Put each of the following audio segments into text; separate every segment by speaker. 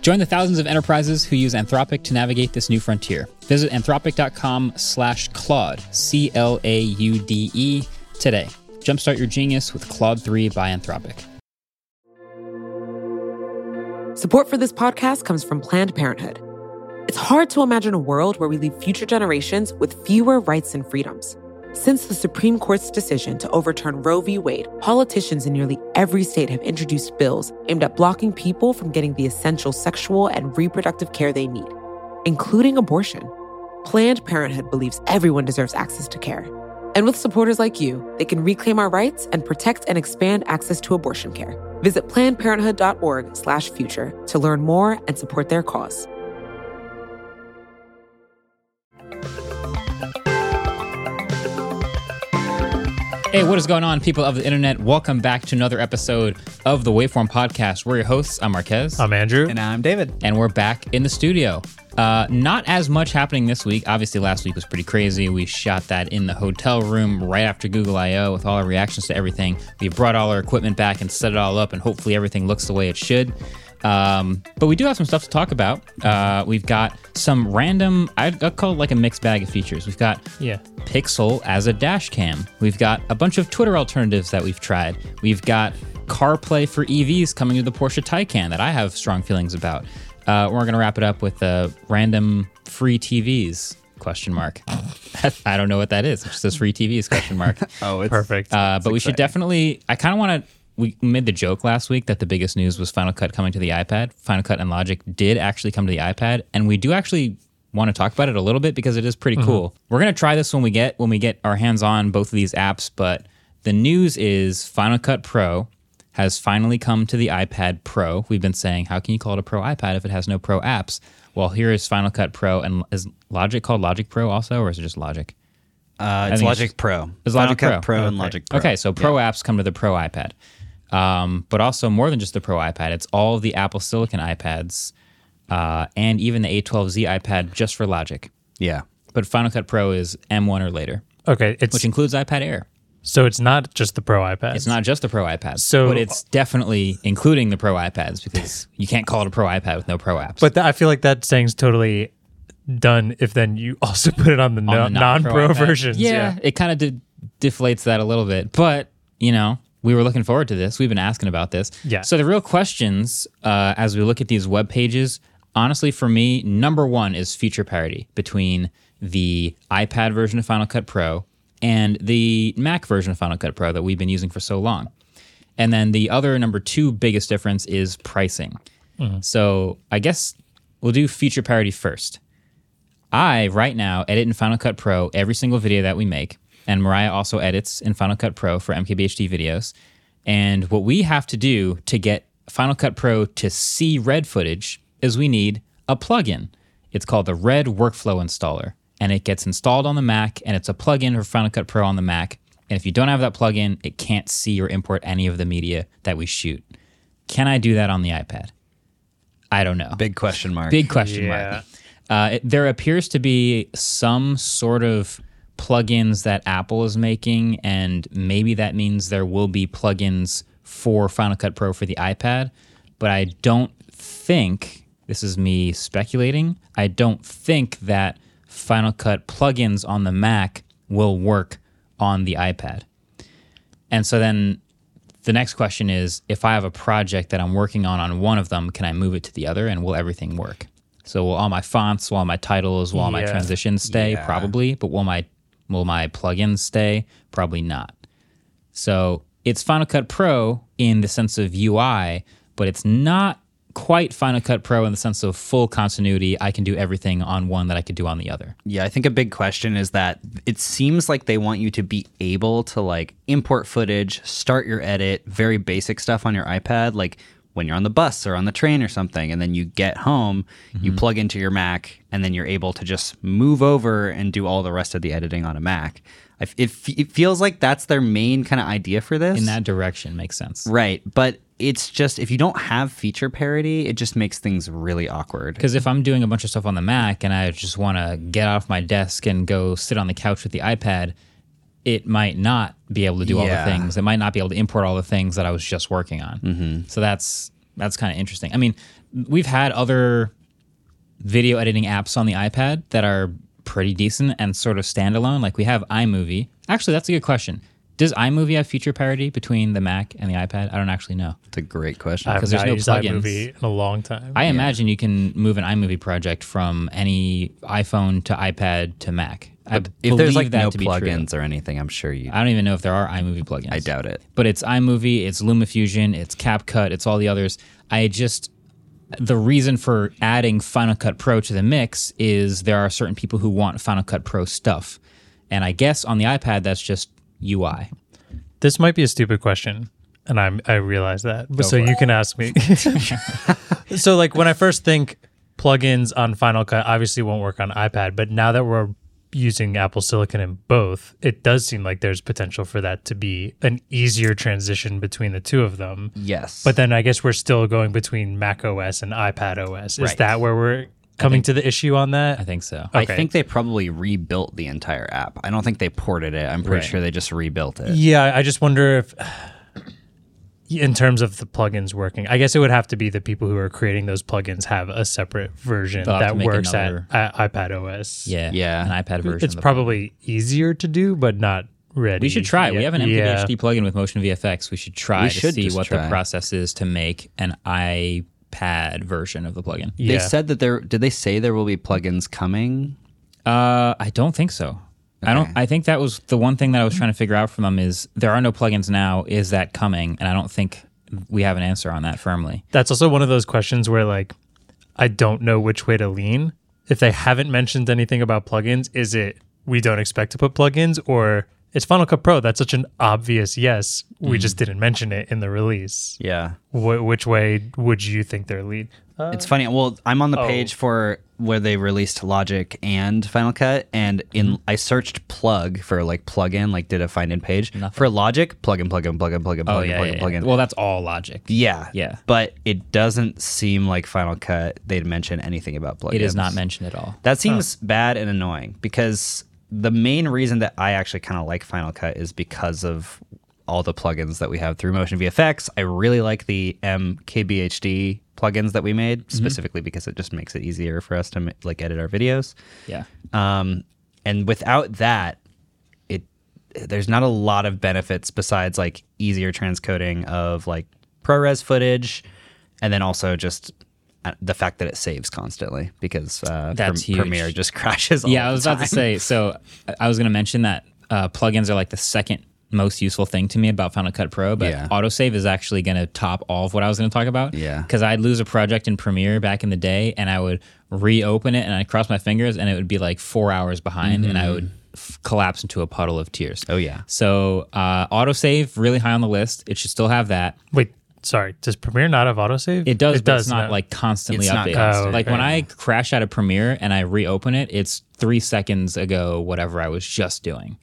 Speaker 1: Join the thousands of enterprises who use Anthropic to navigate this new frontier. Visit anthropic.com slash Claude, C L A U D E, today. Jumpstart your genius with Claude 3 by Anthropic.
Speaker 2: Support for this podcast comes from Planned Parenthood. It's hard to imagine a world where we leave future generations with fewer rights and freedoms. Since the Supreme Court's decision to overturn Roe v. Wade, politicians in nearly every state have introduced bills aimed at blocking people from getting the essential sexual and reproductive care they need, including abortion. Planned Parenthood believes everyone deserves access to care. And with supporters like you, they can reclaim our rights and protect and expand access to abortion care. Visit plannedparenthood.org/future to learn more and support their cause.
Speaker 1: Hey, what is going on, people of the internet? Welcome back to another episode of the Waveform Podcast. We're your hosts. I'm Marquez.
Speaker 3: I'm Um, Andrew.
Speaker 4: And I'm David.
Speaker 1: and uh, we're back in the studio. Uh, not as much happening this week. Obviously, last week was pretty crazy. We shot that in the hotel room right after Google I/O with all our reactions to everything. We brought all our equipment back and set it all up, and hopefully, everything looks the way it should. Um, but we do have some stuff to talk about. Uh, we've got some random, I'd, I'd call it like a mixed bag of features. We've got
Speaker 3: Yeah.
Speaker 1: Pixel as a dash cam. We've got a bunch of Twitter alternatives that we've tried. We've got CarPlay for EVs coming to the Porsche Taycan that I have strong feelings about. Uh, we're going to wrap it up with uh, random free TVs question mark. I don't know what that is. It just says free TVs question mark.
Speaker 4: Oh, it's
Speaker 3: Perfect.
Speaker 1: Uh, but we should definitely. I kind of want to. We made the joke last week that the biggest news was Final Cut coming to the iPad. Final Cut and Logic did actually come to the iPad, and we do actually want to talk about it a little bit because it is pretty cool. We're gonna try this when we get when we get our hands on both of these apps. But the news is Final Cut Pro has finally come to the iPad Pro. We've been saying, how can you call it a Pro iPad if it has no Pro apps? Well, here is Final Cut Pro, and is Logic called Logic Pro also, or is it just Logic?
Speaker 4: Uh, it's
Speaker 1: think it's
Speaker 4: Logic Pro.
Speaker 1: It's
Speaker 4: Final
Speaker 1: Logic
Speaker 4: Cut
Speaker 1: Pro.
Speaker 4: Pro and Logic Pro.
Speaker 1: Okay, so pro apps come to the pro iPad, um, but also more than just the pro iPad. It's all of the Apple Silicon iPads, uh, and even the A12Z iPad just for Logic.
Speaker 4: Yeah.
Speaker 1: But Final Cut Pro is M1 or later,
Speaker 3: okay. It's
Speaker 1: which includes iPad Air.
Speaker 3: so it's not just the Pro iPad.
Speaker 1: It's not just the pro iPad,
Speaker 3: So-
Speaker 1: but it's definitely including the pro iPads because you can't call it a pro iPad with no pro apps.
Speaker 3: But that, I feel like that saying's totally done if then you also put it on the, no,
Speaker 1: the
Speaker 3: non-pro,
Speaker 1: iPad.
Speaker 3: versions.
Speaker 1: Yeah, it kind of did, deflates that a little bit, but you know, we were looking forward to this. We've been asking about this.
Speaker 3: Yeah.
Speaker 1: So the real questions uh, as we look at these web pages, honestly, for me, number one is feature parity between the iPad version of Final Cut Pro and the Mac version of Final Cut Pro that we've been using for so long. And then the other number two biggest difference is pricing.
Speaker 3: Mm-hmm.
Speaker 1: So I guess we'll do feature parity first. I right now edit in Final Cut Pro every single video that we make, and Mariah also edits in Final Cut Pro for MKBHD videos. And what we have to do to get Final Cut Pro to see red footage is we need a plugin. It's called the Red Workflow Installer, and it gets installed on the Mac, and it's a plugin for Final Cut Pro on the Mac. And if you don't have that plugin, it can't see or import any of the media that we shoot. Can I do that on the iPad? I don't know.
Speaker 4: Big question mark.
Speaker 1: Big question
Speaker 3: Yeah.
Speaker 1: mark. Uh, it, there appears to be some sort of plugins that Apple is making, and maybe that means there will be plugins for Final Cut Pro for the iPad. But I don't think this is me speculating. I don't think that Final Cut plugins on the Mac will work on the iPad. And so then the next question is if I have a project that I'm working on on one of them, can I move it to the other and will everything work? So will all my fonts, will all my titles, will all my
Speaker 3: Yeah.
Speaker 1: transitions stay? Probably, but will my will my plugins stay? Probably not. So it's Final Cut Pro in the sense of UI, but it's not quite Final Cut Pro in the sense of full continuity. I can do everything on one that I could do on the other.
Speaker 4: Yeah, I think a big question is that it seems like they want you to be able to like import footage, start your edit, very basic stuff on your iPad. Like when you're on the bus or on the train or something. And then you get home, you
Speaker 1: Mm-hmm.
Speaker 4: plug into your Mac, and then you're able to just move over and do all the rest of the editing on a Mac. I f- It, f- it feels like that's their main kind of idea for this.
Speaker 1: in that direction makes sense.
Speaker 4: right. But it's just, if you don't have feature parity, it just makes things really awkward.
Speaker 1: Because if I'm doing a bunch of stuff on the Mac and I just want to get off my desk and go sit on the couch with the iPad, it might not be able to do all the
Speaker 4: Yeah.
Speaker 1: things. It might not be able to import all the things that I was just working on. So that's that's kind of interesting. I mean, we've had other video editing apps on the iPad that are pretty decent and sort of standalone. Like we have iMovie. Actually, that's a good question. Does iMovie have feature parity between the Mac and the iPad? I don't actually know.
Speaker 4: It's a great question.
Speaker 3: I have
Speaker 1: 'Cause there's
Speaker 3: not
Speaker 1: no
Speaker 3: used
Speaker 1: plugins.
Speaker 3: iMovie in a long time.
Speaker 1: I imagine you can move an iMovie project from any iPhone to iPad to Mac. I
Speaker 4: if
Speaker 1: believe
Speaker 4: there's like
Speaker 1: that
Speaker 4: no
Speaker 1: to be true.
Speaker 4: plugins or anything, I'm sure you.
Speaker 1: I don't even know if there are iMovie plugins.
Speaker 4: I doubt it.
Speaker 1: But it's iMovie, it's LumaFusion, it's CapCut, it's all the others. I just the reason for adding Final Cut Pro to the mix is there are certain people who want Final Cut Pro stuff, and I guess on the iPad that's just UI.
Speaker 3: This might be a stupid question, and I'm I realize that. But so you can ask me. so like when I first think plugins on Final Cut obviously won't work on iPad, but now that we're using Apple Silicon in both, it does seem like there's potential for that to be an easier transition between the two of them.
Speaker 4: Yes.
Speaker 3: But then I guess we're still going between Mac OS and iPad OS. Is that where we're coming to the issue on that?
Speaker 1: I think so.
Speaker 3: Okay.
Speaker 4: I think they probably rebuilt the entire app. I don't think they ported it. I'm pretty
Speaker 1: Right.
Speaker 4: sure they just rebuilt it.
Speaker 3: Yeah, I just wonder if, in terms of the plugins working, I guess it would have to be the people who are creating those plugins have a separate version
Speaker 1: They'll have
Speaker 3: that
Speaker 1: to make
Speaker 3: works
Speaker 1: another-
Speaker 3: at I- iPad OS.
Speaker 1: Yeah,
Speaker 4: Yeah.
Speaker 1: an iPad version.
Speaker 3: it's
Speaker 1: of the
Speaker 3: probably easier to do, but not ready.
Speaker 1: We should try. it. We
Speaker 3: yet.
Speaker 1: have an
Speaker 3: Yeah.
Speaker 1: MKBHD plugin with Motion VFX. We should try
Speaker 4: We
Speaker 1: to
Speaker 4: should
Speaker 1: see
Speaker 4: just
Speaker 1: what the
Speaker 4: try.
Speaker 1: process is to make an iPad version of the plugin.
Speaker 3: Yeah.
Speaker 4: They said that there did they say there will be plugins coming?
Speaker 1: Uh, I don't think so. I don't. I think that was the one thing that I was trying to figure out from them is there are no plugins now. Is that coming? And I don't think we have an answer on that firmly.
Speaker 3: That's also one of those questions where, like, I don't know which way to lean. If they haven't mentioned anything about plugins, is it we don't expect to put plugins or it's Final Cut Pro? That's such an obvious yes.
Speaker 1: Mm.
Speaker 3: We just didn't mention it in the release.
Speaker 4: Yeah.
Speaker 3: Wh- which way would you think their lead?
Speaker 4: It's funny. Well, I'm
Speaker 1: Oh.
Speaker 4: on the page for where they released Logic and Final Cut, and
Speaker 1: Mm-hmm.
Speaker 4: in I searched plug for like plugin, like did a find in page for Logic, plugin, plugin, plugin, plugin,
Speaker 1: Oh,
Speaker 4: plugin, plugin, plugin.
Speaker 1: Well, that's all logic.
Speaker 4: yeah,
Speaker 1: Yeah.
Speaker 4: But it doesn't seem like Final Cut. They'd mention anything about plugins.
Speaker 1: It is not mentioned at all.
Speaker 4: That seems bad and annoying because the main reason that I actually kind of like Final Cut is because of all the plugins that we have through Motion VFX. I really like the MKBHD plugins that we made specifically because it just makes it easier for us to ma- like edit our videos.
Speaker 1: Yeah.
Speaker 4: Um, and without that, it there's not a lot of benefits besides like easier transcoding of like ProRes footage, and then also just uh, the fact that it saves constantly because uh,
Speaker 1: That's huge.
Speaker 4: Premiere just crashes. All
Speaker 1: Yeah, I
Speaker 4: the
Speaker 1: was about to
Speaker 4: time.
Speaker 1: say. So I- I was going to mention that uh, plugins are like the second most useful thing to me about Final Cut Pro, but
Speaker 4: Yeah.
Speaker 1: autosave is actually going to top all of what I was going to talk about.
Speaker 4: Yeah.
Speaker 1: Because I'd lose a project in Premiere back in the day and I would reopen it and I'd cross my fingers and it would be like four hours behind and I would f- collapse into a puddle of tears.
Speaker 4: Mm-hmm. Oh, yeah.
Speaker 1: So uh, autosave, really high on the list. It should still have that.
Speaker 3: Wait, sorry. Does Premiere not have autosave?
Speaker 1: It does, but it's not
Speaker 3: no.
Speaker 1: like constantly
Speaker 4: It's not
Speaker 1: updated.
Speaker 3: constant.
Speaker 1: Like when
Speaker 3: Okay.
Speaker 1: I crash out of Premiere and I reopen it, it's three seconds ago, whatever I was just doing.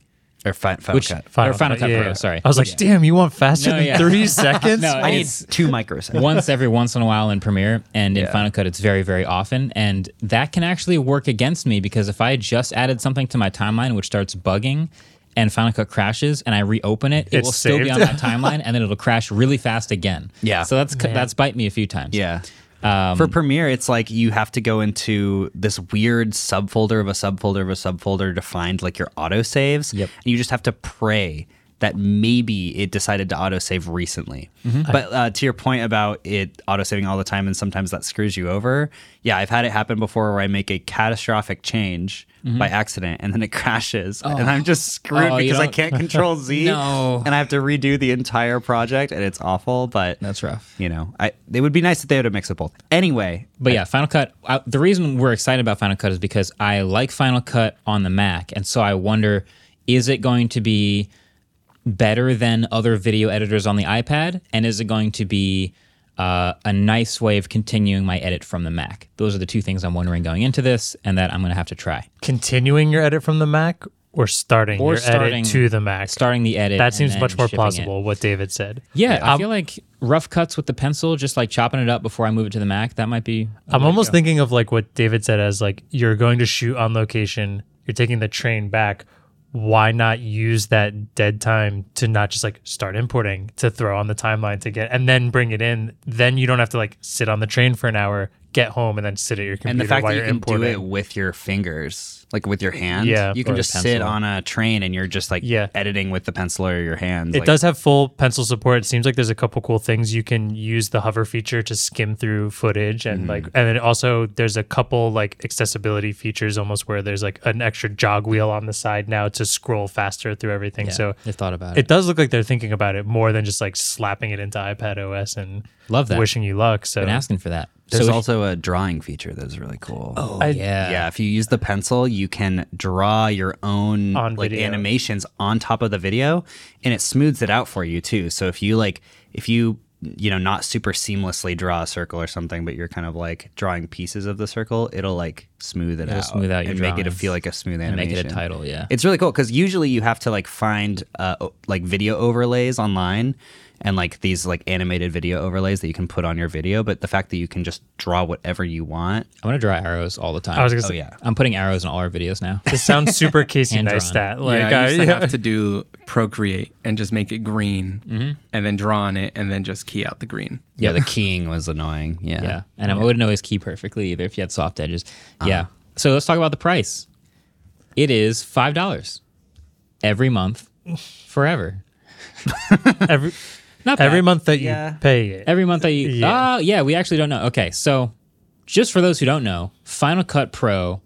Speaker 4: or fi- Final
Speaker 1: Which
Speaker 4: Cut.
Speaker 1: or Final Cut
Speaker 3: yeah,
Speaker 1: Pro,
Speaker 3: yeah.
Speaker 1: sorry.
Speaker 3: I was like, damn, you want faster
Speaker 1: No,
Speaker 3: than
Speaker 1: yeah.
Speaker 3: three seconds?
Speaker 1: No,
Speaker 4: I need
Speaker 1: it's-
Speaker 4: two microseconds.
Speaker 1: once every once in a while in Premiere, and in
Speaker 4: Yeah.
Speaker 1: Final Cut, it's very, very often. And that can actually work against me because if I just added something to my timeline which starts bugging and Final Cut crashes and I reopen it, it
Speaker 3: It's
Speaker 1: will still be on
Speaker 3: saved.
Speaker 1: my timeline and then it'll crash really fast again.
Speaker 4: Yeah.
Speaker 1: So that's that's bite me a few times.
Speaker 4: Yeah.
Speaker 1: Um,
Speaker 4: For Premiere, it's like you have to go into this weird subfolder of a subfolder of a subfolder to find like your autosaves.
Speaker 1: Yep.
Speaker 4: And you just have to pray that maybe it decided to autosave recently.
Speaker 1: Mm-hmm.
Speaker 4: But uh, to your point about it autosaving all the time and sometimes that screws you over, yeah, I've had it happen before where I make a catastrophic change by accident and then it crashes. And I'm just screwed
Speaker 1: Mm-hmm. Oh, you
Speaker 4: because I
Speaker 1: don't-
Speaker 4: can't control Z.
Speaker 1: No.
Speaker 4: And I have to redo the entire project and it's awful. But
Speaker 1: That's rough.
Speaker 4: you know, I it would be nice if they had a mix of both. Anyway,
Speaker 1: But yeah, Final Cut. I, the reason we're excited about Final Cut is because I like Final Cut on the Mac, and so I wonder, is it going to be better than other video editors on the iPad, and is it going to be uh, a nice way of continuing my edit from the Mac. Those are the two things I'm wondering going into this, and that I'm going to have to try.
Speaker 3: Continuing your edit from the Mac or starting
Speaker 1: Or
Speaker 3: your
Speaker 1: starting-
Speaker 3: edit to the Mac.
Speaker 1: Starting the edit.
Speaker 3: that
Speaker 1: and
Speaker 3: seems
Speaker 1: then
Speaker 3: much more
Speaker 1: shipping it.
Speaker 3: plausible. What David said.
Speaker 1: Yeah, I feel like rough cuts with the pencil, just like chopping it up before I move it to the Mac. That might be.
Speaker 3: I'm almost thinking of like what David said as like you're going to shoot on location, you're taking the train back. Why not use that dead time to not just like start importing to throw on the timeline to get and then bring it in? Then you don't have to like sit on the train for an hour, get home, and then sit at your computer
Speaker 4: and the fact
Speaker 3: while
Speaker 4: that you
Speaker 3: you're
Speaker 4: can
Speaker 3: importing.
Speaker 4: do it with your fingers, like with your hand,
Speaker 3: Yeah,
Speaker 4: you can
Speaker 3: or a
Speaker 4: just sit
Speaker 1: pencil.
Speaker 4: on a train and you're just like
Speaker 3: Yeah.
Speaker 4: editing with the pencil or your hands.
Speaker 3: It
Speaker 4: like,
Speaker 3: does have full pencil support. It seems like there's a couple cool things you can use the hover feature to skim through footage and like and then also there's a couple like accessibility features almost where there's like an extra jog wheel on the side now to scroll faster through everything. So
Speaker 1: They thought about
Speaker 3: it does look like they're thinking about it more than just like slapping it into iPad OS and
Speaker 1: Love that.
Speaker 3: wishing you luck. So
Speaker 1: Been asking for that.
Speaker 4: There's
Speaker 1: so if-
Speaker 4: also a drawing feature that is really cool. Oh,
Speaker 3: I-
Speaker 1: yeah.
Speaker 4: yeah. If you use the pencil, you can draw your own
Speaker 3: On
Speaker 4: like
Speaker 3: video.
Speaker 4: animations on top of the video, and it smooths it out for you too. So if you like, if you you know not super seamlessly draw a circle or something, but you're kind of like drawing pieces of the circle, it'll like smooth it
Speaker 1: It'll
Speaker 4: out,
Speaker 1: smooth out your
Speaker 4: and make it
Speaker 1: drawings
Speaker 4: feel like a smooth
Speaker 1: and make
Speaker 4: animation.
Speaker 1: it a title. Yeah.
Speaker 4: It's really cool because usually you have to like find uh, o- like video overlays online and like these like animated video overlays that you can put on your video. But the fact that you can just draw whatever you want,
Speaker 1: I'm gonna draw arrows all the time.
Speaker 3: I was gonna
Speaker 4: oh
Speaker 3: say
Speaker 4: yeah,
Speaker 1: I'm putting arrows in all our videos now.
Speaker 3: this sounds super Casey
Speaker 1: Hand drawn.
Speaker 3: Neistat. Like
Speaker 5: yeah, I
Speaker 3: I-
Speaker 5: used to
Speaker 3: yeah.
Speaker 5: have to do Procreate and just make it green,
Speaker 3: Mm-hmm.
Speaker 5: and then draw on it, and then just key out the green.
Speaker 4: yeah. The keying was annoying. Yeah,
Speaker 1: Yeah, and I wouldn't always key perfectly either if you had soft edges.
Speaker 4: Uh-huh.
Speaker 1: Yeah. So let's talk about the price. It is five dollars every month, forever.
Speaker 3: every
Speaker 1: Not bad.
Speaker 3: every month that
Speaker 4: Yeah.
Speaker 3: you pay it.
Speaker 1: Every month I use.
Speaker 3: Yeah.
Speaker 1: Oh, yeah. We actually don't know. Okay. So, just for those who don't know, Final Cut Pro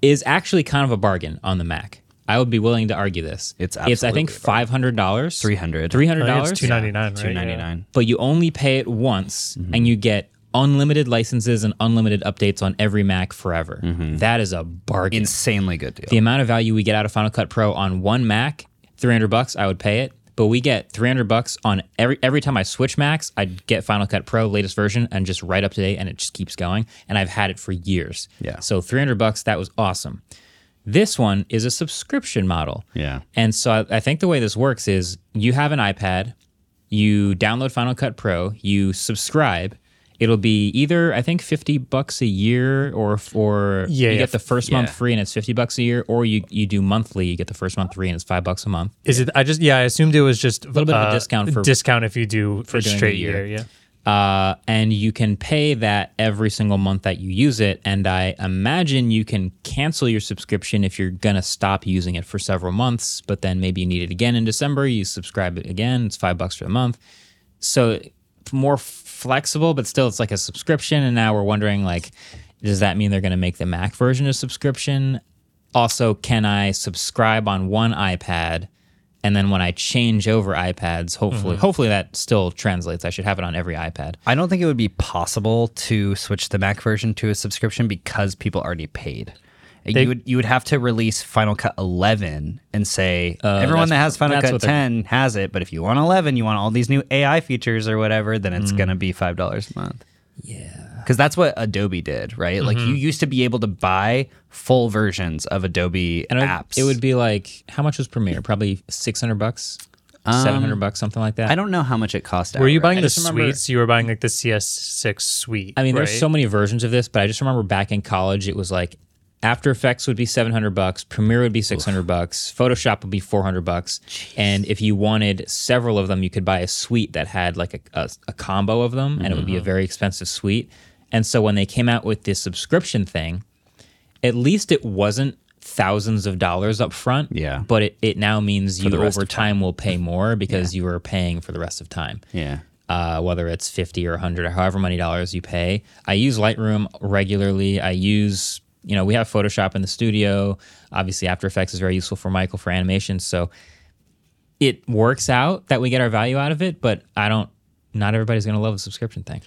Speaker 1: is actually kind of a bargain on the Mac. I would be willing to argue this.
Speaker 4: It's
Speaker 1: it's I think
Speaker 4: absolutely a
Speaker 1: five hundred dollars,
Speaker 4: three hundred.
Speaker 1: three hundred
Speaker 3: I think
Speaker 1: dollars,
Speaker 3: it's two ninety nine,
Speaker 4: Two ninety nine.
Speaker 1: but you only pay it once
Speaker 4: Mm-hmm.
Speaker 1: and you get unlimited licenses and unlimited updates on every Mac forever.
Speaker 4: Mm-hmm.
Speaker 1: That is a bargain.
Speaker 4: Insanely good deal.
Speaker 1: the amount of value we get out of Final Cut Pro on one Mac, 300 bucks, I would pay it. But we get 300 bucks on every every time I switch Macs, I get Final Cut Pro latest version and just right up to date and it just keeps going and I've had it for years.
Speaker 4: Yeah.
Speaker 1: So 300 bucks, that was awesome. This one is a subscription model.
Speaker 4: Yeah.
Speaker 1: And so I, I think the way this works is you have an iPad, you download Final Cut Pro, you subscribe. It'll be either I think 50 bucks a year or for
Speaker 3: Yeah,
Speaker 1: you
Speaker 3: yeah,
Speaker 1: get the first month
Speaker 5: yeah.
Speaker 1: free and it's 50 bucks a year or you you do monthly, you get the first month free and it's 5 bucks a month.
Speaker 3: Is it? I just yeah. I assumed it was just a
Speaker 1: little bit of a discount for-
Speaker 3: discount if you do for
Speaker 1: doing
Speaker 3: straight
Speaker 1: the year.
Speaker 3: year. Yeah.
Speaker 1: Uh, and you can pay that every single month that you use it. And I imagine you can cancel your subscription if you're going to stop using it for several months, but then maybe you need it again in December. You subscribe it again, it's five bucks for the month. So more flexible, but still it's like a subscription. And now we're wondering like, does that mean they're going to make the Mac version a subscription? Also, can I subscribe on one iPad? And then when I change over iPads, hopefully, hopefully that still translates. I should have it on every iPad.
Speaker 4: I don't think it would be possible to switch the Mac version to a subscription because people already paid. you would you would have to release Final Cut 11 and say everyone that has Final
Speaker 1: Uh, that's
Speaker 4: Cut
Speaker 1: what they're-
Speaker 4: 10 has it, but if you want 11, you want all these new AI features or whatever, then
Speaker 1: Mm-hmm.
Speaker 4: it's gonna be five dollars a month. Yeah, because that's what Adobe did, right? Like
Speaker 1: Mm-hmm.
Speaker 4: you used to be able to buy full versions of Adobe
Speaker 1: And it-
Speaker 4: apps.
Speaker 1: It would be like how much was Premiere? Probably six hundred bucks, seven hundred bucks, something like that.
Speaker 4: I don't know how much it cost.
Speaker 3: Were you
Speaker 4: outright.
Speaker 3: buying the
Speaker 1: just remember-
Speaker 3: suites? You were buying like the CS6 suite.
Speaker 1: I mean, there's
Speaker 3: right?
Speaker 1: so many versions of this, but I just remember back in college, it was like After Effects would be seven hundred bucks, Premiere would be six hundred bucks, Photoshop would be four hundred bucks, and if you wanted several of them, you could buy a suite that had like a, a, a combo of them, and it would be a
Speaker 4: Mm-hmm.
Speaker 1: very expensive suite. And so when they came out with this subscription thing, at least it wasn't thousands of dollars up front.
Speaker 4: Yeah.
Speaker 1: But it, it now means you
Speaker 4: the rest
Speaker 1: over time will pay more because you are paying for the rest of time
Speaker 4: Yeah.
Speaker 1: uh, whether it's 50 or 100 or however many dollars you pay. I use Lightroom regularly. I use, you know, we have Photoshop in the studio. Obviously, After Effects is very useful for Michael for animation. So it works out that we get our value out of it, but I don't, not everybody's going to love the subscription thing.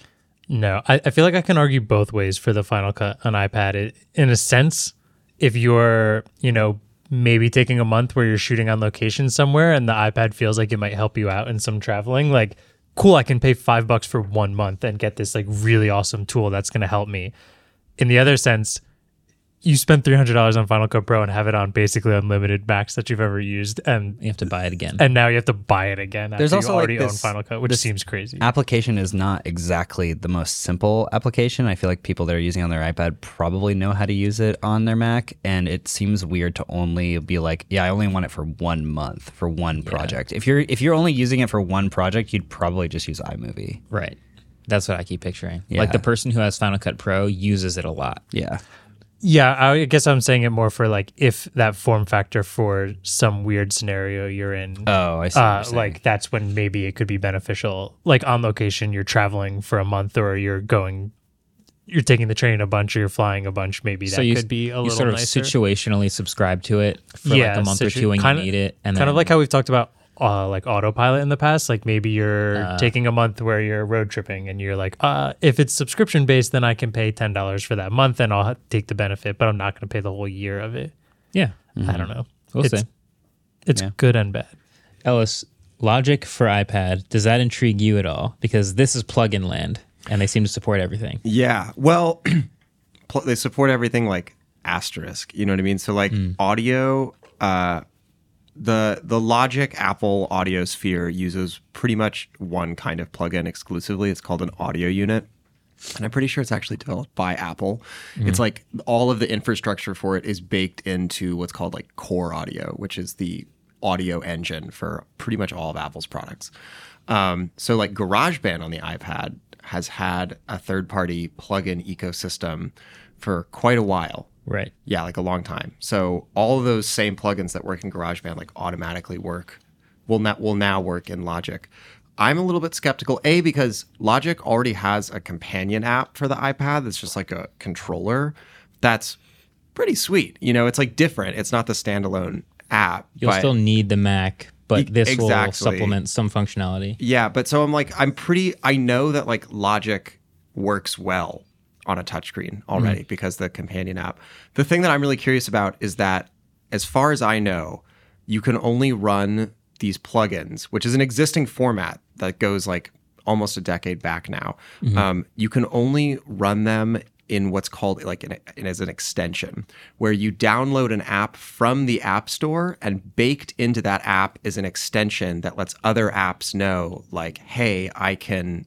Speaker 3: No, I, I feel like I can argue both ways for the Final Cut on iPad. It, in a sense, if you're, you know, maybe taking a month where you're shooting on location somewhere and the iPad feels like it might help you out in some traveling, like cool, I can pay five bucks for one month and get this like really awesome tool that's going to help me. In the other sense, you spend three hundred dollars on Final Cut Pro and have it on basically unlimited Macs that you've ever used, and
Speaker 1: You have to buy it again.
Speaker 3: and now you have to buy it again. After
Speaker 4: There's
Speaker 3: you
Speaker 4: also, like,
Speaker 3: already
Speaker 4: this-
Speaker 3: own Final Cut, which seems crazy.
Speaker 4: application is not exactly the most simple application. I feel like people that are using it on their iPad probably know how to use it on their Mac, and it seems weird to only be like, yeah, I only want it for one month for one project. If you're if you're only using it for one project, you'd probably just use iMovie.
Speaker 1: right. That's what I keep picturing.
Speaker 4: Yeah.
Speaker 1: Like the person who has Final Cut Pro uses it a lot.
Speaker 4: Yeah,
Speaker 3: Yeah, I guess I'm saying it more for like if that form factor for some weird scenario you're in.
Speaker 4: Oh, I see what you're
Speaker 3: Uh, like that's when maybe it could be beneficial. Like on location, you're traveling for a month, or you're going, you're taking the train a bunch, or you're flying a bunch. Maybe that could be a
Speaker 1: you
Speaker 3: little
Speaker 1: sort of
Speaker 3: nicer.
Speaker 1: situationally subscribe to it for like a month or
Speaker 3: situ-
Speaker 1: two when
Speaker 3: kinda-
Speaker 1: you need it, and
Speaker 3: kind
Speaker 1: then
Speaker 3: of like how we've talked about uh, like autopilot in the past. Like maybe you're
Speaker 1: Uh.
Speaker 3: taking a month where you're road tripping, and you're like, uh, if it's subscription based, then I can pay ten dollars for that month, and I'll ha- take the benefit, but I'm not going to pay the whole year of it.
Speaker 1: yeah.
Speaker 3: I don't know.
Speaker 1: Hmm. We'll
Speaker 3: Mm-hmm. it's,
Speaker 1: see.
Speaker 3: It's good and bad.
Speaker 1: Ellis, Logic for iPad. Does that intrigue you at all? Because this is plug-in land, and they seem to support everything.
Speaker 6: Yeah. Well, pl- they support everything like asterisk. You know what I mean? So like audio, uh, the the Logic Apple Audio Sphere uses pretty much one kind of plugin exclusively. It's called an audio unit. And I'm pretty sure it's actually developed by Apple. It's like all of the infrastructure for it is baked into what's called like core audio, which is the audio engine for pretty much all of Apple's products. Um, so, like GarageBand on the iPad has had a third party plugin ecosystem for quite a while.
Speaker 1: Right.
Speaker 6: Yeah, like a long time. So all of those same plugins that work in GarageBand like automatically work will not will now work in Logic. I'm a little bit skeptical, A, because Logic already has a companion app for the iPad that's just like a controller. That's pretty sweet. You know, it's like different. It's not the standalone app.
Speaker 1: You'll
Speaker 6: but-
Speaker 1: still need the Mac, but
Speaker 6: E-
Speaker 1: this will
Speaker 6: exactly.
Speaker 1: supplement some functionality.
Speaker 6: yeah, but so I'm like, I'm pretty. I know that like Logic works well on a touchscreen already because the companion app. The thing that I'm really curious about is that, as far as I know, you can only run these plugins, which is an existing format that goes like almost a decade back now. Um, you can only run them in what's called like an, an- as an extension, where you download an app from the App Store, and baked into that app is an extension that lets other apps know, like, hey, I can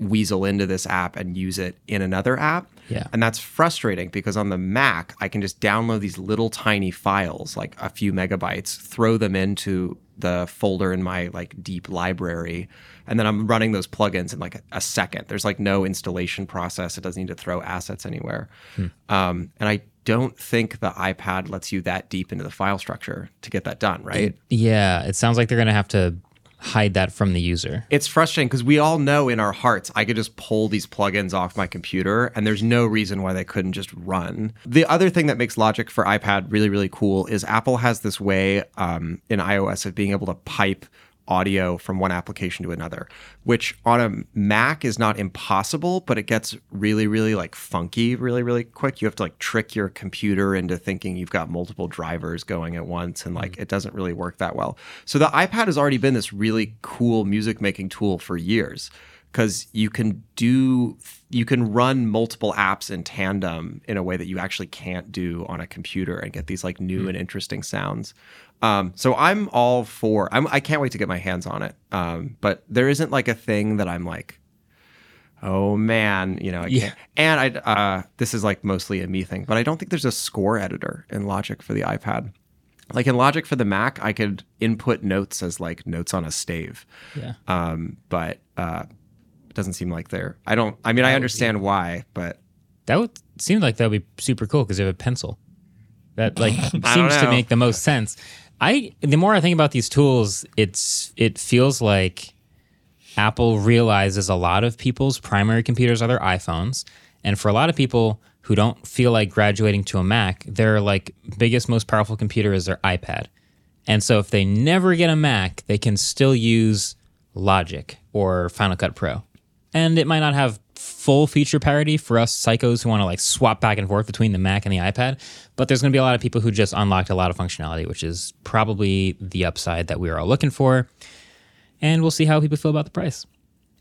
Speaker 6: weasel into this app and use it in another app.
Speaker 1: Yeah.
Speaker 6: And that's frustrating because on the Mac, I can just download these little tiny files, like a few megabytes, throw them into the folder in my like deep library, and then I'm running those plugins in like a, a second. There's like no installation process. It doesn't need to throw assets anywhere.
Speaker 1: Hmm.
Speaker 6: Um, and I don't think the iPad lets you that deep into the file structure to get that done, right?
Speaker 1: Yeah, it sounds like they're going to have to hide that from the user.
Speaker 6: it's frustrating because we all know in our hearts I could just pull these plugins off my computer, and there's no reason why they couldn't just run. The other thing that makes Logic for iPad really, really cool is Apple has this way um, in iOS of being able to pipe audio from one application to another, which on a Mac is not impossible, but it gets really, really like funky really, really quick. You have to like trick your computer into thinking you've got multiple drivers going at once and like it doesn't really work that well. So the iPad has already been this really cool music making tool for years because you can do you can run multiple apps in tandem in a way that you actually can't do on a computer and get these like new and interesting sounds um, so i'm all for I'm, i can't wait to get my hands on it um, but there isn't like a thing that i'm like oh man you know I can't. and i uh, this is like mostly a me thing but i don't think there's a score editor in logic for the ipad like in logic for the mac i could input notes as like notes on a stave
Speaker 1: Yeah.
Speaker 6: um, but uh, it doesn't seem like they're. I don't. I mean, I understand why, but
Speaker 1: That would seem like that would be super cool because you have a pencil. That like
Speaker 6: don't
Speaker 1: seems to
Speaker 6: know.
Speaker 1: make the most sense. I the more I think about these tools, it's it feels like Apple realizes a lot of people's primary computers are their iPhones, and for a lot of people who don't feel like graduating to a Mac, their like biggest most powerful computer is their iPad. And so if they never get a Mac, they can still use Logic or Final Cut Pro. And it might not have full feature parity for us psychos who want to like swap back and forth between the Mac and the iPad, but there's going to be a lot of people who just unlocked a lot of functionality, which is probably the upside that we are all looking for. and we'll see how people feel about the price.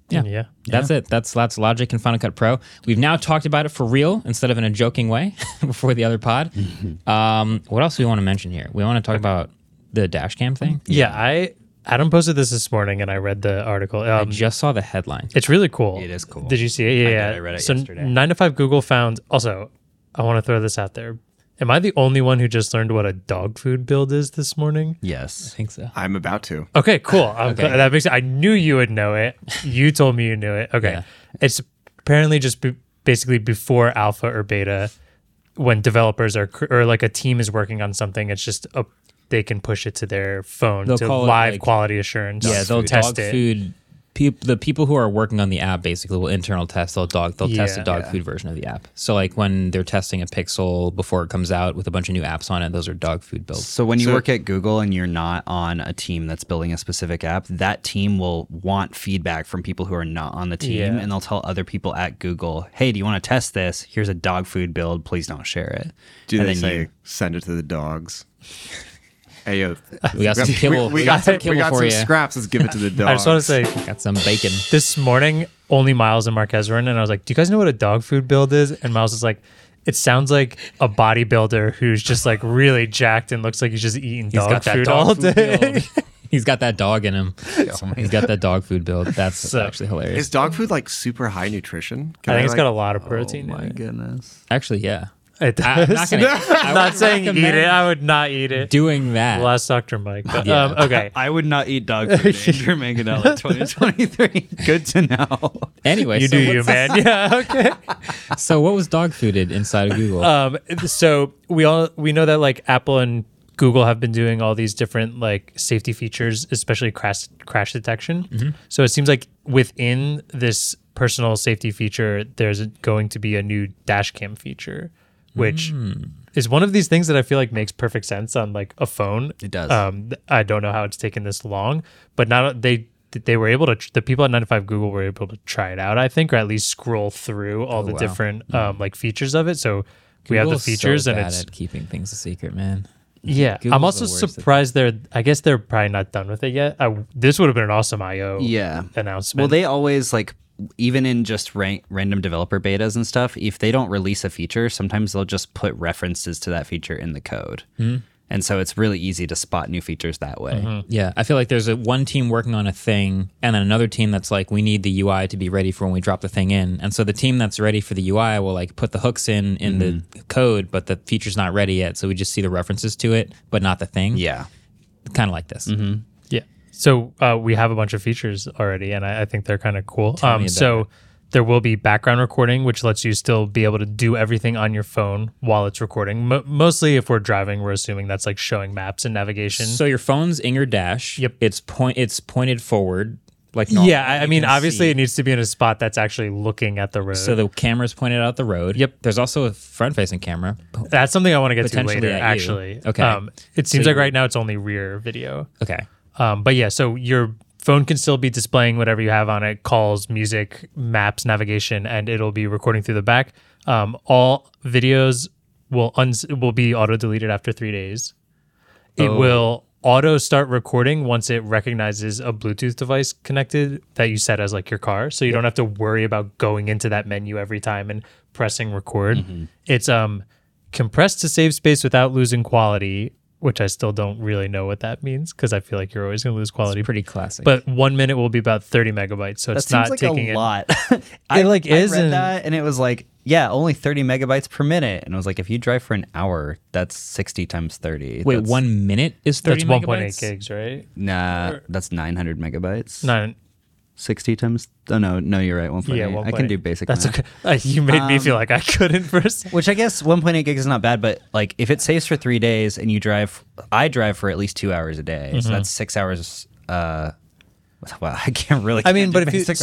Speaker 1: Yeah.
Speaker 3: Yeah.
Speaker 1: That's it. That's that's Logic and Final Cut Pro. We've now talked about it for real instead of in a joking way before the other pod. um, what else do we want to mention here? We want to talk about the dash cam thing.
Speaker 3: Yeah, I Adam posted this this morning, and I read the article.
Speaker 1: I
Speaker 3: Um,
Speaker 1: just saw the headline.
Speaker 3: it's really cool.
Speaker 4: It is cool.
Speaker 3: Did you see it? Yeah, yeah.
Speaker 4: I read it
Speaker 3: so
Speaker 4: yesterday.
Speaker 3: Nine to five Google found. Also, I want to throw this out there. Am I the only one who just learned what a dog food build is this morning?
Speaker 4: Yes.
Speaker 1: think so.
Speaker 6: I'm about to.
Speaker 3: Okay, cool. I'm glad- That makes. I knew you would know it. You told me you knew it. Okay, it's apparently just be, basically before alpha or beta, when developers are cr- or like a team is working on something. It's just a, they can push it to their phone
Speaker 1: They'll
Speaker 3: to
Speaker 1: call it,
Speaker 3: live
Speaker 1: like-
Speaker 3: quality assurance.
Speaker 1: Yeah, they'll
Speaker 3: test
Speaker 1: dog
Speaker 3: it.
Speaker 1: food. Peop, the people who are working on the app basically will internal test. They'll dog. They'll test
Speaker 3: Yeah.
Speaker 1: a dog food version of the app. So like when they're testing a Pixel before it comes out with a bunch of new apps on it, those are dog food builds.
Speaker 4: So when you work at Google and you're not on a team that's building a specific app, that team will want feedback from people who are not on the team
Speaker 3: Yeah.
Speaker 4: and they'll tell other people at Google, "Hey, do you want to test this? Here's a dog food build. Please don't share it."
Speaker 6: Do
Speaker 4: and
Speaker 6: they
Speaker 4: then
Speaker 6: say
Speaker 4: you-
Speaker 6: send it to the dogs? Hey, yo,
Speaker 1: We got some kibble.
Speaker 6: We, we got some, we
Speaker 1: kibble
Speaker 6: got
Speaker 1: for
Speaker 6: some
Speaker 1: you.
Speaker 6: scraps. Let's give it to the dogs.
Speaker 3: I just want to say
Speaker 1: Got some bacon.
Speaker 3: this morning only Miles and Marquez were in, and I was like, "Do you guys know what a dog food build is?" And Miles was like, "It sounds like a bodybuilder who's just like really jacked and looks like he's just eating
Speaker 1: He's
Speaker 3: dog
Speaker 1: got that
Speaker 3: food
Speaker 1: dog
Speaker 3: all
Speaker 1: food
Speaker 3: day."
Speaker 1: build. He's got that dog in him.
Speaker 3: Oh
Speaker 1: He's got that dog food build. That's actually hilarious.
Speaker 6: is dog food like super high nutrition? Can
Speaker 3: I think it's
Speaker 6: like-
Speaker 3: got a lot of protein.
Speaker 4: "Oh
Speaker 3: in
Speaker 4: my
Speaker 3: it.
Speaker 4: goodness."
Speaker 1: Actually, yeah.
Speaker 3: It
Speaker 1: I, am not
Speaker 3: does.
Speaker 1: gonna. I
Speaker 3: I'm not
Speaker 1: would
Speaker 3: saying eat
Speaker 1: recommend
Speaker 3: it. I would not eat it.
Speaker 1: doing that.
Speaker 3: We'll ask Dr. Mike. but,
Speaker 1: Yeah.
Speaker 3: um, okay.
Speaker 4: I would not eat dog food. Andrew Manganella, 2023. Good to know.
Speaker 1: Anyway,
Speaker 3: You
Speaker 1: so
Speaker 3: do you,
Speaker 1: what's-
Speaker 3: man. Yeah. Okay.
Speaker 1: So what was dog fooded inside of Google?
Speaker 3: Um, so we all we know that like Apple and Google have been doing all these different like safety features, especially crash crash detection. So it seems like within this personal safety feature, there's going to be a new dash cam feature, which is one of these things that I feel like makes perfect sense on like a phone.
Speaker 4: It does.
Speaker 3: Um, th- I don't know how it's taken this long, but not they. They were able to. tr- The people at 95 Google were able to try it out, I think, or at least scroll through all the different um, like features of it. So we have
Speaker 1: Oh, Hmm.
Speaker 3: the
Speaker 1: Google's so
Speaker 3: features and
Speaker 1: bad
Speaker 3: it's
Speaker 1: at keeping things a secret, man.
Speaker 3: yeah i'm
Speaker 1: Google's
Speaker 3: also
Speaker 1: the worst at that.
Speaker 3: surprised they're i guess they're probably not done with it yet I, this would have been an awesome io
Speaker 4: Yeah.
Speaker 3: announcement
Speaker 4: Well, they always like even in just ran- random developer betas and stuff. If they don't release a feature, sometimes they'll just put references to that feature in the code,
Speaker 3: Hmm.
Speaker 4: and so it's really easy to spot new features that way.
Speaker 3: Mm-hmm.
Speaker 1: Yeah, I feel like there's a one team working on a thing, and then another team that's like, we need the UI to be ready for when we drop the thing in. And so the team that's ready for the UI will like put the hooks in in the code, but the feature's not ready yet. So we just see the references to it, but not the thing.
Speaker 4: Yeah.
Speaker 1: kind of like this.
Speaker 3: yeah so uh, we have a bunch of features already and i, I think they're kind of cool um
Speaker 1: about
Speaker 3: so there will be background recording which lets you still be able to do everything on your phone while it's recording Mo mostly if we're driving we're assuming that's like showing maps and navigation
Speaker 1: So your phone's in your dash.
Speaker 3: Yep.
Speaker 1: It's point. It's pointed forward. Like normal.
Speaker 3: yeah i, I
Speaker 1: You
Speaker 3: mean
Speaker 1: can
Speaker 3: obviously
Speaker 1: see.
Speaker 3: it needs to be in a spot that's actually looking at the road
Speaker 1: So the camera's pointed out the road.
Speaker 3: Yep.
Speaker 1: There's also a front-facing camera.
Speaker 3: that's something i want to get to
Speaker 1: Potentially
Speaker 3: later
Speaker 1: at you.
Speaker 3: actually
Speaker 1: Okay.
Speaker 3: um, it seems
Speaker 1: So
Speaker 3: like
Speaker 1: you-
Speaker 3: right now it's only rear video
Speaker 1: Okay.
Speaker 3: Um, but yeah, so your phone can still be displaying whatever you have on it calls, music, maps, navigation, and it'll be recording through the back. Um, all videos will uns- will be auto deleted after three days. It will auto start recording once it recognizes a Bluetooth device connected that you set as like your car, so you don't have to worry about going into that menu every time and pressing record. It's um compressed to save space without losing quality, which I still don't really know what that means because I feel like you're always going to lose quality.
Speaker 1: Pretty classic.
Speaker 3: but one minute will be about 30 megabytes, so it's not taking it.
Speaker 4: lot. I
Speaker 3: It, like,
Speaker 4: I read
Speaker 3: isn't-
Speaker 4: that, and it was like, yeah, only thirty megabytes per minute. And I was like, if you drive for an hour, that's sixty times thirty.
Speaker 1: wait,
Speaker 4: That's-
Speaker 1: one minute is
Speaker 3: That's
Speaker 1: thirty.
Speaker 3: 1.8
Speaker 1: megabytes?
Speaker 3: gigs, right?
Speaker 4: Nah, that's nine hundred megabytes.
Speaker 3: Not
Speaker 4: sixty times. Oh no, no, you're right. One point
Speaker 3: yeah,
Speaker 4: eight.
Speaker 3: one
Speaker 4: I can do basic.
Speaker 3: That's
Speaker 4: math.
Speaker 3: okay. Uh, you made me feel like I couldn't for a second.
Speaker 4: Which I guess 1.8 gigs is not bad, but like if it saves for three days and you drive, I drive for at least two hours a day,
Speaker 3: Mm-hmm.
Speaker 4: so that's six hours. Uh, well, I can't really.
Speaker 3: I mean,
Speaker 4: can't
Speaker 3: but
Speaker 4: do
Speaker 3: if you
Speaker 4: basic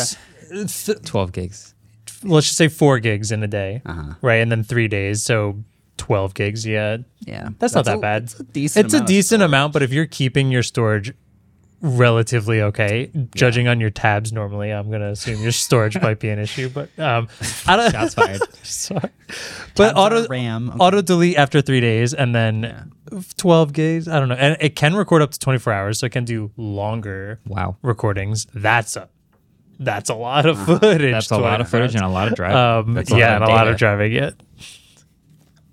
Speaker 4: math.
Speaker 3: s- s-
Speaker 1: Twelve gigs.
Speaker 3: let's just say four gigs in a day,
Speaker 4: Uh-huh.
Speaker 3: right, and then three days, so twelve gigs. Yeah,
Speaker 4: yeah,
Speaker 3: that's, not that
Speaker 4: a-
Speaker 3: bad.
Speaker 4: It's a decent.
Speaker 3: It's a
Speaker 4: amount of-
Speaker 3: decent amount, but if you're keeping your storage relatively okay, judging on your tabs normally, I'm gonna assume your storage might be an issue. But um, I don't.
Speaker 1: Shots fired.
Speaker 3: Sorry. But
Speaker 4: Tabs are
Speaker 3: auto
Speaker 4: RAM, okay.
Speaker 3: auto delete after three days, and then 12 gigs. I don't know. And it can record up to 24 hours, so it can do longer
Speaker 1: Wow.
Speaker 3: recordings. That's a that's a lot of
Speaker 4: Uh-huh.
Speaker 3: footage.
Speaker 1: That's a lot of footage and a lot of driving.
Speaker 3: um,
Speaker 1: That's
Speaker 3: yeah, and a lot
Speaker 1: data.
Speaker 3: of driving. Yeah.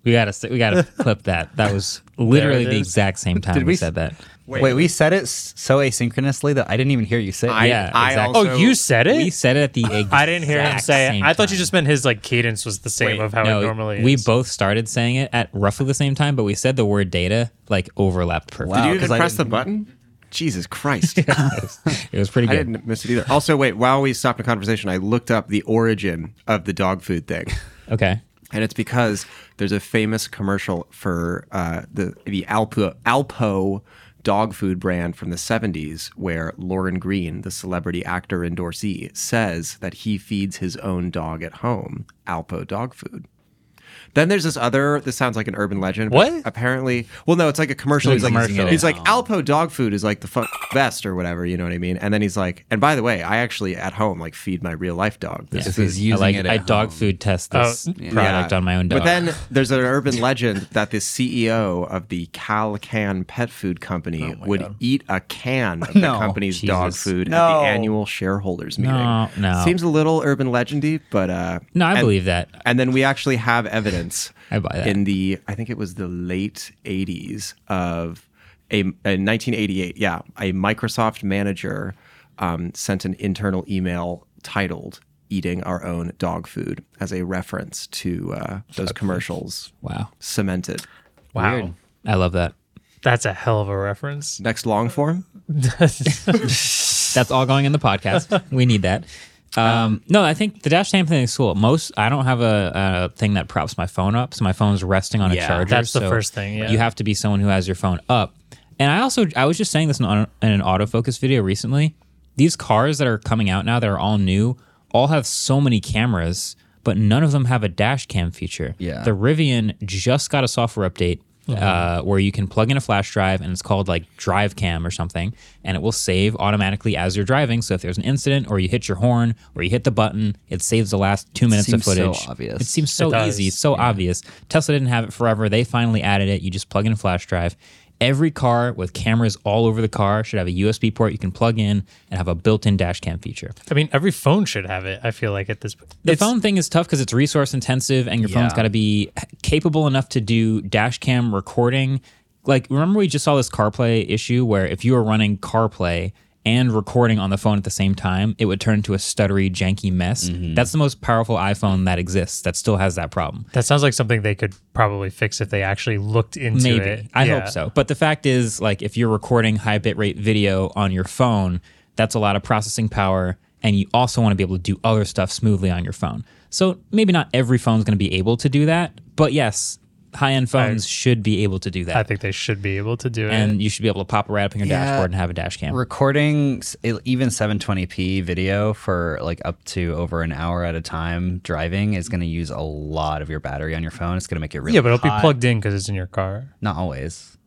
Speaker 1: We gotta s- we gotta clip that. That was literally
Speaker 3: it
Speaker 1: the
Speaker 3: is.
Speaker 1: exact same time
Speaker 4: Did
Speaker 1: we,
Speaker 4: we s-
Speaker 1: said that.
Speaker 4: Wait, we said it s- so asynchronously that I didn't even hear you say. it.
Speaker 6: I,
Speaker 1: yeah,
Speaker 6: I
Speaker 1: exactly.
Speaker 3: Oh,
Speaker 6: also-
Speaker 3: you said
Speaker 1: We
Speaker 3: it?
Speaker 1: said it at the exact
Speaker 3: I didn't hear him say it.
Speaker 1: same
Speaker 3: I thought
Speaker 1: time.
Speaker 3: you just meant his like cadence was the same
Speaker 6: Wait,
Speaker 3: of how
Speaker 1: no,
Speaker 3: it normally
Speaker 1: we
Speaker 3: is.
Speaker 1: both started saying it at roughly the same time, but we said the word data like overlapped perfectly.
Speaker 6: Did
Speaker 4: Wow,
Speaker 6: you
Speaker 4: Oh, 'cause
Speaker 6: even
Speaker 4: I
Speaker 6: press the
Speaker 4: didn't-
Speaker 6: button? Jesus Christ.
Speaker 1: It was pretty
Speaker 6: I
Speaker 1: good.
Speaker 6: didn't miss it either. Also, wait, while we stopped the conversation, I looked up the origin of the dog food thing.
Speaker 1: Okay.
Speaker 6: And it's because there's a famous commercial for uh, the the Alpo, Alpo dog food brand from the 70s, where Lauren Green, the celebrity actor and endorsee, says that he feeds his own dog at home Alpo dog food. Then there's this other. This sounds like an urban legend. but
Speaker 3: What?
Speaker 6: Apparently, well, no, it's like a commercial.
Speaker 1: It's
Speaker 6: He's
Speaker 1: like
Speaker 6: like,
Speaker 1: a commercial. Oh.
Speaker 6: he's like Alpo dog food is like the fuck best or whatever. You know what I mean? And then he's like, and by the way, I actually at home like feed my real life dog. This
Speaker 4: This is using
Speaker 1: I like
Speaker 4: it. At
Speaker 1: I dog
Speaker 4: home.
Speaker 1: food test this
Speaker 3: Oh,
Speaker 1: product on my own dog.
Speaker 6: But then there's an urban legend that the CEO of the Calcan Pet Food
Speaker 1: Oh
Speaker 6: Company would eat a can of
Speaker 4: No.
Speaker 6: the company's dog
Speaker 4: Jesus.
Speaker 6: food at
Speaker 4: No.
Speaker 6: the annual shareholders meeting.
Speaker 1: No, no.
Speaker 6: Seems a little urban legendy, but uh,
Speaker 1: no, I
Speaker 6: and-
Speaker 1: believe that.
Speaker 6: And then we actually have evidence
Speaker 1: I buy that.
Speaker 6: in the I think it was the late 80s of a in 1988. Yeah, a Microsoft manager um, sent an internal email titled "Eating Our Own Dog Food" as a reference to uh, those commercials.
Speaker 1: Wow.
Speaker 6: Cemented.
Speaker 3: wow.
Speaker 1: I love that.
Speaker 3: That's a hell of a reference.
Speaker 6: Next long form.
Speaker 1: That's all going in the podcast. we need that.
Speaker 3: Uh,
Speaker 1: Um, no, I think the dash cam thing is cool. Most I don't have a, a thing that props my phone up, so my phone's resting on a
Speaker 4: Yeah,
Speaker 1: charger.
Speaker 3: that's the
Speaker 1: so
Speaker 3: first thing, yeah.
Speaker 1: you have to be someone who has your phone up. And I also I was just saying this in, an- in an autofocus video recently. These cars that are coming out now that are all new all have so many cameras, but none of them have a dash cam feature.
Speaker 4: Yeah.
Speaker 1: the Rivian just got a software update uh, where you can plug in a flash drive and it's called like Drive Cam or something, and it will save automatically as you're driving. So if there's an incident or you hit your horn or you hit the button, it saves the last two minutes
Speaker 4: Seems
Speaker 1: of
Speaker 4: so
Speaker 1: footage.
Speaker 4: obvious.
Speaker 1: It seems so
Speaker 3: It does.
Speaker 1: easy, it's so obvious. Tesla didn't have it forever. They finally added it. You just plug in a flash drive. Every car with cameras all over the car should have a USB port you can plug in and have a built-in dash cam feature.
Speaker 3: I mean, every phone should have it. I feel like at this point,
Speaker 1: The
Speaker 3: It's-
Speaker 1: phone thing is tough because it's resource intensive, and your phone's
Speaker 4: Yeah.
Speaker 1: got to be capable enough to do dash cam recording. Like, remember we just saw this CarPlay issue where if you were running CarPlay and recording on the phone at the same time, it would turn into a stuttery, janky mess.
Speaker 3: Mm-hmm.
Speaker 1: That's the most powerful iPhone that exists that still has that problem.
Speaker 3: That sounds like something they could probably fix if they actually looked into
Speaker 1: Maybe.
Speaker 3: it.
Speaker 1: I
Speaker 3: Yeah.
Speaker 1: hope so. But the fact is, like, if you're recording high bitrate video on your phone, that's a lot of processing power. And you also want to be able to do other stuff smoothly on your phone. So maybe not every phone's going to be able to do that. But yes, high end phones should be able to do that.
Speaker 3: I think they should be able to do it.
Speaker 1: and you should be able to pop it right up in your
Speaker 4: Yeah.
Speaker 1: dashboard and have a dash cam.
Speaker 4: recording s- e, even 720p video for like up to over an hour at a time driving is going to use a lot of your battery on your phone. It's going to make it really
Speaker 3: yeah, but it'll
Speaker 4: hot.
Speaker 3: be plugged in because it's in your car.
Speaker 4: Not always.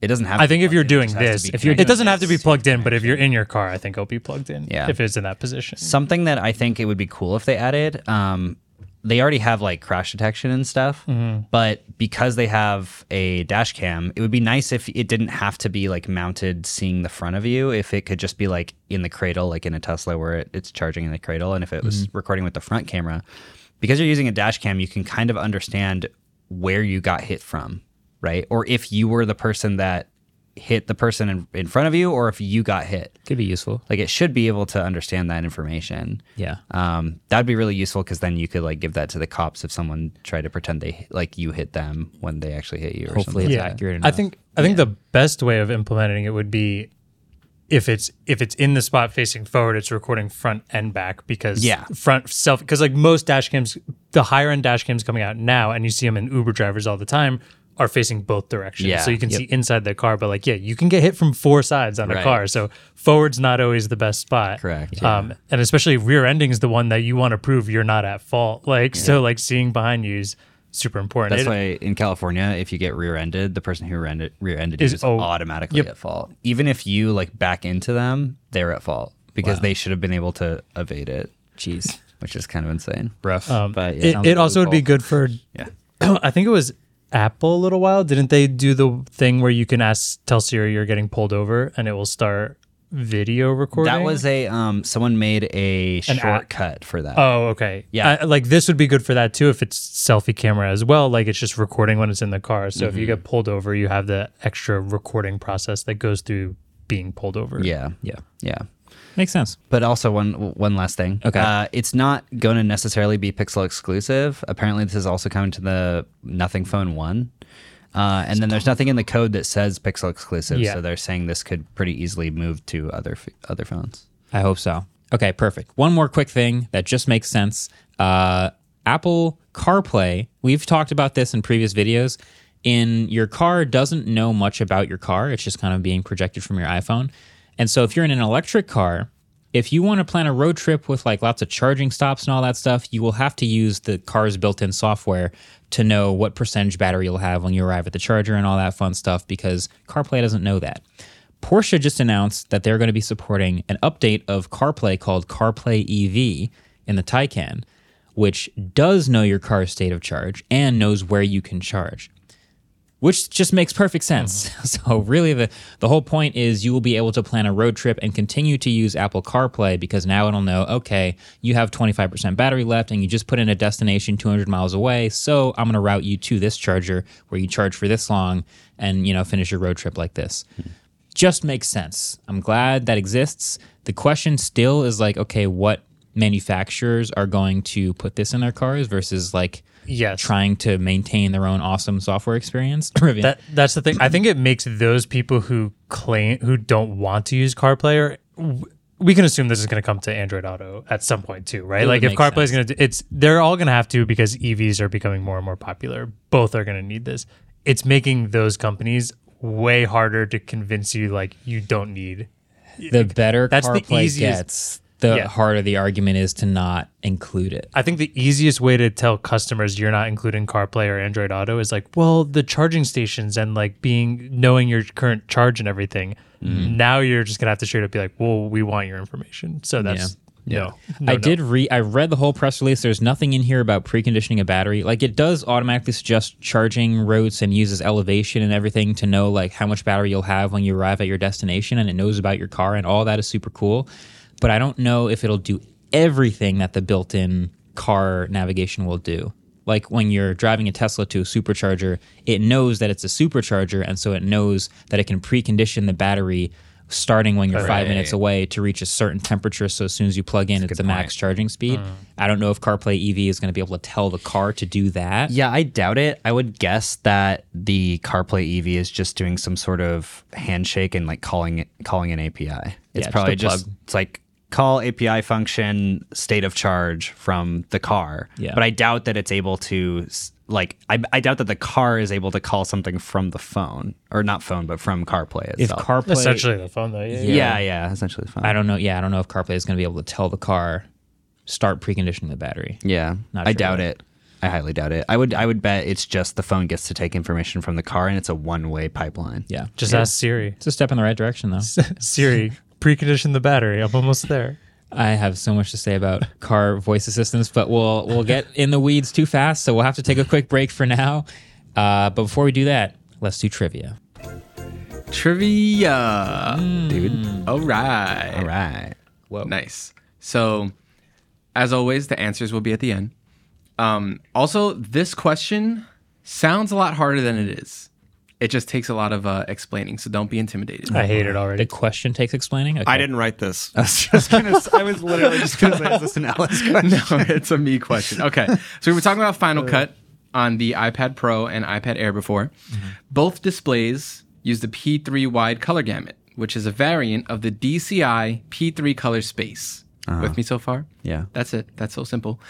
Speaker 4: It doesn't have.
Speaker 3: I
Speaker 4: to be
Speaker 3: think if
Speaker 4: plugged
Speaker 3: you're
Speaker 4: in, it
Speaker 3: doing
Speaker 4: just has to
Speaker 3: this,
Speaker 4: be
Speaker 3: if you're, it
Speaker 4: connected.
Speaker 3: doesn't have to be plugged in, but if you're in your car, I think it'll be plugged in.
Speaker 4: Yeah.
Speaker 3: If it's in that position.
Speaker 4: something that I think it would be cool if they added. Um, they already have like crash detection and stuff, but because they have a dash cam, it would be nice if it didn't have to be like mounted seeing the front of you. If it could just be like in the cradle, like in a Tesla where it, it's charging in the cradle, and if it was recording with the front camera, because you're using a dash cam, you can kind of understand where you got hit from, right? Or if you were the person that hit the person in, in front of you, or if you got hit
Speaker 1: Could be useful.
Speaker 4: like it should be able to understand that information
Speaker 1: Yeah.
Speaker 4: um, that'd be really useful because then you could like give that to the cops if someone tried to pretend they like you hit them when they actually hit you or
Speaker 1: Hopefully
Speaker 4: something
Speaker 1: it's accurate enough.
Speaker 3: I think I think the best way of implementing it would be if it's if it's in the spot facing forward, it's recording front and back because
Speaker 4: Yeah.
Speaker 3: front self because like most dash cams, the higher end dash cams coming out now, and you see them in Uber drivers all the time are facing both directions.
Speaker 4: Yeah,
Speaker 3: So you can see inside the car, but like yeah, you can get hit from four sides on a
Speaker 4: Right.
Speaker 3: car. So forward's not always the best spot.
Speaker 4: Correct,
Speaker 3: Um, and especially rear ending is the one that you want to prove you're not at fault. Like so like seeing behind you is super important.
Speaker 4: that's
Speaker 3: It-
Speaker 4: why in california if you get rear-ended the person who rear-ended, rear-ended you
Speaker 3: Is-
Speaker 4: is,
Speaker 3: oh,
Speaker 4: automatically
Speaker 3: yep.
Speaker 4: at fault even if you like back into them they're at fault because they should have been able to evade it
Speaker 1: Jeez. Um,
Speaker 4: which is kind of insane
Speaker 1: Rough.
Speaker 4: but yeah,
Speaker 3: it,
Speaker 4: sounds
Speaker 3: it
Speaker 4: like
Speaker 3: also would be
Speaker 4: loophole.
Speaker 3: good for
Speaker 4: yeah
Speaker 3: I think it was Apple a little while, didn't they do the thing where you can ask tell Siri you're getting pulled over and it will start video recording?
Speaker 4: That was a um someone made a
Speaker 3: app.
Speaker 4: shortcut for that.
Speaker 3: Oh, okay.
Speaker 4: Yeah.
Speaker 3: Uh, like this would be good for that too if it's selfie camera as well. Like it's just recording when it's in the car. So if you
Speaker 4: Mm-hmm.
Speaker 3: get pulled over, you have the extra recording process that goes through being pulled over.
Speaker 4: Yeah. Yeah. Yeah.
Speaker 1: Makes sense.
Speaker 4: But also one one last thing.
Speaker 1: Okay.
Speaker 4: Uh, it's not going to necessarily be Pixel exclusive. Apparently, this is also coming to the Nothing Phone One. Uh, and then there's nothing in the code that says Pixel exclusive,
Speaker 3: Yeah.
Speaker 4: so they're saying this could pretty easily move to other f- other phones.
Speaker 1: I hope so. Okay, perfect. One more quick thing that just makes sense. Uh, Apple CarPlay, we've talked about this in previous videos. In your car doesn't know much about your car, it's just kind of being projected from your iPhone. And so if you're in an electric car, if you want to plan a road trip with like lots of charging stops and all that stuff, you will have to use the car's built-in software to know what percentage battery you'll have when you arrive at the charger and all that fun stuff because CarPlay doesn't know that. Porsche just announced that they're going to be supporting an update of CarPlay called CarPlay EV in the Taycan, which does know your car's state of charge and knows where you can charge, which just makes perfect sense. So really, the the whole point is you will be able to plan a road trip and continue to use Apple CarPlay because now it'll know, okay, you have 25% battery left, and you just put in a destination 200 miles away, so I'm going to route you to this charger where you charge for this long, and you know finish your road trip like this just makes sense. I'm glad that exists. The question still is like, okay, what manufacturers are going to put this in their cars versus like
Speaker 3: Yes.
Speaker 1: trying to maintain their own awesome software experience? Rivian.
Speaker 3: That that's the thing. I think it makes those people who claim who don't want to use CarPlay or w- we can assume this is going to come to Android Auto at some point too, right?
Speaker 1: It
Speaker 3: Like
Speaker 1: would
Speaker 3: if
Speaker 1: make
Speaker 3: CarPlay is going to, it's they're all going to have to because EVs are becoming more and more popular. Both are going to need this. It's making those companies way harder to convince you like you don't need.
Speaker 1: the better
Speaker 3: That's the
Speaker 1: CarPlay
Speaker 3: easiest-
Speaker 1: gets, the
Speaker 3: Yeah.
Speaker 1: harder the argument is to not include it.
Speaker 3: I think the easiest way to tell customers you're not including CarPlay or Android Auto is like, well, the charging stations and like being knowing your current charge and everything. Now you're just gonna have to straight up be like, well, we want your information. So that's no. no,
Speaker 1: I
Speaker 3: no.
Speaker 1: did read. I read the whole press release. There's nothing in here about preconditioning a battery. Like it does automatically suggest charging routes and uses elevation and everything to know like how much battery you'll have when you arrive at your destination, and it knows about your car and all that is super cool. But I don't know if it'll do everything that the built-in car navigation will do. Like when you're driving a Tesla to a supercharger, it knows that it's a supercharger, and so it knows that it can precondition the battery starting when you're five minutes away to reach a certain temperature. So as soon as you plug in, it's the max charging speed.
Speaker 3: Uh-huh.
Speaker 1: I don't know if CarPlay EV is going to be able to tell the car to do that.
Speaker 4: Yeah, I doubt it. I would guess that the CarPlay EV is just doing some sort of handshake and like calling it calling an API. It's
Speaker 1: just
Speaker 4: probably
Speaker 1: a
Speaker 4: just
Speaker 1: plug.
Speaker 4: it's like call API function state of charge from the car.
Speaker 1: Yeah.
Speaker 4: But I doubt that it's able to s- like I, I doubt that the car is able to call something from the phone or not phone but from CarPlay
Speaker 1: If
Speaker 4: itself.
Speaker 1: CarPlay,
Speaker 3: essentially the phone though. Yeah. yeah.
Speaker 4: yeah, yeah, essentially the phone.
Speaker 1: I don't know. Yeah, I don't know if CarPlay is going to be able to tell the car start preconditioning the battery.
Speaker 4: Yeah,
Speaker 1: Not
Speaker 4: I
Speaker 1: sure
Speaker 4: doubt
Speaker 1: about
Speaker 4: it. I highly doubt it. I would I would bet it's just the phone gets to take information from the car and it's a one way pipeline.
Speaker 1: Yeah,
Speaker 3: Just ask Siri.
Speaker 1: it's a step in the right direction though.
Speaker 3: Siri, precondition the battery. I'm almost there.
Speaker 1: I have so much to say about car voice assistants, but we'll we'll get in the weeds too fast, so we'll have to take a quick break for now. Uh, but before we do that, let's do trivia.
Speaker 5: Trivia, dude. All right.
Speaker 4: All right.
Speaker 5: Nice. So, as always, the answers will be at the end. Um, also, this question sounds a lot harder than it is. It just takes a lot of uh, explaining, so don't be intimidated.
Speaker 3: I hate it
Speaker 1: The
Speaker 3: already.
Speaker 1: question takes explaining. Okay.
Speaker 6: I didn't write
Speaker 1: Uh,
Speaker 6: this.
Speaker 4: I was just gonna. I was literally just gonna say, is this an Alice question? Uh.
Speaker 5: no, it's a me question. Okay. So we were talking about Final Cut on the iPad Pro and iPad Air before.
Speaker 4: Mm-hmm.
Speaker 5: Both displays use the P3 wide color gamut, which is a variant of the DCI P3 color space. With me so far?
Speaker 4: Uh-huh. Yeah.
Speaker 5: That's it. That's so simple.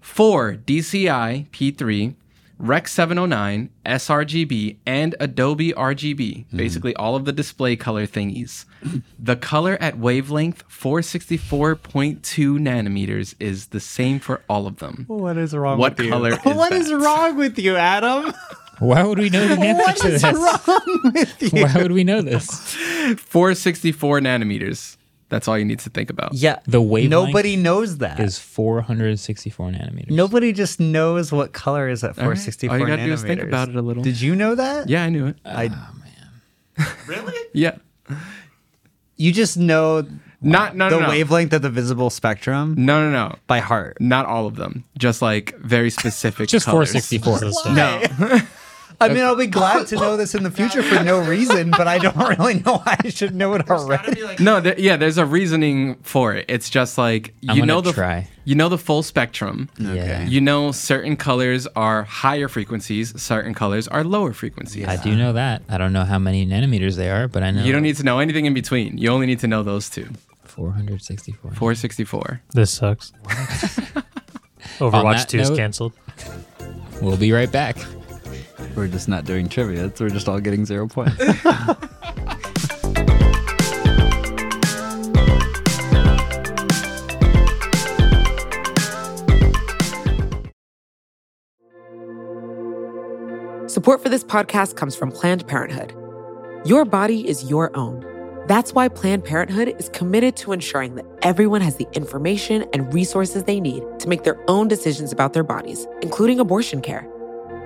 Speaker 5: For DCI P3, Rec 709, sRGB, and Adobe RGB, basically all of the display color thingies. the color at wavelength 464.2 nanometers is the same for all of them.
Speaker 4: What is wrong?
Speaker 5: What color is that?
Speaker 4: wrong with you, Adam?
Speaker 1: Why would we know the answer to this? Why would we know this?
Speaker 5: 464 nanometers. That's all you need to think about.
Speaker 4: Yeah.
Speaker 1: The wavelength
Speaker 4: Nobody knows that.
Speaker 1: is 464 nanometers.
Speaker 4: Nobody just knows what color is at
Speaker 5: All right.
Speaker 4: 464
Speaker 5: All you gotta
Speaker 4: nanometers.
Speaker 5: do is think about it a little.
Speaker 4: Did you know that?
Speaker 5: Yeah, I knew it.
Speaker 4: I,
Speaker 5: yeah.
Speaker 4: you just know
Speaker 5: Not no
Speaker 4: the
Speaker 5: no no.
Speaker 4: wavelength of the visible spectrum
Speaker 5: no no no.
Speaker 4: by heart.
Speaker 5: Not all of them. Just like very specific.
Speaker 1: Just
Speaker 5: colors.
Speaker 1: 464.
Speaker 4: No. I mean, I'll be glad to know this in the future for no reason, but I don't really know why I should know it already.
Speaker 5: No, there, yeah, there's a reasoning for it. It's just like you
Speaker 1: I'm gonna
Speaker 5: know the
Speaker 1: try.
Speaker 5: you know the full spectrum.
Speaker 1: Okay.
Speaker 5: You know certain colors are higher frequencies, certain colors are lower frequencies.
Speaker 1: I do know that. I don't know how many nanometers they are, but I know
Speaker 5: You don't need to know anything in between. You only need to know those two.
Speaker 1: 464.
Speaker 5: 464.
Speaker 3: This sucks. Overwatch
Speaker 1: that
Speaker 3: 2 is
Speaker 1: note-
Speaker 3: canceled.
Speaker 1: We'll be right back.
Speaker 4: We're just not doing trivia. We're just all getting zero points.
Speaker 2: Support for this podcast comes from Planned Parenthood. Your body is your own. That's why Planned Parenthood is committed to ensuring that everyone has the information and resources they need to make their own decisions about their bodies, including abortion care.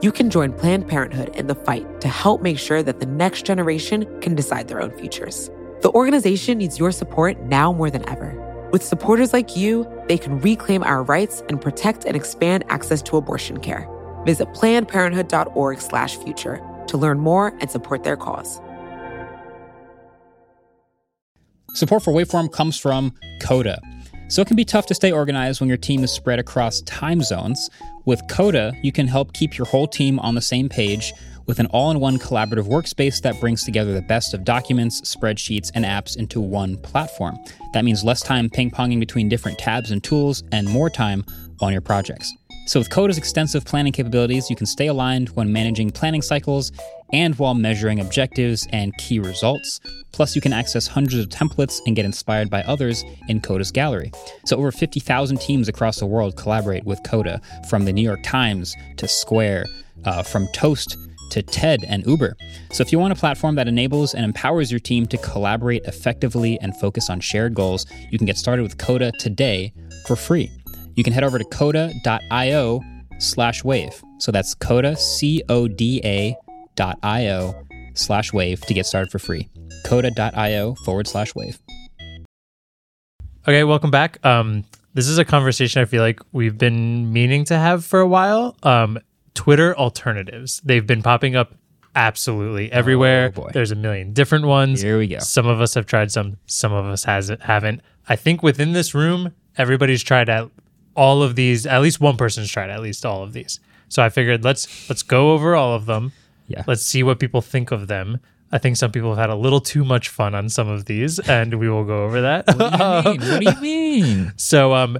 Speaker 2: You can join Planned Parenthood in the fight to help make sure that the next generation can decide their own futures. The organization needs your support now more than ever. With supporters like you, they can reclaim our rights and protect and expand access to abortion care. Visit plannedparenthood.org/future to learn more and support their cause.
Speaker 1: Support for Waveform comes from Coda. So it can be tough to stay organized when your team is spread across time zones. With Coda, you can help keep your whole team on the same page with an all in one collaborative workspace that brings together the best of documents, spreadsheets, and apps into one platform. That means less time ping ponging between different tabs and tools and more time on your projects. So, with Coda's extensive planning capabilities, you can stay aligned when managing planning cycles and while measuring objectives and key results. Plus, you can access hundreds of templates and get inspired by others in Coda's gallery. So, over 50,000 teams across the world collaborate with Coda, from the New York Times to Square, uh, from Toast to TED and Uber. So if you want a platform that enables and empowers your team to collaborate effectively and focus on shared goals, you can get started with Coda today for free. You can head over to coda.io slash wave. So that's coda, C O D A dot io slash wave to get started for free. Coda.io forward slash wave.
Speaker 3: Okay, welcome back. Um, this is a conversation I feel like we've been meaning to have for a while. Um, Twitter alternatives. They've been popping up absolutely everywhere.
Speaker 1: Oh, boy.
Speaker 3: There's a million different ones.
Speaker 1: Here we go.
Speaker 3: Some of us have tried some, some of us has haven't. I think within this room, everybody's tried at all of these. At least one person's tried at least all of these. So I figured let's let's go over all of them.
Speaker 1: Yeah.
Speaker 3: Let's see what people think of them. I think some people have had a little too much fun on some of these, and we will go over that.
Speaker 1: What do you mean? What do you mean?
Speaker 3: So um,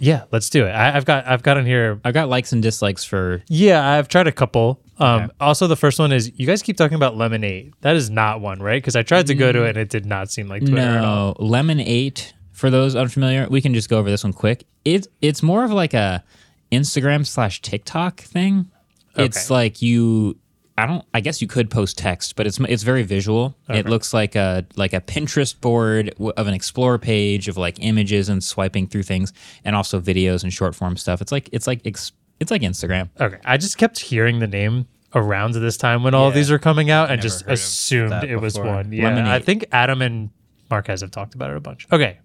Speaker 3: yeah, let's do it. I, I've got I've got on here.
Speaker 1: I've got likes and dislikes for
Speaker 3: Yeah, I've tried a couple. Um, also the first one is you guys keep talking about lemonade. That is not one, right? Because I tried to go to it and it did not seem like Twitter at all.
Speaker 1: No, Lemon Eight. For those unfamiliar, we can just go over this one quick. It's it's more of like a Instagram slash TikTok thing. It's
Speaker 3: Okay.
Speaker 1: like you. I don't. I guess you could post text, but it's it's very visual. It looks like a like a Pinterest board w- of an explore page of like images and swiping through things, and also videos and short form stuff. It's like it's like ex, it's like Instagram.
Speaker 3: Okay, I just kept hearing the name around this time when all these were coming out and just assumed it was one. Yeah, I
Speaker 1: Lemonade.
Speaker 3: think Adam and Marquez have talked about it a bunch. Okay.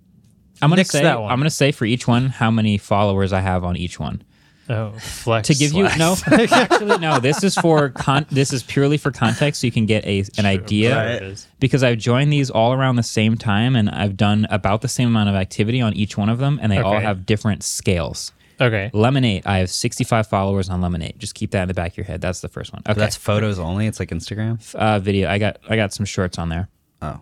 Speaker 1: I'm gonna
Speaker 3: Nix
Speaker 1: say
Speaker 3: that one.
Speaker 1: I'm gonna say for each one how many followers I have on each one.
Speaker 3: Oh, flex.
Speaker 1: to give you no actually no this is for con- this is purely for context so you can get a an idea
Speaker 3: Right. It is.
Speaker 1: because I've joined these all around the same time and I've done about the same amount of activity on each one of them and they all
Speaker 3: Okay.
Speaker 1: have different scales.
Speaker 3: Okay.
Speaker 1: Lemonade, I have 65 followers on Lemonade. Just keep that in the back of your head. That's the first one. Okay.
Speaker 4: That's photos only. It's like Instagram.
Speaker 1: uh, video. I got I got some shorts on there.
Speaker 4: Oh.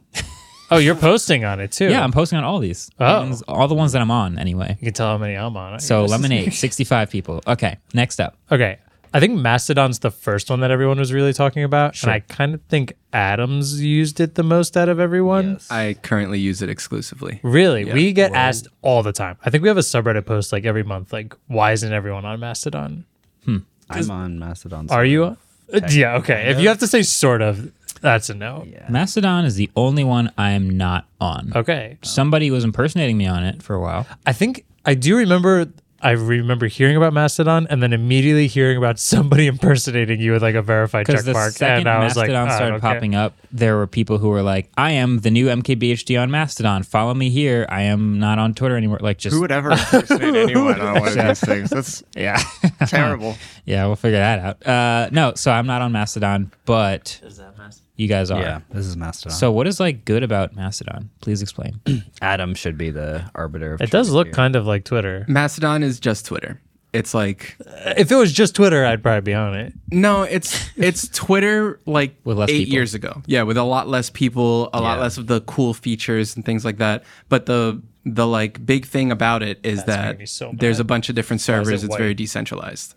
Speaker 3: Oh, you're posting on it too.
Speaker 1: Yeah, I'm posting on all these.
Speaker 3: Oh.
Speaker 1: Ones- all the ones that I'm on anyway.
Speaker 3: you can tell how many I'm on. I
Speaker 1: So
Speaker 3: guess.
Speaker 1: lemonade, 65 people. Okay, next up.
Speaker 3: Okay. I think Mastodon's the first one that everyone was really talking about.
Speaker 1: Sure.
Speaker 3: And I kind of think Adams used it the most out of everyone.
Speaker 5: I currently use it exclusively.
Speaker 3: Really? We get asked all the time. I think we have a subreddit post like every month, like, why isn't everyone on Mastodon?
Speaker 4: I'm on Mastodon.
Speaker 3: Are you? Uh, yeah, okay. If you have to say sort of, that's a no.
Speaker 1: Mastodon is the only one I am not on.
Speaker 3: Okay.
Speaker 1: Somebody was impersonating me on it for a while.
Speaker 3: I think I do remember. I remember hearing about Mastodon and then immediately hearing about somebody impersonating you with like a verified
Speaker 1: Because
Speaker 3: check
Speaker 1: the
Speaker 3: mark.
Speaker 1: second
Speaker 3: and I was like,
Speaker 1: Mastodon
Speaker 3: "Oh,
Speaker 1: started
Speaker 3: okay."
Speaker 1: popping up, there were people who were like, I am the new MKBHD on Mastodon. Follow me here. I am not on Twitter anymore. Like, just.
Speaker 6: Who would ever impersonate anyone on one of these things? That's
Speaker 1: yeah.
Speaker 6: terrible.
Speaker 1: yeah, we'll figure that out. Uh, no, so I'm not on Mastodon, but you guys are.
Speaker 4: Yeah, this is Mastodon.
Speaker 1: So what is like good about Mastodon? Please explain.
Speaker 4: Adam should be the arbiter. Of
Speaker 3: It does
Speaker 4: choice
Speaker 3: look
Speaker 4: here.
Speaker 3: kind of like Twitter.
Speaker 5: Mastodon is just Twitter. It's like
Speaker 3: If it was just Twitter, I'd probably be on it.
Speaker 5: No, it's it's Twitter like
Speaker 1: With less
Speaker 5: eight
Speaker 1: people.
Speaker 5: years ago. Yeah, with a lot less people, a lot
Speaker 4: Yeah.
Speaker 5: less of the cool features and things like that. But the the like big thing about it is
Speaker 3: gonna be
Speaker 5: that
Speaker 3: so
Speaker 5: there's
Speaker 3: bad.
Speaker 5: a bunch of different
Speaker 3: is it
Speaker 5: servers. It's
Speaker 3: white?
Speaker 5: very decentralized.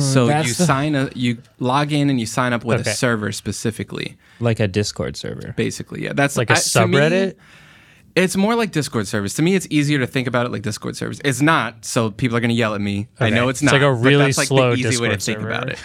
Speaker 5: So
Speaker 1: Hmm, that's
Speaker 5: you
Speaker 1: the-
Speaker 5: sign a you log in and you sign up with
Speaker 3: Okay.
Speaker 5: a server specifically.
Speaker 1: like a Discord server.
Speaker 5: Basically, yeah, that's
Speaker 3: Like a
Speaker 5: I- to me,
Speaker 3: subreddit?
Speaker 5: it's more like Discord service. To me, it's easier to think about it like Discord service. It's not, so people are going to yell at me. I
Speaker 3: Okay.
Speaker 5: know it's
Speaker 3: It's
Speaker 5: not.
Speaker 3: like a
Speaker 5: but
Speaker 3: really
Speaker 5: that's, like,
Speaker 3: slow
Speaker 5: the easy way to
Speaker 3: Discord
Speaker 5: think
Speaker 3: server.
Speaker 5: about it.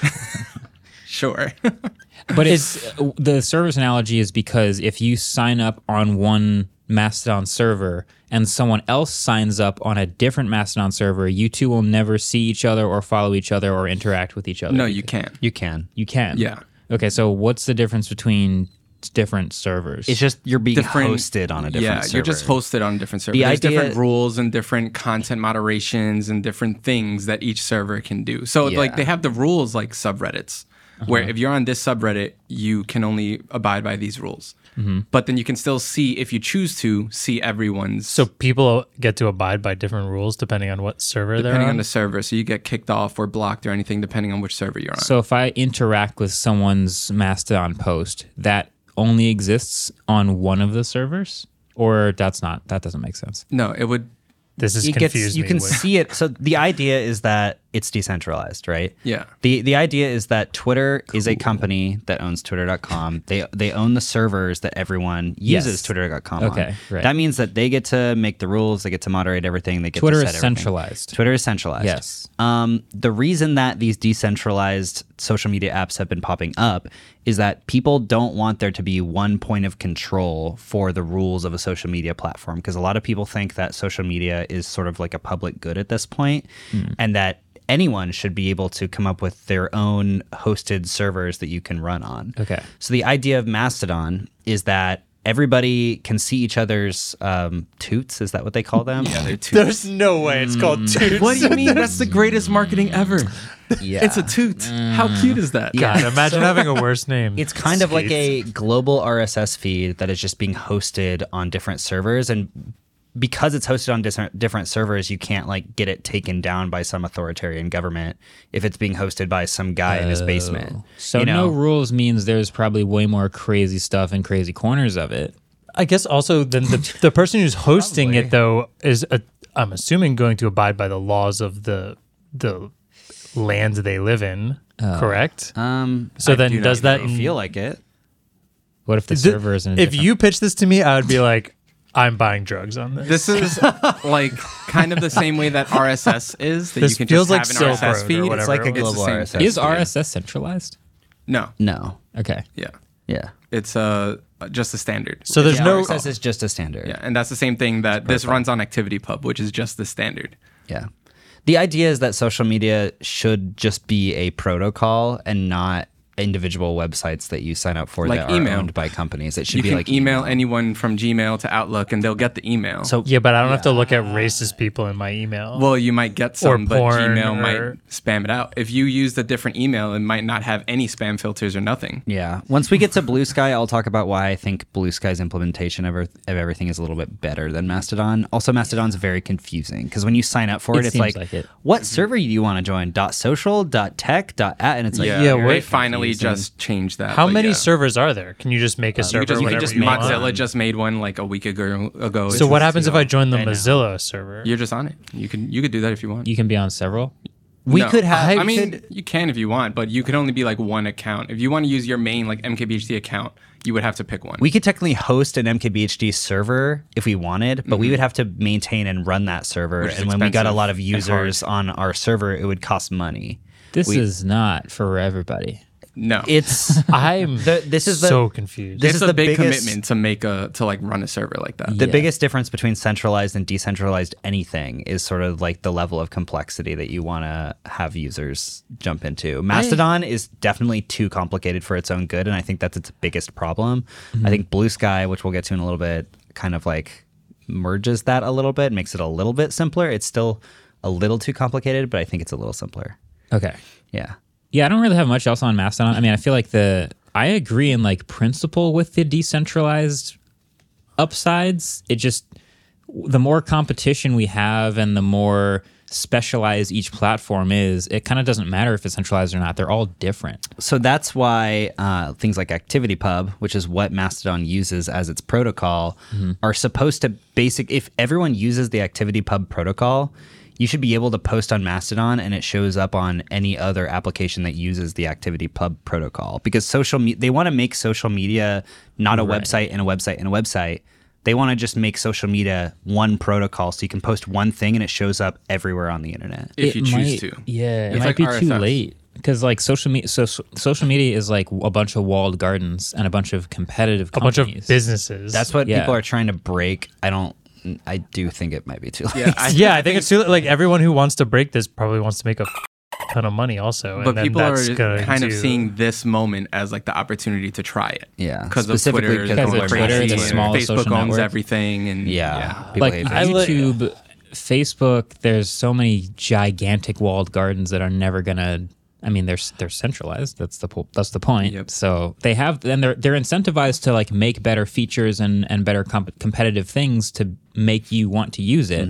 Speaker 5: sure.
Speaker 1: But it's uh, the service analogy is because if you sign up on one Mastodon server and someone else signs up on a different Mastodon server, you two will never see each other or follow each other or interact with each other.
Speaker 5: no, you can't.
Speaker 4: You can.
Speaker 1: you can.
Speaker 5: Yeah.
Speaker 1: Okay, so what's the difference between different servers?
Speaker 4: It's just you're being
Speaker 5: different-
Speaker 4: hosted on a different
Speaker 5: yeah,
Speaker 4: server.
Speaker 5: you're just hosted on a different server.
Speaker 4: The
Speaker 5: There's
Speaker 4: idea-
Speaker 5: different rules and different content moderations and different things that each server can do. So like
Speaker 4: Yeah. Uh-huh.
Speaker 5: they have the rules like subreddits, where if you're on this subreddit, you can only abide by these rules.
Speaker 3: Mm-hmm.
Speaker 5: But then you can still see if you choose to see everyone's
Speaker 3: So people get to abide by different rules depending on what server
Speaker 5: depending
Speaker 3: they're
Speaker 5: on the server. So you get kicked off or blocked or anything depending on which server you're on.
Speaker 1: so if I interact with someone's Mastodon post, that only exists on one of the servers? Or that's not that doesn't make sense.
Speaker 5: no, it would
Speaker 3: This is
Speaker 4: It gets-
Speaker 3: confused.
Speaker 4: you
Speaker 3: me
Speaker 4: can
Speaker 3: with-
Speaker 4: see it. So the idea is that it's decentralized, right?
Speaker 5: Yeah.
Speaker 4: The the idea is that Twitter is a company that owns twitter.com. They they own the servers that everyone
Speaker 1: Yes.
Speaker 4: uses twitter.com
Speaker 1: Okay,
Speaker 4: on.
Speaker 1: right.
Speaker 4: That means that they get to make the rules, they get to moderate everything, they get
Speaker 1: Twitter
Speaker 4: to
Speaker 1: is
Speaker 4: set everything.
Speaker 1: centralized.
Speaker 4: Twitter is centralized.
Speaker 1: Yes.
Speaker 4: Um, the reason that these decentralized social media apps have been popping up is that people don't want there to be one point of control for the rules of a social media platform. Because a lot of people think that social media is sort of like a public good at this point, and that anyone should be able to come up with their own hosted servers that you can run on.
Speaker 1: Okay.
Speaker 4: So the idea of Mastodon is that. Everybody can see each other's um, toots. Is that what they call them?
Speaker 5: they're too
Speaker 3: There's no way it's called Toots.
Speaker 5: Hmm. What do you mean? That's the greatest marketing ever.
Speaker 4: Yeah.
Speaker 5: It's a toot. How cute is that?
Speaker 4: Yeah.
Speaker 3: God, imagine having a worse name.
Speaker 4: It's kind of like a global RSS feed that is just being hosted on different servers and because it's hosted on different different servers, you can't like get it taken down by some authoritarian government if it's being hosted by some guy in his
Speaker 3: Oh.
Speaker 4: basement.
Speaker 1: So
Speaker 4: you know?
Speaker 1: no rules means there's probably way more crazy stuff and crazy corners of it.
Speaker 3: I guess also then the the person who's hosting it though is i I'm assuming going to abide by the laws of the the land they live in.
Speaker 4: Oh.
Speaker 3: correct.
Speaker 4: um,
Speaker 3: so then does that
Speaker 4: feel like it?
Speaker 1: What if the
Speaker 3: Th-
Speaker 1: server is in a
Speaker 3: if
Speaker 1: different-
Speaker 3: you pitch this to me, I would be like, I'm buying drugs on this.
Speaker 5: This is like kind of the same way that RSS is that
Speaker 3: This
Speaker 5: you can
Speaker 3: feels
Speaker 5: just
Speaker 3: like
Speaker 5: have an
Speaker 3: Silk Road
Speaker 5: RSS
Speaker 3: or
Speaker 5: feed.
Speaker 3: whatever.
Speaker 4: It's like a
Speaker 3: It's the
Speaker 4: global
Speaker 5: same
Speaker 4: RSS.
Speaker 5: thing.
Speaker 1: is RSS centralized?
Speaker 5: No.
Speaker 4: No.
Speaker 1: Okay.
Speaker 5: Yeah.
Speaker 4: Yeah.
Speaker 5: It's uh just a standard.
Speaker 3: so there's
Speaker 4: Yeah,
Speaker 3: no
Speaker 4: RSS is just a standard.
Speaker 5: yeah, and that's the same thing that this runs on ActivityPub, which is just the standard.
Speaker 4: Yeah. The idea is that social media should just be a protocol and not individual websites that you sign up for
Speaker 5: Like
Speaker 4: that
Speaker 5: email.
Speaker 4: are owned by companies. It should
Speaker 5: You
Speaker 4: be
Speaker 5: can
Speaker 4: like
Speaker 5: email anyone from Gmail to Outlook, and they'll get the email.
Speaker 4: So
Speaker 3: yeah, but I don't have to look at racist people in my email.
Speaker 5: well, you might get some,
Speaker 3: Or
Speaker 5: but
Speaker 3: porn
Speaker 5: Gmail
Speaker 3: or-
Speaker 5: might spam it out. If you use a different email, it might not have any spam filters or nothing.
Speaker 4: Yeah. Once we get to Blue Sky, I'll talk about why I think Blue Sky's implementation of, ev- of everything is a little bit better than Mastodon. Also, Mastodon's very confusing because when you sign up for
Speaker 1: It
Speaker 4: it, it's
Speaker 1: seems
Speaker 4: like,
Speaker 1: like it.
Speaker 4: what server do you want to join? Dot social, dot tech, dot at, and it's like,
Speaker 5: Yeah,
Speaker 3: yeah,
Speaker 5: they
Speaker 3: wait,
Speaker 5: finally definitely just change that.
Speaker 3: How
Speaker 5: but
Speaker 3: many
Speaker 5: yeah.
Speaker 3: servers are there? Can you just make a
Speaker 5: You
Speaker 3: server?
Speaker 5: could just, you could
Speaker 3: whatever
Speaker 5: just
Speaker 3: you want?
Speaker 5: Mozilla just made one like a week ago. ago It's
Speaker 3: So what
Speaker 5: just,
Speaker 3: happens
Speaker 5: you
Speaker 3: if
Speaker 5: know,
Speaker 3: I join the Mozilla server?
Speaker 5: You're just on it. You can you could do that if you want.
Speaker 1: You can be on several.
Speaker 4: We
Speaker 5: No.
Speaker 4: could have.
Speaker 5: I, mean, you can if you want, but you can only be like one account. If you want to use your main like MKBHD account, you would have to pick one.
Speaker 4: we could technically host an MKBHD server if we wanted, but we would have to maintain and run that server.
Speaker 5: Mm-hmm. Which is
Speaker 4: And when we got a
Speaker 5: expensive
Speaker 4: lot of
Speaker 5: and
Speaker 4: users on our server, it would cost money.
Speaker 1: This is not for everybody.
Speaker 5: no,
Speaker 4: It's
Speaker 3: I'm
Speaker 4: the, this is the,
Speaker 3: so confused.
Speaker 4: this
Speaker 5: it's
Speaker 4: is the
Speaker 5: a big
Speaker 4: biggest-
Speaker 5: commitment to make a to like run a server like that.
Speaker 4: the biggest difference between centralized and decentralized anything is sort of like the level of complexity that you want to have users jump into. Mastodon is definitely too complicated for its own good, and I think that's its biggest problem. I think Blue Sky, which we'll get to in a little bit, kind of like merges that a little bit, makes it a little bit simpler. It's still a little too complicated, but I think it's a little simpler.
Speaker 1: Okay.
Speaker 4: Yeah.
Speaker 1: Yeah, I don't really have much else on Mastodon. I mean, I feel like the I agree in like principle with the decentralized upsides. It just the more competition we have and the more specialized each platform is, it kind of doesn't matter if it's centralized or not. They're all different.
Speaker 4: So that's why uh, things like ActivityPub, which is what Mastodon uses as its protocol, are supposed to basic. If everyone uses the ActivityPub protocol, you should be able to post on Mastodon, and it shows up on any other application that uses the ActivityPub protocol. Because social, me- they want to make social media not a website and a website and a website. They want to just make social media one protocol, so you can post one thing and it shows up everywhere on the internet.
Speaker 5: if you
Speaker 1: It
Speaker 5: choose
Speaker 1: might-
Speaker 5: to.
Speaker 1: Yeah, it
Speaker 5: It's
Speaker 1: might
Speaker 5: like
Speaker 1: be too
Speaker 5: RSS.
Speaker 1: late because like social media. So, so- social media is like a bunch of walled gardens and a bunch of competitive
Speaker 3: a bunch
Speaker 1: companies.
Speaker 3: of businesses.
Speaker 4: That's what
Speaker 1: Yeah.
Speaker 4: people are trying to break. I don't. I do think it might be too late.
Speaker 5: Yeah, I,
Speaker 3: yeah, I think it's too like everyone who wants to break this probably wants to make a ton of money also. and
Speaker 5: but
Speaker 3: then
Speaker 5: people are
Speaker 3: that's going
Speaker 5: kind of
Speaker 3: to-
Speaker 5: seeing this moment as like the opportunity to try it.
Speaker 4: Yeah,
Speaker 5: because of
Speaker 4: specifically
Speaker 5: Twitter,
Speaker 4: because
Speaker 5: going
Speaker 1: of Twitter,
Speaker 5: crazy,
Speaker 1: the small
Speaker 5: Facebook
Speaker 1: social
Speaker 5: owns
Speaker 1: network.
Speaker 5: everything, and
Speaker 4: Yeah. People
Speaker 1: like
Speaker 4: hate
Speaker 1: I
Speaker 4: Facebook.
Speaker 1: li- YouTube, Facebook. There's so many gigantic walled gardens that are never gonna. I mean, they're they're centralized. That's the po- that's the point.
Speaker 5: Yep.
Speaker 1: So they have, and they're they're incentivized to like make better features and and better comp- competitive things to make you want to use it.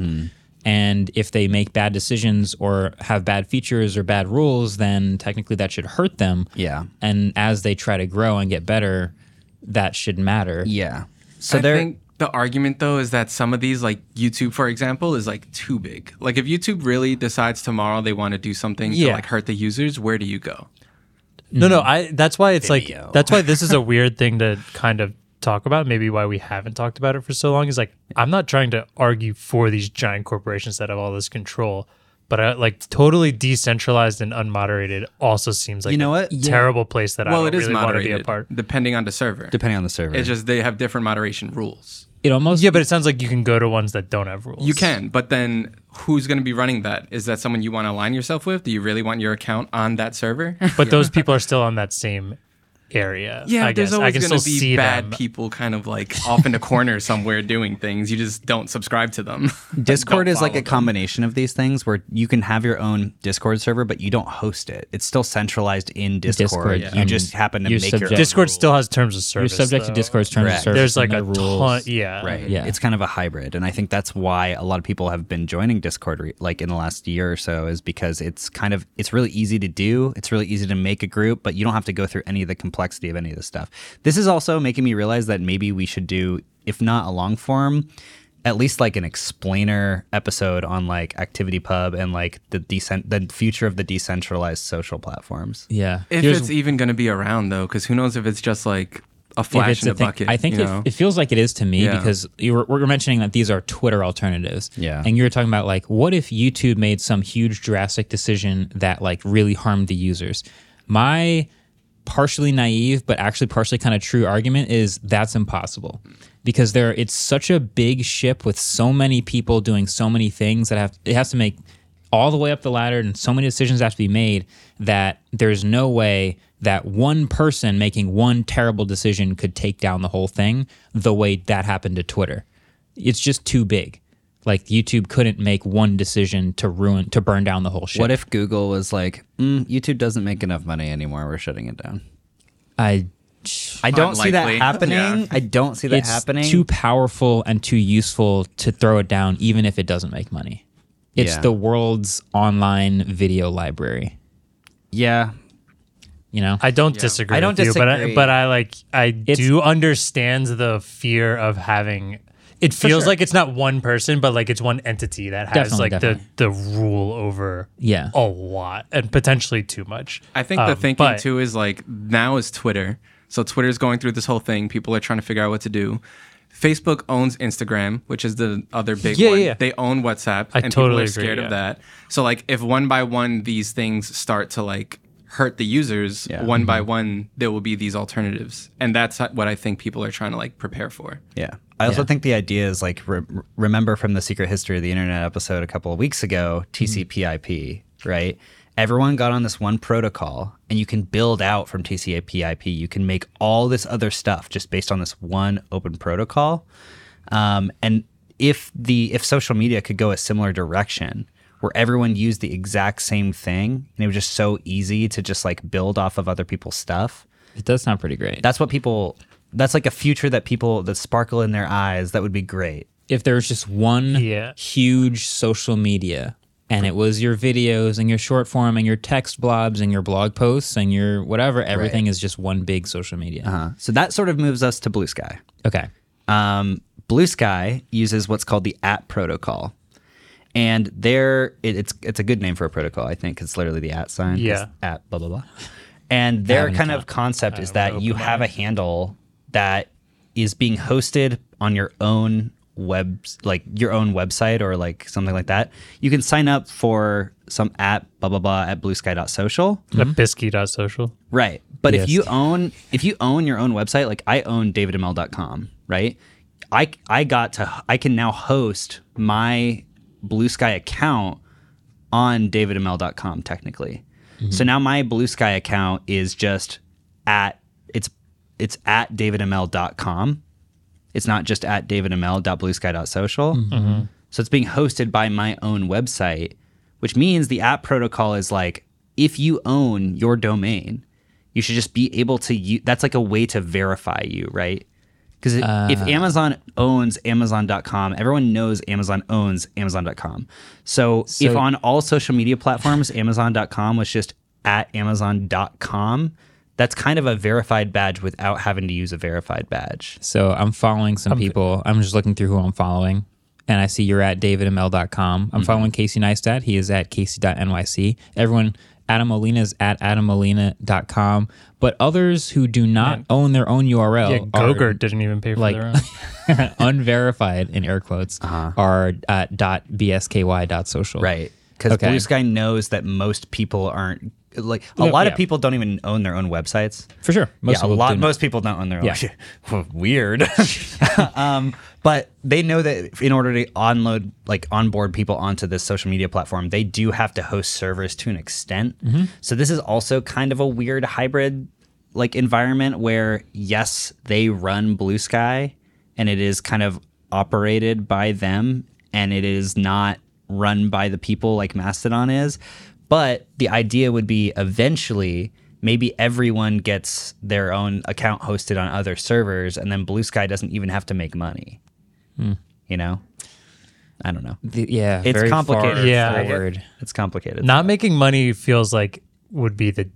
Speaker 1: And if they make bad decisions or have bad features or bad rules, then technically that should hurt them.
Speaker 4: Yeah.
Speaker 1: And as they try to grow and get better, that should matter.
Speaker 4: Yeah. So
Speaker 5: I
Speaker 4: there.
Speaker 5: think the argument though is that some of these, like YouTube, for example, is like too big. Like if YouTube really decides tomorrow they want to do something to
Speaker 3: Yeah.
Speaker 5: like hurt the users, where do you go?
Speaker 3: No,
Speaker 5: Hmm.
Speaker 3: no. I. That's why it's like. That's why this is a weird thing to kind of talk about. Maybe why we haven't talked about it for so long is like I'm not trying to argue for these giant corporations that have all this control, but I, like totally decentralized and unmoderated also seems like
Speaker 4: You know
Speaker 3: a
Speaker 4: what? Yeah.
Speaker 3: terrible place that I
Speaker 5: well,
Speaker 3: don't
Speaker 5: it is
Speaker 3: really want to be
Speaker 5: moderated,
Speaker 3: a part.
Speaker 5: depending on the server.
Speaker 4: depending on the server.
Speaker 5: It's just they have different moderation rules.
Speaker 1: It almost
Speaker 3: Yeah, but it sounds like you can go to ones that don't have rules.
Speaker 5: You can, but then who's going to be running that? Is that someone you want to align yourself with? Do you really want your account on that server?
Speaker 3: but those people are still on that same area.
Speaker 5: yeah,
Speaker 3: I
Speaker 5: there's
Speaker 3: guess. I
Speaker 5: always
Speaker 3: can still
Speaker 5: going to be
Speaker 3: see
Speaker 5: bad
Speaker 3: them.
Speaker 5: people kind of like off in a corner somewhere doing things. You just don't subscribe to them.
Speaker 4: Discord
Speaker 5: Don't
Speaker 4: is like
Speaker 5: follow
Speaker 4: a combination of these things where you can have your own Discord server, but you don't host it. It's still centralized in Discord.
Speaker 1: Discord,
Speaker 4: You
Speaker 1: yeah.
Speaker 4: just
Speaker 1: Um,
Speaker 4: happen to
Speaker 1: you're
Speaker 4: make your
Speaker 1: subject-
Speaker 4: own.
Speaker 3: Discord still has terms of
Speaker 1: you're
Speaker 3: service.
Speaker 1: subject to
Speaker 3: though.
Speaker 1: Discord terms
Speaker 4: Correct.
Speaker 1: of service.
Speaker 3: There's like
Speaker 1: and
Speaker 3: a
Speaker 1: their
Speaker 3: ton.
Speaker 1: rules.
Speaker 3: Yeah.
Speaker 4: Right.
Speaker 1: Yeah.
Speaker 4: It's kind of a hybrid. And I think that's why a lot of people have been joining Discord re- like in the last year or so is because it's kind of it's really easy to do. It's really easy to make a group, but you don't have to go through any of the complexity of any of this stuff. This is also making me realize that maybe we should do, if not a long form, at least like an explainer episode on like activity pub and like the decent the future of the decentralized social platforms.
Speaker 1: Yeah.
Speaker 5: If
Speaker 1: Here's-
Speaker 5: it's even going to be around though, because who knows if it's just like a
Speaker 1: if
Speaker 5: flash
Speaker 1: it's
Speaker 5: in
Speaker 1: a
Speaker 5: the
Speaker 1: thing-
Speaker 5: bucket.
Speaker 1: I think
Speaker 5: you
Speaker 1: it,
Speaker 5: know?
Speaker 1: it feels like it is to me
Speaker 5: Yeah.
Speaker 1: because you were, we're mentioning that these are Twitter alternatives.
Speaker 4: Yeah.
Speaker 1: And you were talking about like, what if YouTube made some huge drastic decision that like really harmed the users? My partially naive, but actually partially kind of true argument is that's impossible because there it's such a big ship with so many people doing so many things that have it has to make all the way up the ladder and so many decisions have to be made that there's no way that one person making one terrible decision could take down the whole thing the way that happened to Twitter. It's just too big. Like YouTube couldn't make one decision to ruin to burn down the whole ship.
Speaker 4: What if Google was like, mm, YouTube doesn't make enough money anymore. We're shutting it down.
Speaker 1: I
Speaker 4: I don't see that
Speaker 5: Unlikely.
Speaker 4: happening.
Speaker 5: Yeah.
Speaker 4: I don't see that
Speaker 1: it's
Speaker 4: happening.
Speaker 1: too powerful and too useful to throw it down even if it doesn't make money. It's
Speaker 4: Yeah.
Speaker 1: the world's online video library.
Speaker 4: yeah.
Speaker 1: You know,
Speaker 3: I don't disagree.
Speaker 4: I don't
Speaker 3: with You, but I,
Speaker 4: disagree.
Speaker 3: but I like I
Speaker 1: It's-
Speaker 3: do understand the fear of having. It feels
Speaker 1: sure.
Speaker 3: like it's not one person, but like it's one entity that has
Speaker 1: Definitely,
Speaker 3: like
Speaker 1: definitely.
Speaker 3: the the rule over
Speaker 1: Yeah.
Speaker 3: a lot and potentially too much.
Speaker 5: I think the
Speaker 3: Um,
Speaker 5: thinking
Speaker 3: but-
Speaker 5: too is like now is Twitter. So Twitter's going through this whole thing. People are trying to figure out what to do. Facebook owns Instagram, which is the other big
Speaker 3: Yeah,
Speaker 5: one.
Speaker 3: yeah, yeah.
Speaker 5: They own WhatsApp,
Speaker 3: I
Speaker 5: and people
Speaker 3: totally
Speaker 5: are
Speaker 3: agree,
Speaker 5: scared
Speaker 3: yeah.
Speaker 5: of that. So like, if one by one these things start to like hurt the users, one by
Speaker 3: Mm-hmm.
Speaker 5: one there will be these alternatives, and that's what I think people are trying to like prepare for.
Speaker 4: Yeah. I also think the idea is like re- remember from the secret history of the internet episode a couple of weeks ago, TCP/IP, right? Everyone got on this one protocol and you can build out from TCP/IP. You can make all this other stuff just based on this one open protocol. Um, and if the if social media could go a similar direction where everyone used the exact same thing and it was just so easy to just like build off of other people's stuff,
Speaker 1: it does sound pretty great.
Speaker 4: that's what people that's like a future that people that sparkle in their eyes that would be great
Speaker 1: if there was just one
Speaker 3: Yeah.
Speaker 1: huge social media and it was your videos and your short form and your text blobs and your blog posts and your whatever, everything is just one big social media.
Speaker 3: Uh-huh.
Speaker 4: uh, so that sort of moves us to blue sky
Speaker 1: Okay.
Speaker 4: um, blue sky uses what's called the at protocol and there it, it's it's a good name for a protocol i think 'cause it's literally the at sign It's
Speaker 3: Yeah.
Speaker 4: at blah blah blah and their kind of concept is that you have a handle that is being hosted on your own web like your own website or like something like that you can sign up for some at blah blah blah at bluesky.social
Speaker 1: Hmm?
Speaker 3: At bisky.social.
Speaker 4: Right. But
Speaker 1: Yes.
Speaker 4: if you own if you own your own website, like I own davidml.com, right? I I got to I can now host my Blue Sky account on davidml.com technically. So now my Blue Sky account is just at it's it's at davidml.com. It's not just at davidml.bluesky.social. So it's being hosted by my own website, which means the app protocol is like if you own your domain, you should just be able to use that's like a way to verify you, right? Because if Amazon owns Amazon.com, everyone knows Amazon owns Amazon.com. So, if on all social media platforms, Amazon.com was just at Amazon.com, that's kind of a verified badge without having to use a verified badge.
Speaker 1: So I'm following some people. I'm just looking through who I'm following. And I see you're at davidml.com. I'm following Casey Neistat. He is at casey.nyc. Everyone, Adam Molina is at adammolina.com. But others who do not own their own URL
Speaker 3: Yeah,
Speaker 1: are
Speaker 3: Gogurt didn't even pay for
Speaker 1: Oh, like-
Speaker 3: their own.
Speaker 1: unverified in air quotes are at dot bsky dot social.
Speaker 4: Right. Because
Speaker 1: Okay.
Speaker 4: Blue Sky knows that most people aren't like a lot
Speaker 1: yeah.
Speaker 4: of people don't even own their own websites.
Speaker 1: For sure. Most
Speaker 4: yeah, a
Speaker 1: people
Speaker 4: lot.
Speaker 1: do not.
Speaker 4: Most people don't own their own.
Speaker 1: Yeah.
Speaker 4: Weird. um, but they know that in order to onload, like onboard people onto this social media platform, they do have to host servers to an extent. So this is also kind of a weird hybrid, like environment where yes, they run Blue Sky, and it is kind of operated by them, and it is not run by the people like Mastodon is. But the idea would be eventually maybe everyone gets their own account hosted on other servers and then Blue Sky doesn't even have to make money. You know? I don't know.
Speaker 1: The- yeah.
Speaker 4: It's
Speaker 1: very
Speaker 4: complicated.
Speaker 1: far
Speaker 3: Yeah.
Speaker 1: Forward.
Speaker 4: It's complicated.
Speaker 3: Not making money feels like would be the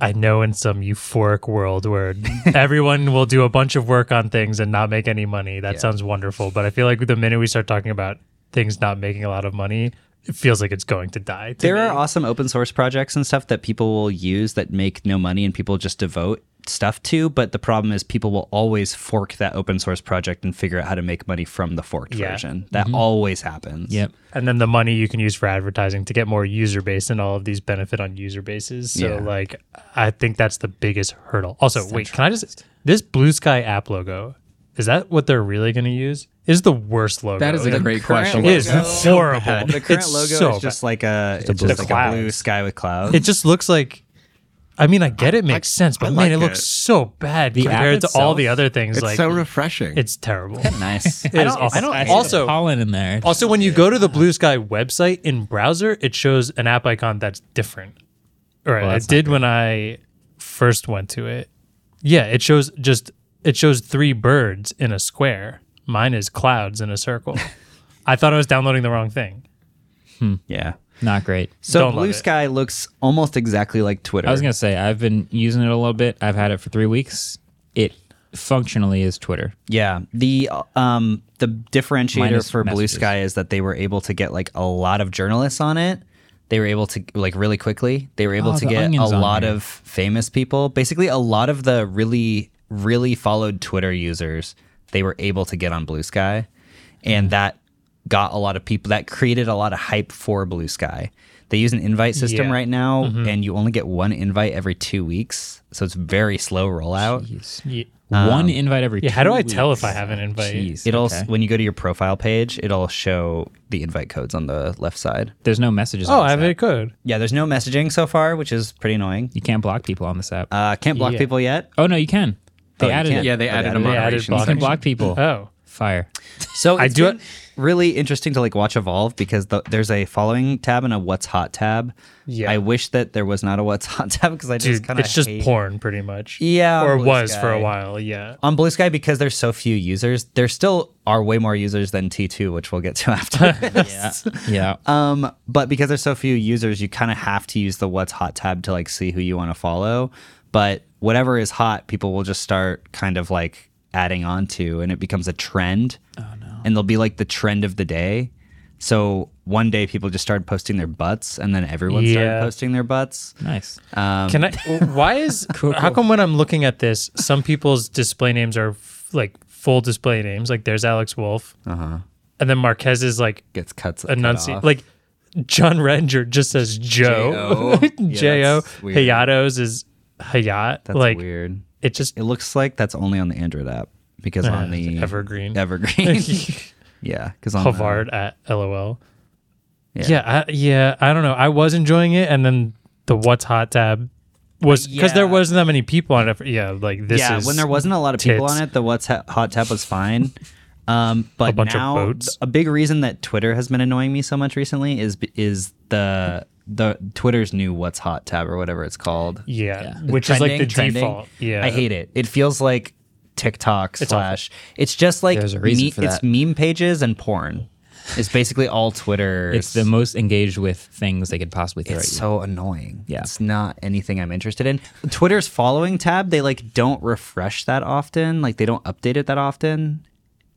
Speaker 3: I know in some euphoric world where everyone will do a bunch of work on things and not make any money. That sounds wonderful, but I feel like the minute we start talking about things not making a lot of money, it feels like it's going to die. to
Speaker 4: there
Speaker 3: me.
Speaker 4: are awesome open source projects and stuff that people will use that make no money and people just devote stuff to, but the problem is people will always fork that open source project and figure out how to make money from the forked
Speaker 3: Yeah.
Speaker 4: version. That always happens.
Speaker 1: Yep.
Speaker 3: and then the money you can use for advertising to get more user base and all of these benefit on user bases. So
Speaker 4: Yeah.
Speaker 3: like I think that's the biggest hurdle. Also, wait, can I just this blue sky app logo, is that what they're really gonna use? Is the worst logo.
Speaker 5: That is
Speaker 3: Like,
Speaker 5: a great
Speaker 4: current
Speaker 5: question.
Speaker 3: it is horrible.
Speaker 4: The current
Speaker 3: It's
Speaker 4: logo
Speaker 3: so
Speaker 4: is just like a it's,
Speaker 3: blue
Speaker 4: just like
Speaker 3: sky.
Speaker 4: a blue sky with clouds.
Speaker 3: It just looks like. I mean, I get it makes sense, but
Speaker 6: I
Speaker 3: man,
Speaker 6: like
Speaker 3: it looks
Speaker 6: it.
Speaker 3: so bad compared to all the other things.
Speaker 6: It's
Speaker 3: like
Speaker 6: so refreshing.
Speaker 3: it's terrible.
Speaker 4: nice.
Speaker 3: It is awful. also
Speaker 1: pollen in there.
Speaker 3: also when you go to the Blue Sky website in browser, it shows an app icon that's different. Or it did when I first went to it. Yeah, it shows just it shows three birds in a square. Mine is clouds in a circle. I thought I was downloading the wrong thing.
Speaker 4: Yeah.
Speaker 1: Not great.
Speaker 4: So
Speaker 3: Don't love
Speaker 4: Blue
Speaker 3: it.
Speaker 4: Sky looks almost exactly like Twitter.
Speaker 1: I was gonna say I've been using it a little bit. I've had it for three weeks. It functionally is Twitter.
Speaker 4: Yeah, the um the differentiator
Speaker 1: Minus
Speaker 4: for Blue
Speaker 1: messages.
Speaker 4: Sky is that they were able to get like a lot of journalists on it. They were able to like really quickly. They were able
Speaker 1: Oh,
Speaker 4: to
Speaker 1: the
Speaker 4: get a
Speaker 1: Onion's on
Speaker 4: lot
Speaker 1: there.
Speaker 4: of famous people. Basically, a lot of the really really followed Twitter users. They were able to get on Blue Sky,
Speaker 1: Hmm.
Speaker 4: and that got a lot of people. That created a lot of hype for Blue Sky. They use an invite system
Speaker 3: Yeah.
Speaker 4: right now,
Speaker 1: Mm-hmm.
Speaker 4: and you only get one invite every two weeks, so it's very slow rollout.
Speaker 3: Yeah.
Speaker 1: One invite every.
Speaker 3: Um, Yeah, how
Speaker 1: two
Speaker 3: do I tell
Speaker 1: weeks.
Speaker 3: if I have an invite?
Speaker 1: Jeez,
Speaker 4: It'll
Speaker 1: okay.
Speaker 4: when you go to your profile page, it'll show the invite codes on the left side.
Speaker 1: There's no messages.
Speaker 3: Oh,
Speaker 1: on
Speaker 3: I
Speaker 1: this
Speaker 3: have
Speaker 1: app.
Speaker 3: a code.
Speaker 4: Yeah, there's no messaging so far, which is pretty annoying.
Speaker 1: You can't block people on this app.
Speaker 4: Uh, can't block
Speaker 3: Yeah.
Speaker 4: people yet.
Speaker 1: oh no, you can. They
Speaker 4: Oh, you
Speaker 1: added
Speaker 4: can.
Speaker 1: it.
Speaker 5: Yeah, they
Speaker 4: Oh,
Speaker 5: added a
Speaker 4: they
Speaker 3: added
Speaker 5: moderation.
Speaker 1: you
Speaker 3: block.
Speaker 1: can
Speaker 5: section.
Speaker 1: block people.
Speaker 3: Oh,
Speaker 1: Fire.
Speaker 4: So
Speaker 3: I
Speaker 4: it's
Speaker 3: do
Speaker 4: been really interesting to like watch evolve because the, there's a following tab and a what's hot tab.
Speaker 3: Yeah.
Speaker 4: I wish that there was not a what's hot tab because I just
Speaker 3: dude,
Speaker 4: kind of
Speaker 3: it's just
Speaker 4: hate.
Speaker 3: porn, pretty much.
Speaker 4: Yeah,
Speaker 3: or
Speaker 4: Blue
Speaker 3: was for a
Speaker 4: Sky.
Speaker 3: while. Yeah,
Speaker 4: on Blue Sky because there's so few users. There still are way more users than T2, which we'll get to after. this.
Speaker 1: Yeah.
Speaker 3: Uh,
Speaker 4: Um, but because there's so few users, you kind of have to use the what's hot tab to like see who you want to follow. But whatever is hot, people will just start kind of like adding on to, and it becomes a trend. Oh no! And they'll be like the trend of the day. So one day people just started posting their butts, and then everyone started
Speaker 3: Yeah.
Speaker 4: posting their butts. Um,
Speaker 1: nice.
Speaker 3: Can I? Why is how come when I'm looking at this, some people's display names are f- like full display names? Like there's Alex Wolf,
Speaker 4: Uh-huh.
Speaker 3: and then Marquez is like
Speaker 4: Gets cuts.
Speaker 3: enunciate like John Renger just says Joe.
Speaker 4: J-O. Yeah,
Speaker 3: J O.
Speaker 4: that's weird.
Speaker 3: Hayato's is Hayat.
Speaker 4: that's
Speaker 3: like
Speaker 4: weird.
Speaker 3: it just
Speaker 4: It looks like that's only on the Android app because on the
Speaker 3: Evergreen.
Speaker 4: Evergreen. yeah, because on the-
Speaker 3: Havard at LOL.
Speaker 4: Yeah.
Speaker 3: Yeah, I, yeah. I don't know. I was enjoying it, and then the What's Hot tab was because there
Speaker 4: Yeah.
Speaker 3: wasn't that many people on it. Yeah, like this
Speaker 4: yeah,
Speaker 3: is
Speaker 4: when there wasn't a lot of people
Speaker 3: tits.
Speaker 4: on it, the what's Ha- hot tab was fine. Um, but
Speaker 3: A bunch of
Speaker 4: now,
Speaker 3: boats.
Speaker 4: th- a big reason that Twitter has been annoying me so much recently is b- is the the Twitter's new what's hot tab or whatever it's called,
Speaker 3: Yeah, which is like the
Speaker 4: Trending, trending.
Speaker 3: default. Yeah,
Speaker 4: I hate it. It feels like TikTok
Speaker 3: It's
Speaker 4: slash. It's just like
Speaker 1: There's a reason for
Speaker 4: it's
Speaker 1: that.
Speaker 4: meme pages and porn. It's basically all Twitter.
Speaker 1: It's the most engaged with things they could possibly throw
Speaker 4: It's
Speaker 1: at you.
Speaker 4: so annoying.
Speaker 1: Yeah.
Speaker 4: It's not anything I'm interested in. Twitter's following tab, they like don't refresh that often. Like they don't update it that often.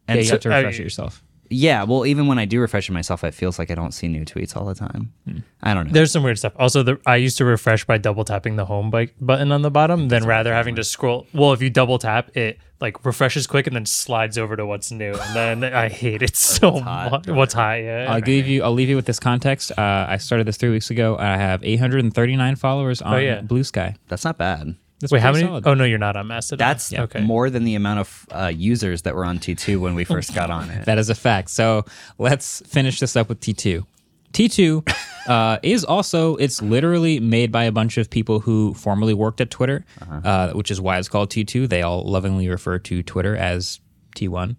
Speaker 4: And
Speaker 1: yeah, you
Speaker 4: so-
Speaker 1: have to refresh
Speaker 3: I-
Speaker 1: it yourself.
Speaker 4: yeah, well, even when I do refresh it myself, it feels like I don't see new tweets all the time.
Speaker 1: Hmm.
Speaker 4: I don't know.
Speaker 3: There's some weird stuff. Also, the, I used to refresh by double tapping the home bike button on the bottom, then rather having to scroll. Well, if you double tap, it like refreshes quick and then slides over to what's new, and then I hate it so much. What's hot? Yeah,
Speaker 4: Uh,
Speaker 1: I'll give you. I'll leave you with this context. Uh, I started this three weeks ago. and I have 839 followers on
Speaker 3: Oh, yeah.
Speaker 1: Blue Sky.
Speaker 4: That's not bad.
Speaker 1: That's
Speaker 3: Wait, how
Speaker 1: pretty
Speaker 3: many?
Speaker 1: solid.
Speaker 3: Oh no, you're not on Mastodon.
Speaker 4: That's
Speaker 3: okay.
Speaker 4: more than the amount of uh, users that were on T2 when we first got on it.
Speaker 1: That is a fact. So let's finish this up with T2. T2 uh, is also, it's literally made by a bunch of people who formerly worked at Twitter,
Speaker 4: Uh-huh.
Speaker 1: uh, which is why it's called T2. They all lovingly refer to Twitter as T1.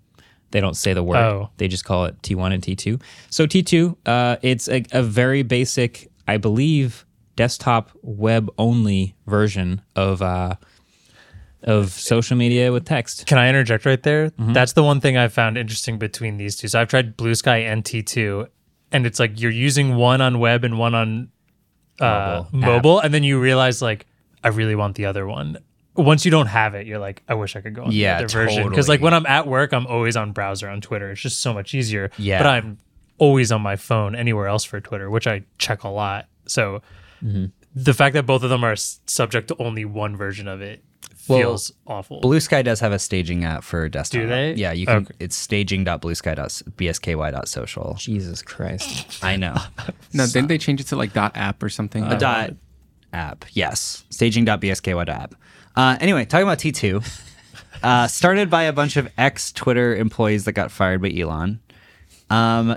Speaker 1: They don't say the word.
Speaker 3: Oh.
Speaker 1: They just call it T1 and T2. So T2, uh, it's a, a very basic, I believe, desktop web only version of uh, of social media with text.
Speaker 3: Can I interject right there?
Speaker 4: Mm-hmm.
Speaker 3: That's the one thing I found interesting between these two. So I've tried Blue Sky and T2, and it's like you're using one on web and one on uh, mobile, and then you realize like I really want the other one. Once you don't have it, you're like, I wish I could go on
Speaker 4: Yeah,
Speaker 3: the other version. Because like when I'm at work, I'm always on browser on Twitter. It's just so much easier.
Speaker 4: Yeah.
Speaker 3: But I'm always on my phone anywhere else for Twitter, which I check a lot. So
Speaker 4: Mm-hmm.
Speaker 3: the fact that both of them are s- subject to only one version of it feels awful.
Speaker 4: Blue Sky does have a staging app for desktop.
Speaker 3: Do they?
Speaker 4: Yeah, you can.
Speaker 3: Okay.
Speaker 4: It's staging.bluesky.bsky.social.
Speaker 1: Jesus Christ.
Speaker 4: I know.
Speaker 5: No, didn't they change it to like dot app or something?
Speaker 4: a dot app. Yes, staging.bsky.app. Uh, anyway, talking about T2, uh, started by a bunch of ex Twitter employees that got fired by Elon. Um,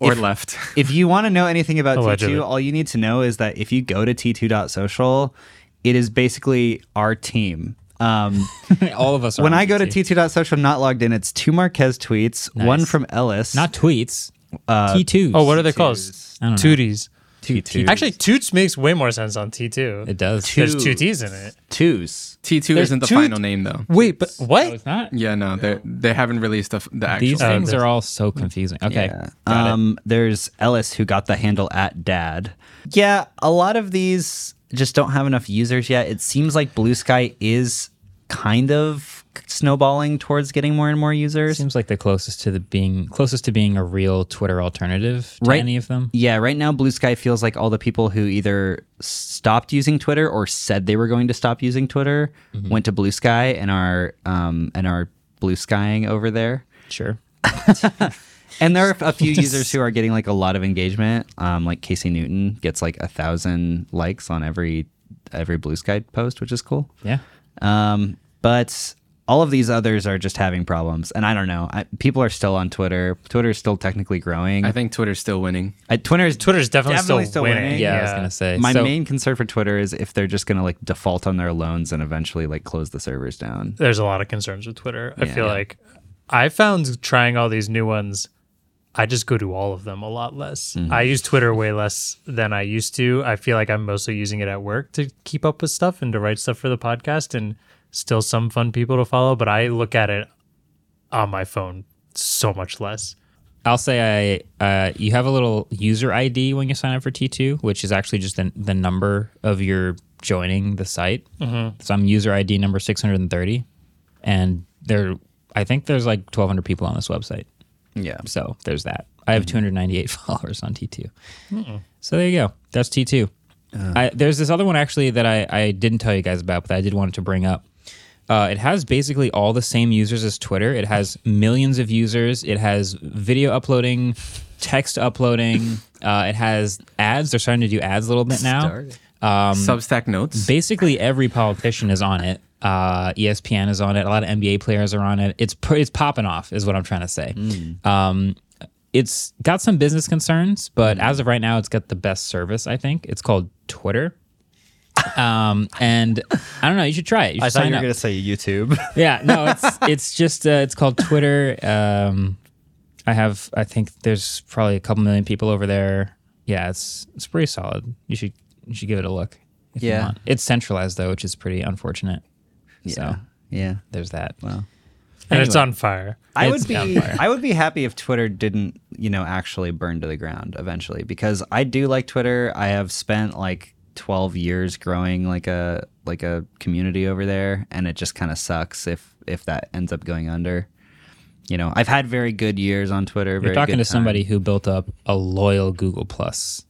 Speaker 5: or left.
Speaker 4: if you want to know anything about
Speaker 3: Allegedly.
Speaker 4: T2, all you need to know is that if you go to t2.social, it is basically our team. Um,
Speaker 1: all of us are
Speaker 4: when
Speaker 1: on
Speaker 4: I go to
Speaker 1: T2.
Speaker 4: t2.social, I'm not logged in, it's two Marquez tweets, one from Ellis.
Speaker 1: Not tweets. Uh, T2s.
Speaker 3: Oh, what are they called?
Speaker 1: I don't know.
Speaker 3: Tooties.
Speaker 1: Two two.
Speaker 3: Actually, Toots makes way more sense on T2.
Speaker 1: it does.
Speaker 3: There's two T's in it.
Speaker 4: Twos.
Speaker 5: T2 isn't the
Speaker 3: two-
Speaker 5: final name though.
Speaker 3: Wait, but
Speaker 1: Oh,
Speaker 3: what?
Speaker 1: it's not.
Speaker 5: Yeah, no, they they haven't released the, f- the actual.
Speaker 1: These things
Speaker 3: there's-
Speaker 1: are all so confusing. Okay.
Speaker 4: Yeah. Um, there's Ellis who got the handle at dad. Yeah, a lot of these just don't have enough users yet. It seems like Blue Sky is kind of snowballing towards getting more and more users.
Speaker 1: Seems like the closest to the being closest to being a real Twitter alternative to
Speaker 4: Right.
Speaker 1: any of them.
Speaker 4: Yeah, right now Blue Sky feels like all the people who either stopped using Twitter or said they were going to stop using Twitter went to Blue Sky and are um, and are blue skying over there.
Speaker 1: Sure.
Speaker 4: And there are a few users who are getting like a lot of engagement. Um, like Casey Newton gets like a thousand likes on every every Blue Sky post, which is cool.
Speaker 1: Yeah.
Speaker 4: Um, but all of these others are just having problems, and I don't know. I, people are still on Twitter. Twitter is still technically growing.
Speaker 5: I think Twitter's still winning.
Speaker 4: I, Twitter is Twitter.
Speaker 3: Twitter's definitely,
Speaker 4: Definitely
Speaker 3: still,
Speaker 4: still
Speaker 3: winning.
Speaker 4: winning.
Speaker 1: Yeah, I was gonna say.
Speaker 4: My
Speaker 1: so,
Speaker 4: main concern for Twitter is if they're just gonna like default on their loans and eventually like close the servers down.
Speaker 3: There's a lot of concerns with Twitter. I feel
Speaker 4: Yeah.
Speaker 3: like I found trying all these new ones, I just go to all of them a lot less.
Speaker 1: Mm-hmm.
Speaker 3: I use Twitter way less than I used to. I feel like I'm mostly using it at work to keep up with stuff and to write stuff for the podcast and still some fun people to follow, but I look at it on my phone so much less.
Speaker 1: I'll say I uh, you have a little user ID when you sign up for T2, which is actually just the, the number of your joining the site.
Speaker 3: Mm-hmm.
Speaker 1: So I'm user ID number 630, and there I think there's like 1,200 people on this website.
Speaker 4: Yeah.
Speaker 1: So there's that. I have 298 followers on T2. So there you go. That's T2. I, there's this other one actually that I, I didn't tell you guys about, but I did want to bring up. Uh, it has basically all the same users as Twitter. It has millions of users. It has video uploading, text uploading. Uh, it has ads. They're starting to do ads a little bit now.
Speaker 5: Substack notes.
Speaker 1: Basically, every politician is on it. Uh, ESPN is on it. A lot of NBA players are on it. It's pr- it's popping off, is what I'm trying to say. Um, it's got some business concerns, but as of right now, it's got the best service. I think it's called Twitter. Um, and I don't know. You should try it. You should sign up.
Speaker 4: say YouTube.
Speaker 1: Yeah, no, it's it's just uh, it's called Twitter. Um, I have I think there's probably a couple million people over there. Yeah, it's it's pretty solid. You should you should give it a look. If
Speaker 4: Yeah.
Speaker 1: you want. it's centralized though, which is pretty unfortunate. So
Speaker 4: yeah.
Speaker 1: there's that. Wow.
Speaker 3: And it's on fire.
Speaker 4: I
Speaker 1: It's
Speaker 4: would be
Speaker 1: downfire.
Speaker 4: I would be happy if Twitter didn't, you know, actually burn to the ground eventually because I do like Twitter. I have spent like 12 years growing like a like a community over there and it just kind of sucks if if that ends up going under. You know, I've had very good years on Twitter.
Speaker 1: You're
Speaker 4: very
Speaker 1: talking
Speaker 4: good
Speaker 1: to
Speaker 4: time.
Speaker 1: somebody who built up a loyal Google Plus.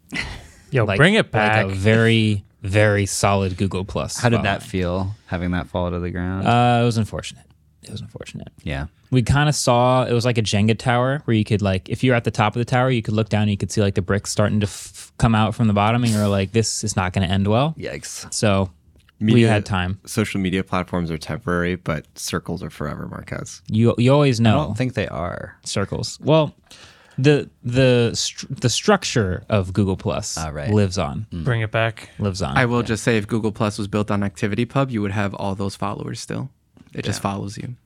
Speaker 3: Yo, bring it back.
Speaker 1: Like a very very solid Google Plus.
Speaker 4: How did that
Speaker 1: following.
Speaker 4: feel having that fall to the ground?
Speaker 1: Uh, it was unfortunate. It was unfortunate.
Speaker 4: yeah.
Speaker 1: we kind of saw it was like a Jenga tower where you could like if you were at the top of the tower you could look down and you could see like the bricks starting to f- come out from the bottom and you're like this is not going to end well.
Speaker 4: Yikes.
Speaker 1: So we
Speaker 6: Media-
Speaker 1: had time.
Speaker 6: Social media platforms are temporary, but circles are forever, Marquez.
Speaker 1: You you always
Speaker 4: I
Speaker 1: know
Speaker 4: don't think they are.
Speaker 1: circles. Well, the the str- the structure of Google Plus
Speaker 4: Ah, right.
Speaker 1: lives on
Speaker 3: bring it back.
Speaker 1: lives on.
Speaker 5: I will just say, if Google Plus was built on ActivityPub, you would have all those followers still. It just follows you.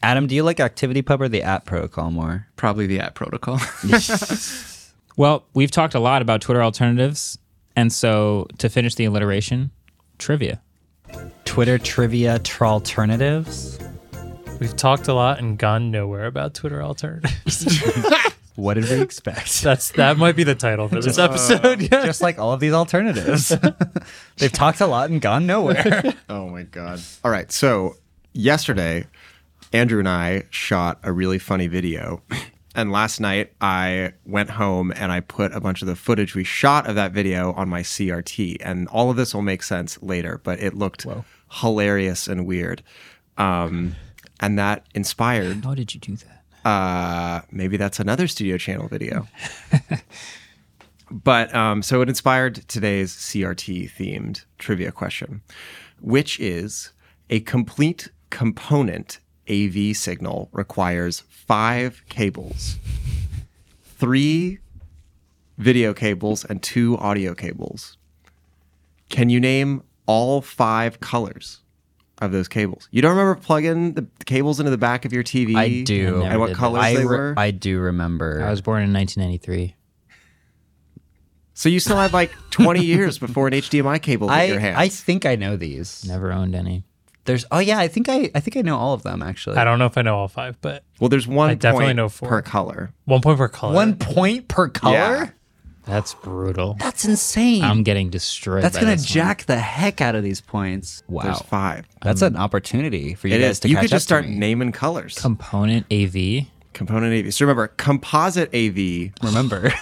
Speaker 4: Adam, do you like ActivityPub or the app protocol more?
Speaker 5: Probably the app protocol.
Speaker 1: well, we've talked a lot about Twitter alternatives, and so to finish the alliteration, trivia.
Speaker 4: Twitter trivia alternatives.
Speaker 3: We've talked a lot and gone nowhere about Twitter alternatives.
Speaker 4: What did we expect?
Speaker 3: That's that might be the title for
Speaker 1: uh,
Speaker 3: this episode. yeah.
Speaker 4: just like all of these alternatives. They've talked a lot and gone nowhere.
Speaker 6: Oh my god. All right. So yesterday, Andrew and I shot a really funny video. And last night I went home and I put a bunch of the footage we shot of that video on my CRT. And all of this will make sense later, but it looked hilarious and weird. Um, and that inspired
Speaker 1: How did you do that?
Speaker 6: uh, maybe that's another studio channel video. but um, so it inspired today's CRT themed trivia question, which is a complete component AV signal requires five cables, three video cables, and two audio cables. Can you name all five colors? Of those cables, you don't remember plugging the cables into the back of your TV.
Speaker 4: I do.
Speaker 1: never
Speaker 6: and what
Speaker 1: did that.
Speaker 6: colors
Speaker 4: I,
Speaker 6: they
Speaker 4: re-
Speaker 6: were.
Speaker 4: I do remember.
Speaker 1: I was born in 1993.
Speaker 6: So you still had like 20 years before an HDMI cable hit
Speaker 4: I,
Speaker 6: your hands.
Speaker 4: I think I know these.
Speaker 1: Never owned any.
Speaker 4: There's oh yeah, I think I I think I know all of them actually.
Speaker 3: I don't know if I know all five, but
Speaker 6: well, there's one
Speaker 3: I definitely
Speaker 6: point
Speaker 3: know four.
Speaker 6: per color.
Speaker 3: one point per color.
Speaker 4: One point per color?
Speaker 6: Yeah.
Speaker 1: That's brutal.
Speaker 4: That's insane.
Speaker 1: I'm getting destroyed.
Speaker 4: Hmm. That's
Speaker 1: by
Speaker 4: gonna
Speaker 1: this one.
Speaker 4: jack the heck out of these points. Wow.
Speaker 6: There's five.
Speaker 4: That's an opportunity for you
Speaker 6: Um, It
Speaker 4: guys
Speaker 6: is.
Speaker 4: to
Speaker 6: you
Speaker 4: catch
Speaker 6: could just
Speaker 4: up to
Speaker 6: start
Speaker 4: me.
Speaker 6: naming colors.
Speaker 1: component AV
Speaker 6: Component AV. So remember, composite AV.
Speaker 4: Remember,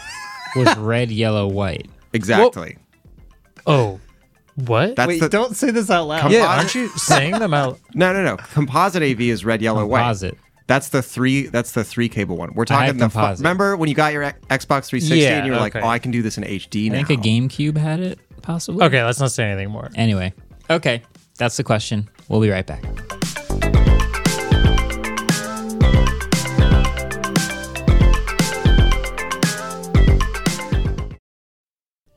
Speaker 1: was red, yellow, white.
Speaker 6: Exactly.
Speaker 3: Oh, what?
Speaker 6: That's the
Speaker 4: don't say this out loud.
Speaker 3: yeah, aren't you saying them out?
Speaker 6: no, no, no. Composite AV is red, yellow,
Speaker 1: Composite.
Speaker 6: white. That's the three. That's the three cable one. We're
Speaker 1: I
Speaker 6: talking
Speaker 1: have
Speaker 6: the. Fu-
Speaker 1: composite.
Speaker 6: remember when you got your X- Xbox 360
Speaker 3: Yeah,
Speaker 6: and you were like,
Speaker 3: okay.
Speaker 6: "Oh, I can do this in HD now."
Speaker 1: I think a GameCube had it, possibly.
Speaker 3: Okay, let's not say anything more.
Speaker 1: Anyway, okay, that's the question. We'll be right back.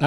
Speaker 1: I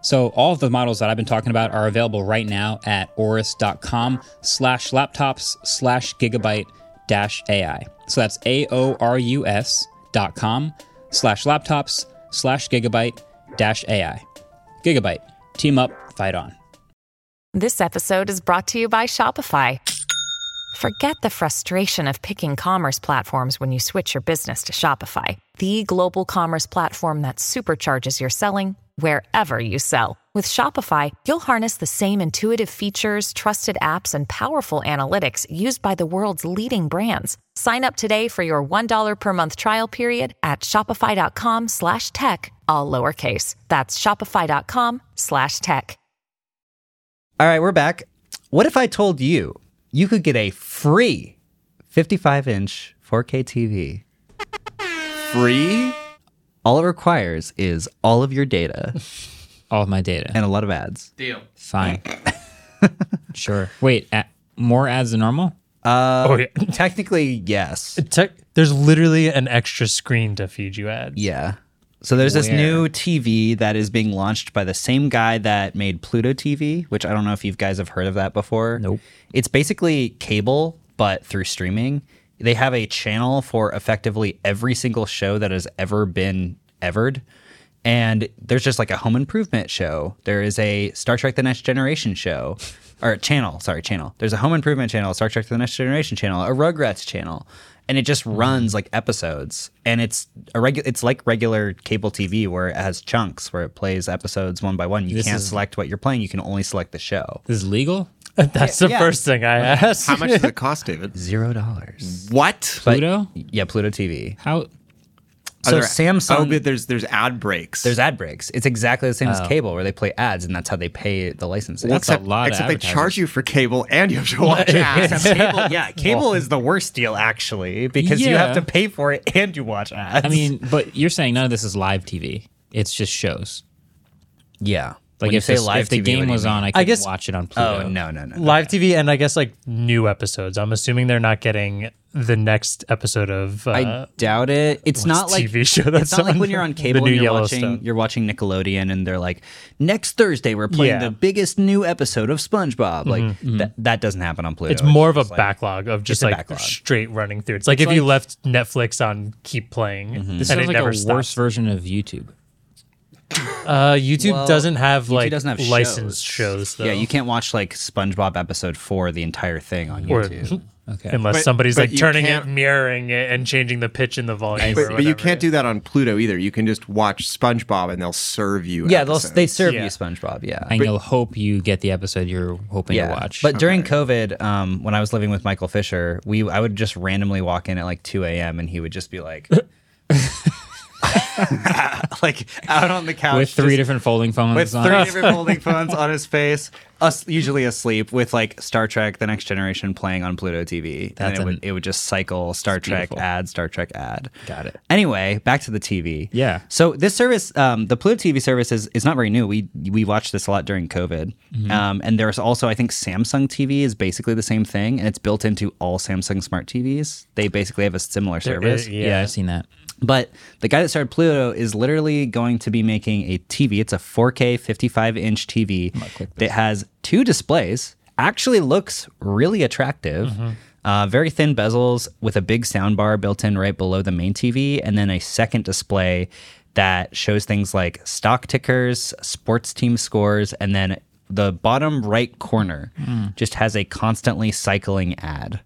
Speaker 1: So all of the models that I've been talking about are available right now at oris.com slash laptops slash gigabyte dash AI. So that's A-O-R-U-S dot com slash laptops slash gigabyte dash AI. Gigabyte. Team up, fight on.
Speaker 7: This episode is brought to you by Shopify. Forget the frustration of picking commerce platforms when you switch your business to Shopify, the global commerce platform that supercharges your selling wherever you sell. With Shopify, you'll harness the same intuitive features, trusted apps, and powerful analytics used by the world's leading brands. Sign up today for your $1 per month trial period at shopify.com slash tech, all lowercase. That's shopify.com slash tech.
Speaker 4: All right, we're back. What if I told you you could get a free 55 inch 4K TV?
Speaker 6: Free.
Speaker 4: All it requires is all of your data
Speaker 1: All of my data.
Speaker 4: and a lot of ads.
Speaker 5: Deal.
Speaker 1: Fine. sure. Wait, a more ads than normal?
Speaker 3: oh yeah.
Speaker 4: Technically, yes.
Speaker 3: Tech, there's literally an extra screen to feed you ads.
Speaker 4: Yeah. So there's this new TV that is being launched by the same guy that made Pluto TV, which I don't know if you guys have heard of that before. Nope. It's basically cable, but through streaming. They have a channel for effectively every single show that has ever been evered. And there's just like a home improvement show. There is a Star Trek The Next Generation show, or channel, sorry, channel. There's a home improvement channel, a Star Trek The Next Generation channel, a Rugrats channel and it just runs like episodes and it's a regu- it's like regular cable TV where it has chunks where it plays episodes one by one you can't select what you're playing you can only select the show
Speaker 1: This is legal?
Speaker 3: That's the first thing I asked.
Speaker 6: How much does it cost, David?
Speaker 4: 0 dollars
Speaker 6: What?
Speaker 4: Mm-hmm.
Speaker 1: Pluto?
Speaker 4: yeah Pluto TV
Speaker 1: How?
Speaker 4: So
Speaker 6: there-
Speaker 4: Samsung-
Speaker 6: Oh, but there's there's ad breaks.
Speaker 4: There's ad breaks. It's exactly the same as cable, where they play ads, and that's how they pay the licensing.
Speaker 6: Well,
Speaker 1: That's a
Speaker 6: except,
Speaker 1: lot of
Speaker 6: Except they
Speaker 1: advertisers.
Speaker 6: charge you for cable, and you have to watch ads.
Speaker 4: cable, yeah, cable is the worst deal actually because you
Speaker 1: Yeah.
Speaker 4: have to pay for it and you watch ads.
Speaker 1: I mean, but you're saying none of this is live TV. It's just shows.
Speaker 4: yeah,
Speaker 1: Like
Speaker 4: When you
Speaker 1: if, this, if the
Speaker 4: TV, what
Speaker 1: game
Speaker 4: do you
Speaker 1: was
Speaker 4: mean?
Speaker 1: on, I could
Speaker 3: guess-
Speaker 1: watch it on Pluto.
Speaker 4: Oh no, no, no, no.
Speaker 3: live TV and I guess like new episodes. I'm assuming they're not getting the next episode of. Uh,
Speaker 4: I doubt it. It's not like
Speaker 3: TV show that's
Speaker 4: it's not like
Speaker 3: on?
Speaker 4: when you're on
Speaker 3: The
Speaker 4: cable
Speaker 3: new
Speaker 4: and you're
Speaker 3: Yellowstone.
Speaker 4: watching you're watching Nickelodeon and they're like, next Thursday we're playing
Speaker 3: Yeah.
Speaker 4: the biggest new episode of SpongeBob. Like
Speaker 1: Mm-hmm.
Speaker 4: that that doesn't happen on Pluto.
Speaker 3: it's more of a
Speaker 4: just like-
Speaker 3: backlog of just
Speaker 4: a
Speaker 3: like
Speaker 4: backlog.
Speaker 3: straight running through. It's like if you left Netflix on keep playing
Speaker 4: Mm-hmm.
Speaker 1: This sounds
Speaker 3: and it
Speaker 1: like
Speaker 3: never
Speaker 1: a worse
Speaker 3: stops.
Speaker 1: version of YouTube.
Speaker 3: Uh, YouTube
Speaker 4: Well,
Speaker 3: doesn't have
Speaker 4: YouTube
Speaker 3: like
Speaker 4: doesn't have
Speaker 3: licensed shows. though.
Speaker 4: Yeah, you can't watch like SpongeBob episode four the entire thing on
Speaker 3: Or-
Speaker 4: YouTube.
Speaker 1: Okay.
Speaker 3: unless
Speaker 6: But-
Speaker 3: somebody's
Speaker 6: but
Speaker 3: like
Speaker 6: you
Speaker 3: turning it,
Speaker 6: can't-
Speaker 3: mirroring it, and changing the pitch and the volume. or
Speaker 6: But, but you
Speaker 3: whatever.
Speaker 6: can't do that on Pluto either. You can just watch SpongeBob, and they'll serve you.
Speaker 4: yeah, they'll,
Speaker 6: episodes.
Speaker 4: they serve
Speaker 3: Yeah.
Speaker 4: you SpongeBob. Yeah,
Speaker 1: and you'll hope you get the episode you're hoping to watch.
Speaker 4: But during COVID, um, when I was living with Michael Fisher, we I would just randomly walk in at like 2 a.m. and he would just be like, like out on the couch
Speaker 1: with three
Speaker 4: just-
Speaker 1: different folding phones
Speaker 4: with
Speaker 1: on.
Speaker 4: three different folding phones on his face, us usually asleep with like Star Trek: The Next Generation playing on Pluto TV, and
Speaker 1: That's
Speaker 4: then it
Speaker 1: an-
Speaker 4: would it would just cycle Star Trek
Speaker 1: beautiful.
Speaker 4: ad, Star Trek ad.
Speaker 1: Got it.
Speaker 4: Anyway, back to the TV.
Speaker 1: Yeah.
Speaker 4: So this service, um, the Pluto TV service is is not very new. We we watched this a lot during COVID,
Speaker 1: Mm-hmm.
Speaker 4: um, and there's also I think Samsung TV is basically the same thing, and it's built into all Samsung smart TVs. They basically have a similar service.
Speaker 3: is-
Speaker 1: yeah. I've seen that.
Speaker 4: But the guy that started Pluto is literally going to be making a TV. It's a 4K 55 inch TV that has two displays. Actually, looks really attractive. Uh, very thin bezels with a big sound bar built in right below the main TV, and then a second display that shows things like stock tickers, sports team scores, and then the bottom right corner just has a constantly cycling ad.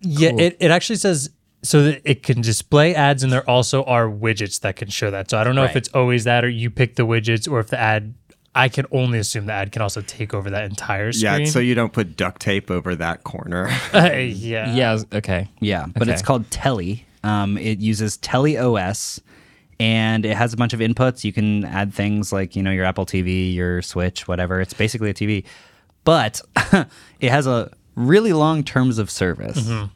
Speaker 3: Yeah, it, it actually says so that it can display ads, and there also are widgets that can show that. So I don't know if
Speaker 4: Right.
Speaker 3: it's always that, or you pick the widgets, or if the ad. I can only assume the ad can also take over that entire
Speaker 6: Yeah,
Speaker 3: screen.
Speaker 6: so you don't put duct tape over that corner.
Speaker 3: Uh, yeah.
Speaker 1: Yeah. it's- Okay.
Speaker 4: Yeah, but it's
Speaker 1: Okay.
Speaker 4: called Telly. Um, it uses Telly OS, and it has a bunch of inputs. You can add things like you know your Apple TV, your Switch, whatever. It's basically a TV, but it has a really long terms of service.
Speaker 3: Mm-hmm.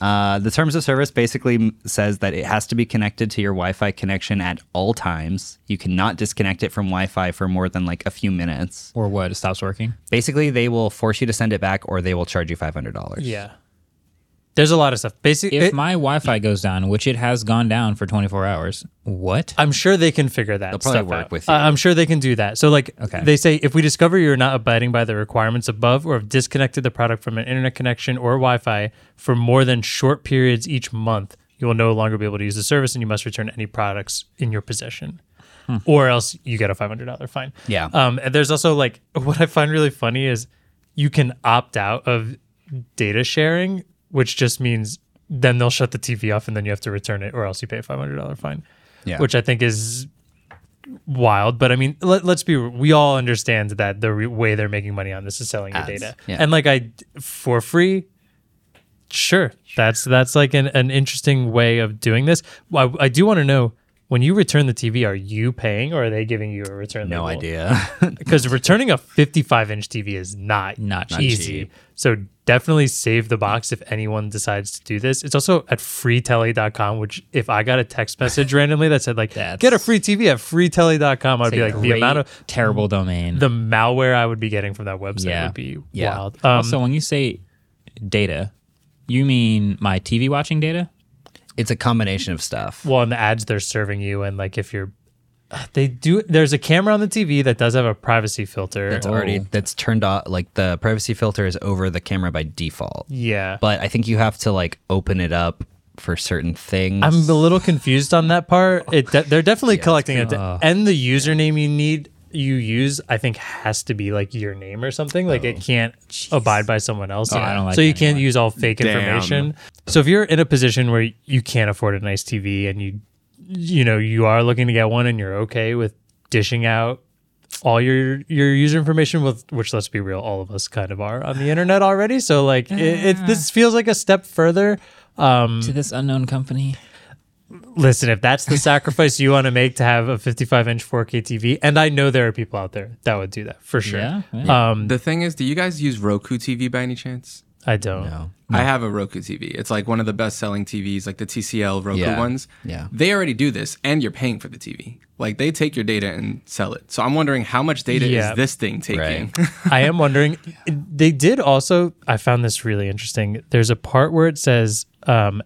Speaker 4: Uh, the terms of service basically m- says that it has to be connected to your Wi-Fi connection at all times. You cannot disconnect it from Wi-Fi for more than like a few minutes.
Speaker 1: Or what? It stops working.
Speaker 4: Basically, they will force you to send it back, or they will charge you five hundred dollars.
Speaker 3: Yeah. There's a lot of stuff. Basically,
Speaker 1: If
Speaker 3: it-
Speaker 1: my Wi-Fi goes down, which it has gone down for 24 hours, what?
Speaker 3: I'm sure they can figure that.
Speaker 4: They'll probably
Speaker 3: stuff
Speaker 4: work
Speaker 3: out.
Speaker 4: with
Speaker 3: Uh,
Speaker 4: you.
Speaker 3: I'm sure they can do that. So, like,
Speaker 1: Okay.
Speaker 3: they say if we discover you're not abiding by the requirements above, or have disconnected the product from an internet connection or Wi-Fi for more than short periods each month, you will no longer be able to use the service, and you must return any products in your possession, or else you get a $500 fine.
Speaker 4: Hmm. Yeah.
Speaker 3: Um, and there's also like what I find really funny is you can opt out of data sharing, which just means then they'll shut the TV off and then you have to return it, or else you pay a five hundred dollar fine.
Speaker 4: Yeah.
Speaker 3: Which I think is wild, but I mean, let, let's be we all understand that the re- way they're making money on this is selling
Speaker 4: Ads,
Speaker 3: your data,
Speaker 4: yeah.
Speaker 3: and like I for free. Sure, that's that's like an, an interesting way of doing this. I, I do want to know when you return the TV, are you paying or are they giving you a return?
Speaker 4: No
Speaker 3: label?
Speaker 4: idea.
Speaker 3: because returning a 55 inch TV is not
Speaker 1: Not
Speaker 3: easy. So definitely save the box if anyone decides to do this. It's also at freetelly.com, which if I got a text message randomly that said like
Speaker 1: That's-
Speaker 3: get a free TV at freetelly.com, I'd be like the
Speaker 1: Great,
Speaker 3: amount of
Speaker 1: terrible domain.
Speaker 3: the malware I would be getting from that website
Speaker 1: Yeah.
Speaker 3: would be
Speaker 4: Yeah.
Speaker 3: wild. Um,
Speaker 1: also, when you say data, you mean my TV watching data?
Speaker 4: it's a combination of stuff.
Speaker 3: well, and the ads they're serving you, and like if you're they do. There's a camera on the TV that does have a privacy filter.
Speaker 4: It's already that's turned off. Like the privacy filter is over the camera by default.
Speaker 3: yeah,
Speaker 4: But I think you have to like open it up for certain things.
Speaker 3: I'm a little confused on that part. It de- they're definitely collecting it, and the username you need you use I think has to be like your name or something. Like it can't abide by someone else.
Speaker 1: Oh, I don't like
Speaker 3: so you
Speaker 1: that
Speaker 3: can't use all fake information. So if you're in a position where you can't afford a nice TV and you you know you are looking to get one and you're okay with dishing out all your your user information with which let's be real all of us kind of are on the internet already
Speaker 1: Ah.
Speaker 3: so like it, it this feels like a step further um
Speaker 1: To this unknown company?
Speaker 3: Listen, if that's the sacrifice you want to make to have a 55 inch 4K TV, and I know there are people out there that would do that for sure.
Speaker 1: Yeah, yeah.
Speaker 3: Um,
Speaker 5: The thing is, do you guys use Roku TV by any chance?
Speaker 3: I don't.
Speaker 5: I have a Roku TV. It's like one of the best selling TVs, like the TCL Roku
Speaker 4: Yeah.
Speaker 5: ones.
Speaker 4: Yeah.
Speaker 5: They already do this and you're paying for the TV. Like they take your data and sell it. So I'm wondering how much data
Speaker 3: Yeah.
Speaker 5: is this thing taking?
Speaker 3: I am wondering. They did also. I found this really interesting. There's a part where it says um,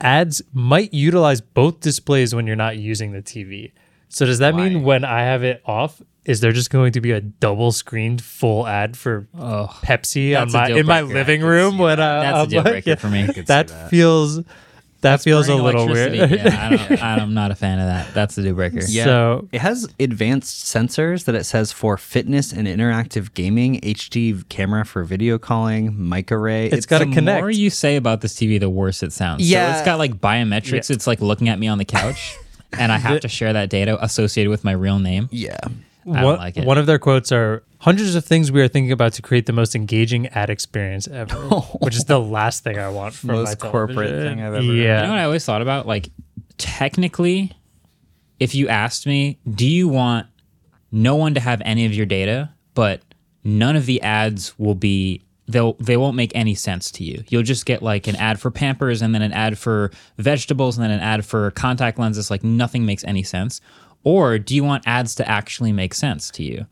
Speaker 3: ads might utilize both displays when you're not using the TV. So does that mean when I have it off, is there just going to be a double screened full ad for Pepsi on
Speaker 1: That's a
Speaker 3: my
Speaker 1: deal
Speaker 3: in my
Speaker 1: breaker. I
Speaker 3: living
Speaker 1: could
Speaker 3: room?
Speaker 1: see
Speaker 3: When
Speaker 1: that.
Speaker 3: I,
Speaker 1: That's a
Speaker 3: I'm
Speaker 1: deal
Speaker 3: like,
Speaker 1: breaker
Speaker 3: yeah,
Speaker 1: for me. I could see
Speaker 3: That,
Speaker 1: that.
Speaker 3: feels that feels a little weird.
Speaker 1: Electricity, yeah, I don't, I'm not a fan of that. That's the deal breaker.
Speaker 4: Yeah.
Speaker 3: So-
Speaker 4: it has advanced sensors that it says for fitness and interactive gaming, HD camera for video calling, mic array.
Speaker 3: it's got to
Speaker 1: the
Speaker 3: connect.
Speaker 1: more you say about this TV, the worse it sounds.
Speaker 4: Yeah.
Speaker 1: So it's got like biometrics. It's like looking at me on the couch, and I have to share that data associated with my real name.
Speaker 4: yeah.
Speaker 1: I don't
Speaker 3: one,
Speaker 1: like it.
Speaker 3: one of their quotes are hundreds of things we are thinking about to create the most engaging ad experience ever, which is the last thing I want from
Speaker 4: Most
Speaker 3: my
Speaker 4: corporate
Speaker 3: television.
Speaker 4: thing I've ever-
Speaker 3: Yeah,
Speaker 1: You know what I always thought about? Like, technically, if you asked me, do you want no one to have any of your data, but none of the ads will be they'll they won't make any sense to you. You'll just get like an ad for Pampers and then an ad for vegetables and then an ad for contact lenses. Like nothing makes any sense. Or do you want ads to actually make sense to you?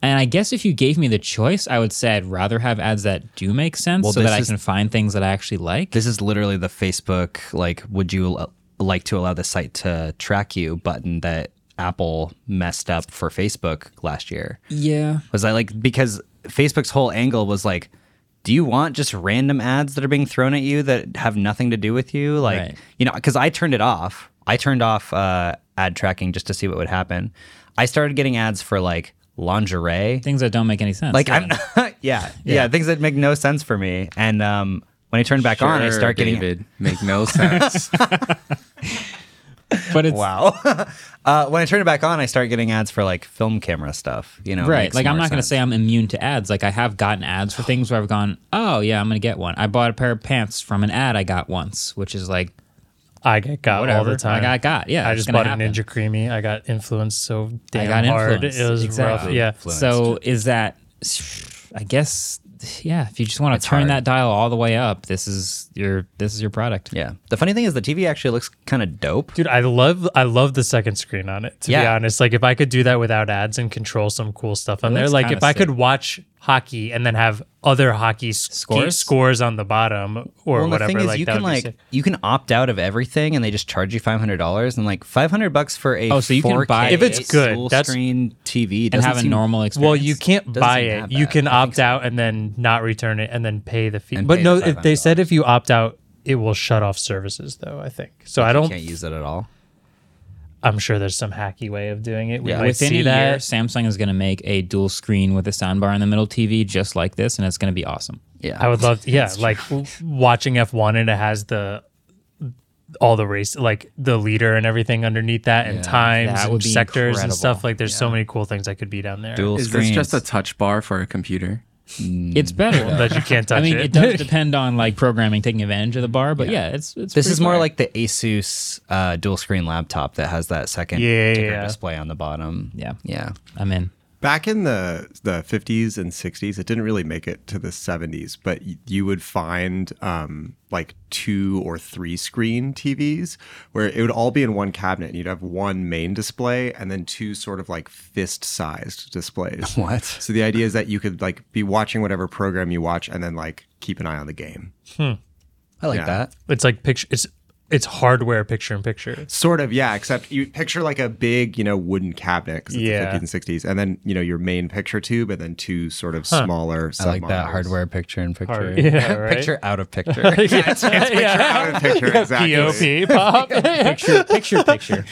Speaker 1: And I guess if you gave me the choice, I would say I'd rather have ads that do make sense so
Speaker 4: this
Speaker 1: that I
Speaker 4: is-
Speaker 1: can find things that I actually like.
Speaker 4: This is literally the Facebook, like, would you l- like to allow the site to track you button that Apple messed up for Facebook last year?
Speaker 1: yeah.
Speaker 4: Was I like, because Facebook's whole angle was like, do you want just random ads that are being thrown at you that have nothing to do with you? Like,
Speaker 1: Right.
Speaker 4: you know, because I turned it off. I turned off uh, ad tracking just to see what would happen. I started getting ads for like lingerie.
Speaker 1: things that don't make any sense.
Speaker 4: Like I'm, yeah, yeah, things that make no sense for me. And um, when I turn back on, I
Speaker 5: Sure,
Speaker 4: start getting
Speaker 5: David, make no sense.
Speaker 1: but it's
Speaker 4: wow. uh, when I turn it back on, I start getting ads for like film camera stuff. You know, it
Speaker 1: right.
Speaker 4: makes
Speaker 1: Like I'm
Speaker 4: more
Speaker 1: not going to
Speaker 4: sense.
Speaker 1: say I'm immune to ads. Like I have gotten ads for things where I've gone, oh yeah, I'm going to get one. I bought a pair of pants from an ad I got once, which is like
Speaker 3: I get got all
Speaker 1: whatever.
Speaker 3: the time.
Speaker 1: I got got. Yeah,
Speaker 3: I
Speaker 1: it's
Speaker 3: just
Speaker 1: gonna
Speaker 3: bought
Speaker 1: happen.
Speaker 3: a Ninja Creamy. I got influenced so damn
Speaker 1: I got
Speaker 3: hard.
Speaker 1: influenced.
Speaker 3: It was
Speaker 1: exactly.
Speaker 3: rough. Yeah.
Speaker 1: So is that? I guess. Yeah. If you just want to turn
Speaker 4: hard.
Speaker 1: that dial all the way up, this is your this is your product.
Speaker 4: Yeah. The funny thing is, the TV actually looks kind of dope.
Speaker 3: Dude, I love I love the second screen on it. To be
Speaker 4: Yeah.
Speaker 3: honest, like if I could do that without ads and control some cool stuff on there,
Speaker 1: looks
Speaker 3: like
Speaker 1: kinda
Speaker 3: if I could
Speaker 1: sick.
Speaker 3: watch hockey and then have other hockey scores
Speaker 1: Scores?
Speaker 3: scores on the bottom or
Speaker 4: Well,
Speaker 3: whatever,
Speaker 4: the thing is,
Speaker 3: like
Speaker 4: you
Speaker 3: that
Speaker 4: can
Speaker 3: would be
Speaker 4: like
Speaker 3: sick.
Speaker 4: you can opt out of everything, and they just charge you five hundred dollars, and like five hundred bucks for a
Speaker 1: Oh, so you can
Speaker 4: 4K
Speaker 1: buy
Speaker 3: If it's good,
Speaker 4: full
Speaker 3: that's-
Speaker 4: screen TV
Speaker 1: And
Speaker 4: doesn't
Speaker 1: have a
Speaker 4: seem-
Speaker 1: normal experience.
Speaker 3: Well, you can't
Speaker 4: Doesn't
Speaker 3: buy
Speaker 4: seem
Speaker 3: it.
Speaker 4: that
Speaker 3: You
Speaker 4: bad.
Speaker 3: can
Speaker 4: I think
Speaker 3: opt out and then not return it and then pay the fee.
Speaker 4: And
Speaker 3: But
Speaker 4: pay
Speaker 3: no,
Speaker 4: the
Speaker 3: if they
Speaker 4: $500.
Speaker 3: said if you opt out, it will shut off services though, I think. So I
Speaker 4: You
Speaker 3: don't
Speaker 4: can't use it at all.
Speaker 3: I'm sure there's some hacky way of doing it. We
Speaker 4: Yeah.
Speaker 3: might
Speaker 1: Within
Speaker 3: see
Speaker 1: a
Speaker 3: that.
Speaker 1: year, Samsung is going to make a dual screen with a soundbar in the middle TV just like this, and it's going to be awesome.
Speaker 4: Yeah,
Speaker 3: I would love to, yeah, like w- watching F1 and it has the all the race like the leader and everything underneath that and times
Speaker 1: that would
Speaker 3: and
Speaker 1: be
Speaker 3: sectors and stuff
Speaker 1: incredible.
Speaker 3: like there's so many cool things I could be down there
Speaker 4: dual
Speaker 5: is this
Speaker 4: screens.
Speaker 5: just a touch bar for a computer?
Speaker 1: It's better. though.
Speaker 3: that you can't touch
Speaker 1: I mean, it. does depend on like programming taking advantage of the bar, but yeah, it's it's.
Speaker 4: This
Speaker 1: pretty
Speaker 4: is more
Speaker 1: smart.
Speaker 4: like the Asus uh, dual screen laptop that has that second
Speaker 3: Yeah,
Speaker 4: ticker
Speaker 3: yeah.
Speaker 4: display on the bottom.
Speaker 1: Yeah.
Speaker 4: yeah.
Speaker 1: I'm in.
Speaker 6: Back in the the 50s and 60s, it didn't really make it to the 70s, but y- you would find um, like two or three screen TVs where it would all be in one cabinet. And you'd have one main display and then two sort of like fist sized displays.
Speaker 4: What?
Speaker 6: So the idea is that you could like be watching whatever program you watch and then like keep an eye on the game.
Speaker 4: I like
Speaker 6: Yeah.
Speaker 4: that.
Speaker 3: it's like picture it's it's hardware picture in picture
Speaker 6: Sort of, yeah. Except you picture like a big, you know, wooden cabinet because it's
Speaker 3: Yeah.
Speaker 6: the 50s and 60s, and then you know your main picture tube, and then two sort of smaller.
Speaker 4: I like that
Speaker 6: submodels.
Speaker 4: hardware picture in picture.
Speaker 3: yeah, right?
Speaker 4: Picture out of picture.
Speaker 6: Out of picture, exactly.
Speaker 3: POP pop
Speaker 1: Picture, picture, picture.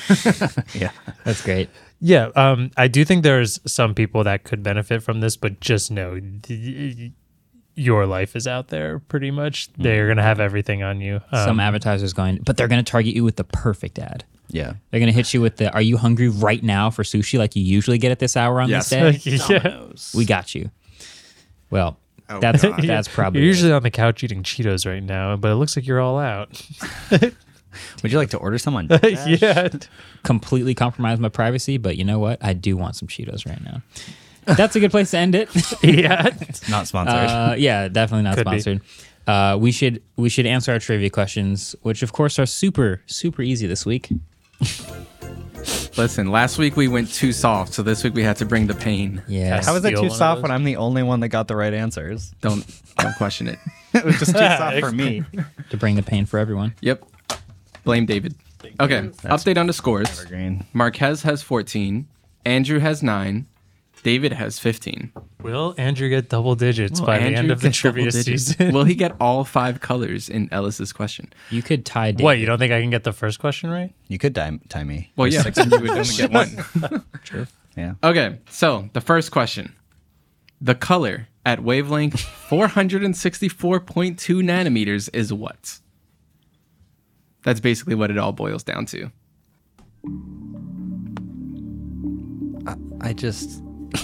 Speaker 1: yeah, that's great.
Speaker 3: yeah um I do think there's some people that could benefit from this but just know th- your life is out there pretty much
Speaker 5: Mm-hmm.
Speaker 3: they're gonna have everything on you um,
Speaker 1: Some advertisers going, but they're going to target you with the perfect ad.
Speaker 4: yeah.
Speaker 1: They're going to hit you with the "Are you hungry right now for sushi?" Like you usually get at this hour on
Speaker 6: Yes.
Speaker 1: this day.
Speaker 3: yeah.
Speaker 1: we got you. Well,
Speaker 6: Oh,
Speaker 1: that's
Speaker 6: God.
Speaker 1: that's probably
Speaker 3: You're usually on the couch eating Cheetos right now, but it looks like you're all out.
Speaker 4: Would you like to order someone?
Speaker 3: yeah.
Speaker 1: completely compromise my privacy, but you know what? I do want some Cheetos right now. That's a good place to end it.
Speaker 3: Yeah.
Speaker 4: Not sponsored.
Speaker 1: Uh, yeah, definitely not
Speaker 3: Could be.
Speaker 1: sponsored. Uh, we should we should answer our trivia questions, which of course are super super easy this week.
Speaker 5: Listen, last week we went too soft, so this week we had to bring the pain.
Speaker 1: Yeah,
Speaker 4: How is that
Speaker 3: steal one
Speaker 4: too
Speaker 3: of
Speaker 4: soft
Speaker 3: those?
Speaker 4: when I'm the only one that got the right answers?
Speaker 5: Don't don't question it.
Speaker 4: it was just too soft for me.
Speaker 1: to bring the pain for everyone.
Speaker 5: Yep. Blame David. Okay. Update on the scores.
Speaker 4: Evergreen.
Speaker 5: Marquez has 14. Andrew has 9. David has 15.
Speaker 3: Will Andrew get double digits by the
Speaker 5: Andrew
Speaker 3: end of the
Speaker 5: gets double
Speaker 3: trivia
Speaker 5: digits.
Speaker 3: season?
Speaker 5: Will he get all five colors in Ellis's question?
Speaker 1: You could tie. David.
Speaker 3: what, you don't think I can get the first question right?
Speaker 4: You could time, time me.
Speaker 5: Well, yeah, you would only get one.
Speaker 4: Yeah.
Speaker 5: Okay, so the first question. The color at wavelength 464.2 nanometers is what? That's basically what it all boils down to.
Speaker 4: I just.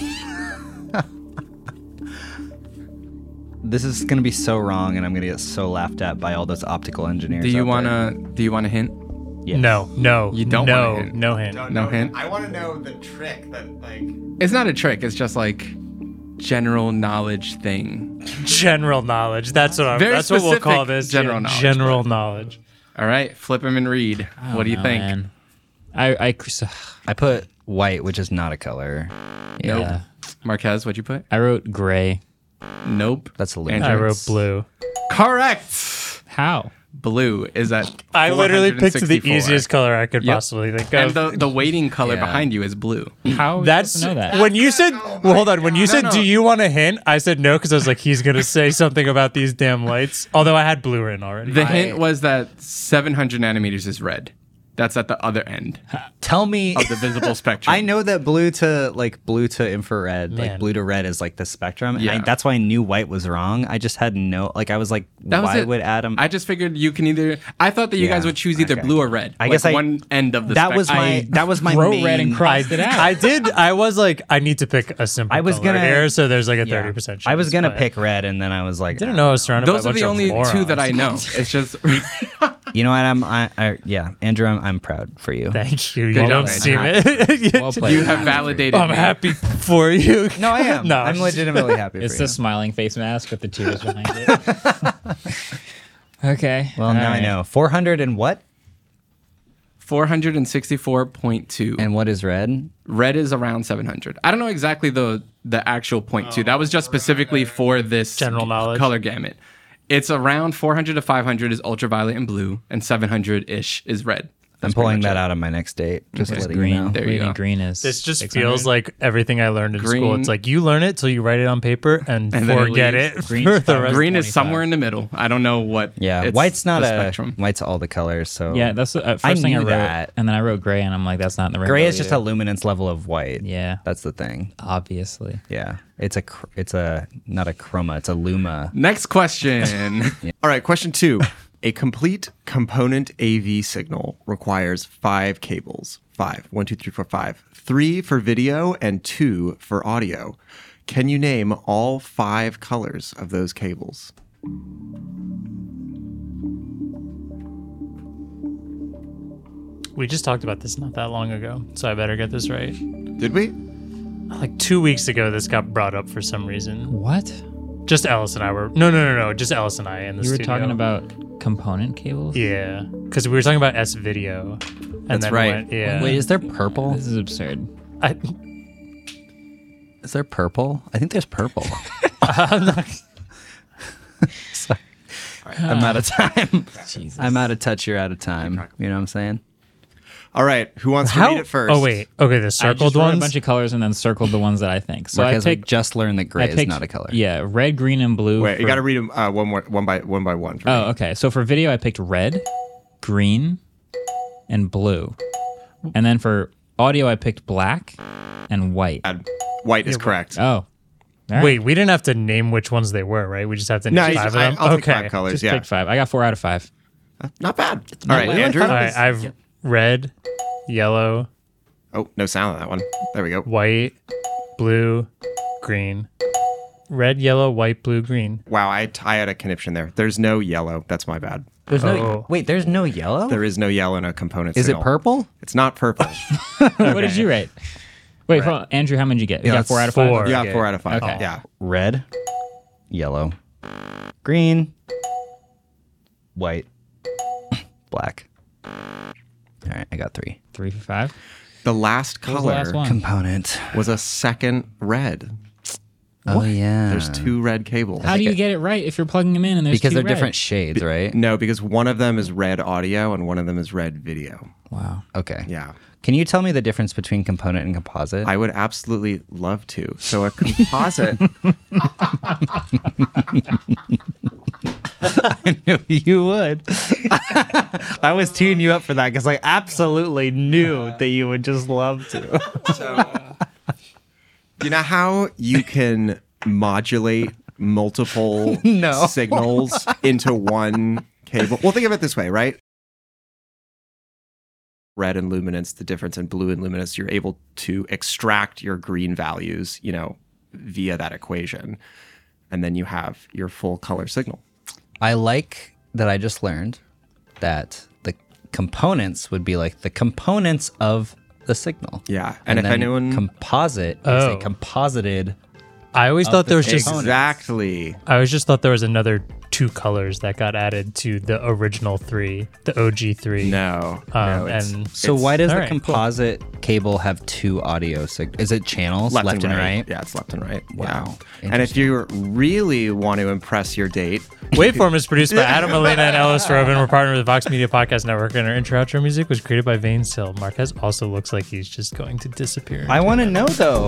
Speaker 4: this is going to be so wrong, and I'm going to get so laughed at by all those optical engineers.
Speaker 5: Do you
Speaker 4: out
Speaker 5: want
Speaker 4: there.
Speaker 5: to do you want a hint?
Speaker 4: Yes.
Speaker 3: No, no.
Speaker 5: You don't
Speaker 3: No,
Speaker 5: want a hint.
Speaker 3: Uh, no hint.
Speaker 5: No hint.
Speaker 6: I want to know the trick that like.
Speaker 5: It's not a trick, it's just like general knowledge thing.
Speaker 3: General knowledge. That's what I'm,
Speaker 5: Very
Speaker 3: that's what we'll
Speaker 5: specific
Speaker 3: call this.
Speaker 5: general
Speaker 3: Yeah,
Speaker 5: knowledge.
Speaker 3: General knowledge.
Speaker 5: All right, flip him and read. what do you
Speaker 1: Oh,
Speaker 5: think?
Speaker 1: man. I I cr-
Speaker 4: I put white, which is not a color.
Speaker 5: Nope.
Speaker 1: yeah.
Speaker 5: Marquez, what'd you put?
Speaker 1: I wrote gray.
Speaker 5: Nope.
Speaker 4: That's a loser.
Speaker 5: Andrew?
Speaker 3: I wrote blue.
Speaker 5: Correct.
Speaker 1: How?
Speaker 5: Blue is at
Speaker 3: I literally picked the
Speaker 5: 464.
Speaker 3: easiest color I could
Speaker 5: Yep.
Speaker 3: possibly think
Speaker 5: And
Speaker 3: of.
Speaker 5: the, the waiting color
Speaker 4: Yeah.
Speaker 5: behind you is blue.
Speaker 1: How? are we
Speaker 3: That's
Speaker 1: supposed to know that.
Speaker 3: when you said. well, hold on. When you said,
Speaker 5: no.
Speaker 3: "Do you want a hint?" I said no because I was like, "He's gonna say something about these damn lights." Although I had blue in already.
Speaker 5: The hint was that 700 nanometers is red. That's at the other end
Speaker 4: Tell me.
Speaker 5: of the visible spectrum.
Speaker 4: I know that blue to like blue to infrared,
Speaker 3: Man.
Speaker 4: like blue to red is like the spectrum. Yeah. I,
Speaker 5: Yeah.
Speaker 4: that's why I knew white was wrong. I just had no like I was like,
Speaker 5: That was
Speaker 4: why
Speaker 5: it.
Speaker 4: would Adam?
Speaker 5: I just figured you can either. I thought that you
Speaker 4: Yeah,
Speaker 5: guys would choose either
Speaker 4: okay.
Speaker 5: blue or red.
Speaker 4: I
Speaker 5: like
Speaker 4: guess I-
Speaker 5: one end of the.
Speaker 4: that was
Speaker 5: spectrum.
Speaker 4: my that was my
Speaker 1: Wrote
Speaker 4: main,
Speaker 1: red and crossed it out.
Speaker 3: I did. I was like, I need to pick a simple.
Speaker 4: I was
Speaker 3: color
Speaker 4: gonna-
Speaker 3: here, so there's like a
Speaker 4: Yeah.
Speaker 3: thirty percent.
Speaker 4: I was gonna
Speaker 3: but
Speaker 4: pick red, and then I was like,
Speaker 3: Didn't
Speaker 4: ah.
Speaker 3: know I was surrounded
Speaker 5: Those
Speaker 3: by a
Speaker 5: are
Speaker 3: bunch
Speaker 5: the
Speaker 3: of
Speaker 5: only two that
Speaker 3: morons.
Speaker 5: I know. It's just
Speaker 4: You know what? I'm I, I yeah, Andrew. I'm, I'm proud for you.
Speaker 3: Thank you. You don't
Speaker 5: done.
Speaker 3: seem it.
Speaker 1: Well played.
Speaker 5: you have validated.
Speaker 3: I'm
Speaker 5: me.
Speaker 3: happy for you.
Speaker 4: No, I am.
Speaker 3: No,
Speaker 4: I'm legitimately happy.
Speaker 1: It's
Speaker 4: for
Speaker 1: the
Speaker 4: you.
Speaker 1: smiling face mask with the tears behind it. okay.
Speaker 4: Well, now I
Speaker 1: Alright.
Speaker 4: know 400 and what?
Speaker 5: 464.2.
Speaker 4: And what is red?
Speaker 5: red is around 700. I don't know exactly the the actual point two. That was just specifically for this
Speaker 3: Oh, General
Speaker 5: g-
Speaker 3: knowledge.
Speaker 5: color gamut. It's around 400 to 500 is ultraviolet and blue, and 700 ish is red.
Speaker 4: I'm pulling that out on my next date. Just letting
Speaker 1: Green.
Speaker 4: you know.
Speaker 5: There
Speaker 1: We
Speaker 5: you
Speaker 1: think
Speaker 5: go.
Speaker 1: Green is.
Speaker 3: This just
Speaker 1: 600.
Speaker 3: feels like everything I learned in school.
Speaker 5: Green-
Speaker 3: It's like you learn it till you write it on paper and,
Speaker 5: And then it
Speaker 3: forget
Speaker 5: leaves.
Speaker 3: it for the rest.
Speaker 5: Green is somewhere in the middle. I don't know what.
Speaker 4: Yeah,
Speaker 5: it's
Speaker 4: white's not
Speaker 5: the
Speaker 4: a
Speaker 5: spectrum.
Speaker 4: white's all the colors. So
Speaker 1: Yeah, that's the uh, first
Speaker 4: I
Speaker 1: thing I
Speaker 4: knew
Speaker 1: wrote,
Speaker 4: that.
Speaker 1: and then I wrote gray, and I'm like, that's not in the rainbow
Speaker 4: gray is just a
Speaker 1: either.
Speaker 4: luminance level of white.
Speaker 1: Yeah.
Speaker 4: that's the thing.
Speaker 1: obviously.
Speaker 4: Yeah, it's a cr- it's a not a chroma. It's a luma.
Speaker 5: Next question.
Speaker 6: All right, question two. A complete component AV signal requires five cables. Five. One, two, three, four, five. Three for video and two for audio. Can you name all five colors of those cables?
Speaker 3: We just talked about this not that long ago, so I better get this right.
Speaker 6: Did we?
Speaker 3: Like two weeks ago, this got brought up for some reason.
Speaker 1: What
Speaker 3: Just Ellis and I were no, no, no, no. Just Ellis and I in the
Speaker 1: you were
Speaker 3: studio.
Speaker 1: talking about component cables?
Speaker 3: Yeah, because we were talking about S video.
Speaker 4: That's right.
Speaker 3: Went, yeah.
Speaker 4: Wait, is there purple?
Speaker 1: This is absurd.
Speaker 3: I,
Speaker 4: Is there purple? I think there's purple. Sorry. I'm out of time.
Speaker 1: Jesus.
Speaker 4: I'm out of touch. You're out of time. You know what I'm saying?
Speaker 6: All right, who wants to read it first?
Speaker 3: Oh wait. Okay, the
Speaker 1: I just
Speaker 3: circled
Speaker 1: wrote
Speaker 3: ones.
Speaker 1: a bunch of colors and then circled the ones that I think. So
Speaker 4: Because
Speaker 1: I
Speaker 4: we
Speaker 1: picked.
Speaker 4: just learned that gray
Speaker 1: I
Speaker 4: is
Speaker 1: picked,
Speaker 4: not a color.
Speaker 1: Yeah, red, green, and blue.
Speaker 6: Wait, you
Speaker 1: for-
Speaker 6: got to read them uh, one more, one by one by one. for
Speaker 3: Uh,
Speaker 6: me.
Speaker 1: Oh, okay. So for video, I picked red, green, and blue, and then for audio, I picked black and white.
Speaker 6: Bad. White is correct.
Speaker 3: uh,
Speaker 1: Oh, All
Speaker 3: Wait, we didn't have to name which ones they were, right? We just have to name
Speaker 6: no,
Speaker 3: five
Speaker 6: you
Speaker 3: of
Speaker 6: just, I,
Speaker 3: them.
Speaker 6: I'll take
Speaker 3: okay.
Speaker 6: five colors.
Speaker 1: just
Speaker 6: yeah,
Speaker 1: picked five. I got four out of five.
Speaker 6: not bad. All right, Andrew.
Speaker 3: All right, I've red, yellow,
Speaker 6: Oh, no sound on that one. There we go.
Speaker 3: white, blue, green. Red, yellow, white, blue, green.
Speaker 6: Wow, I, I had a conniption there. There's no yellow. That's my bad.
Speaker 4: There's no
Speaker 3: Oh.
Speaker 4: wait. There's no yellow.
Speaker 6: There is no yellow in a component.
Speaker 4: Is it
Speaker 6: signal.
Speaker 4: purple?
Speaker 6: It's not purple.
Speaker 1: What did you write? Wait, hold on. Andrew, how many did you get? You got
Speaker 4: that's
Speaker 1: four out of five.
Speaker 3: four.
Speaker 6: yeah,
Speaker 4: Okay.
Speaker 6: four out of five.
Speaker 1: Okay.
Speaker 6: Yeah.
Speaker 4: Red, yellow, green, white, black. All right, I got three.
Speaker 1: Three for five.
Speaker 6: The last
Speaker 1: What was the
Speaker 6: color
Speaker 1: last one?
Speaker 4: Component.
Speaker 6: was a second red.
Speaker 4: Oh yeah.
Speaker 6: There's two red cables.
Speaker 1: How do you get it right if you're plugging them in and there's
Speaker 4: because
Speaker 1: two
Speaker 4: they're
Speaker 1: red?
Speaker 4: different shades, right?
Speaker 6: No, because one of them is red audio and one of them is red video.
Speaker 1: Wow.
Speaker 4: Okay.
Speaker 6: Yeah.
Speaker 4: Can you tell me the difference between component and composite?
Speaker 6: I would absolutely love to. So a composite
Speaker 4: knew you would. I was teeing you up for that because I absolutely knew that you would just love to.
Speaker 6: You know how you can modulate multiple
Speaker 4: No.
Speaker 6: signals into one cable? Well, think of it this way, right? Red and luminance, the difference in blue and luminance, you're able to extract your green values, you know, via that equation. And then you have your full color signal.
Speaker 4: I like that I just learned that the components would be like the components of the signal.
Speaker 6: Yeah. And, if
Speaker 4: then
Speaker 6: anyone.
Speaker 4: composite
Speaker 3: Oh.
Speaker 4: is a composited
Speaker 3: I always thought there was just
Speaker 6: exactly.
Speaker 3: I always just thought there was another two colors that got added to the original three, the OG three.
Speaker 6: No.
Speaker 4: Uh,
Speaker 3: Um,
Speaker 6: no, it's-
Speaker 3: and
Speaker 4: So why does
Speaker 3: all
Speaker 4: the
Speaker 3: right, cool.
Speaker 4: composite cable have two audio signals? Is it channels left, and right?
Speaker 6: Yeah, it's left and right.
Speaker 4: Wow.
Speaker 6: Wow. And if you really want to impress your date,
Speaker 3: Waveform is produced by Adam Molina and Ellis Robin. We're partnered with the Vox Media Podcast Network, and our intro outro music was created by Vane Sill. Marquez also looks like he's just going to disappear.
Speaker 4: I want to know though.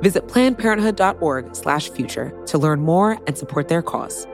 Speaker 2: Visit PlannedParenthood.org slash future to learn more and support their cause.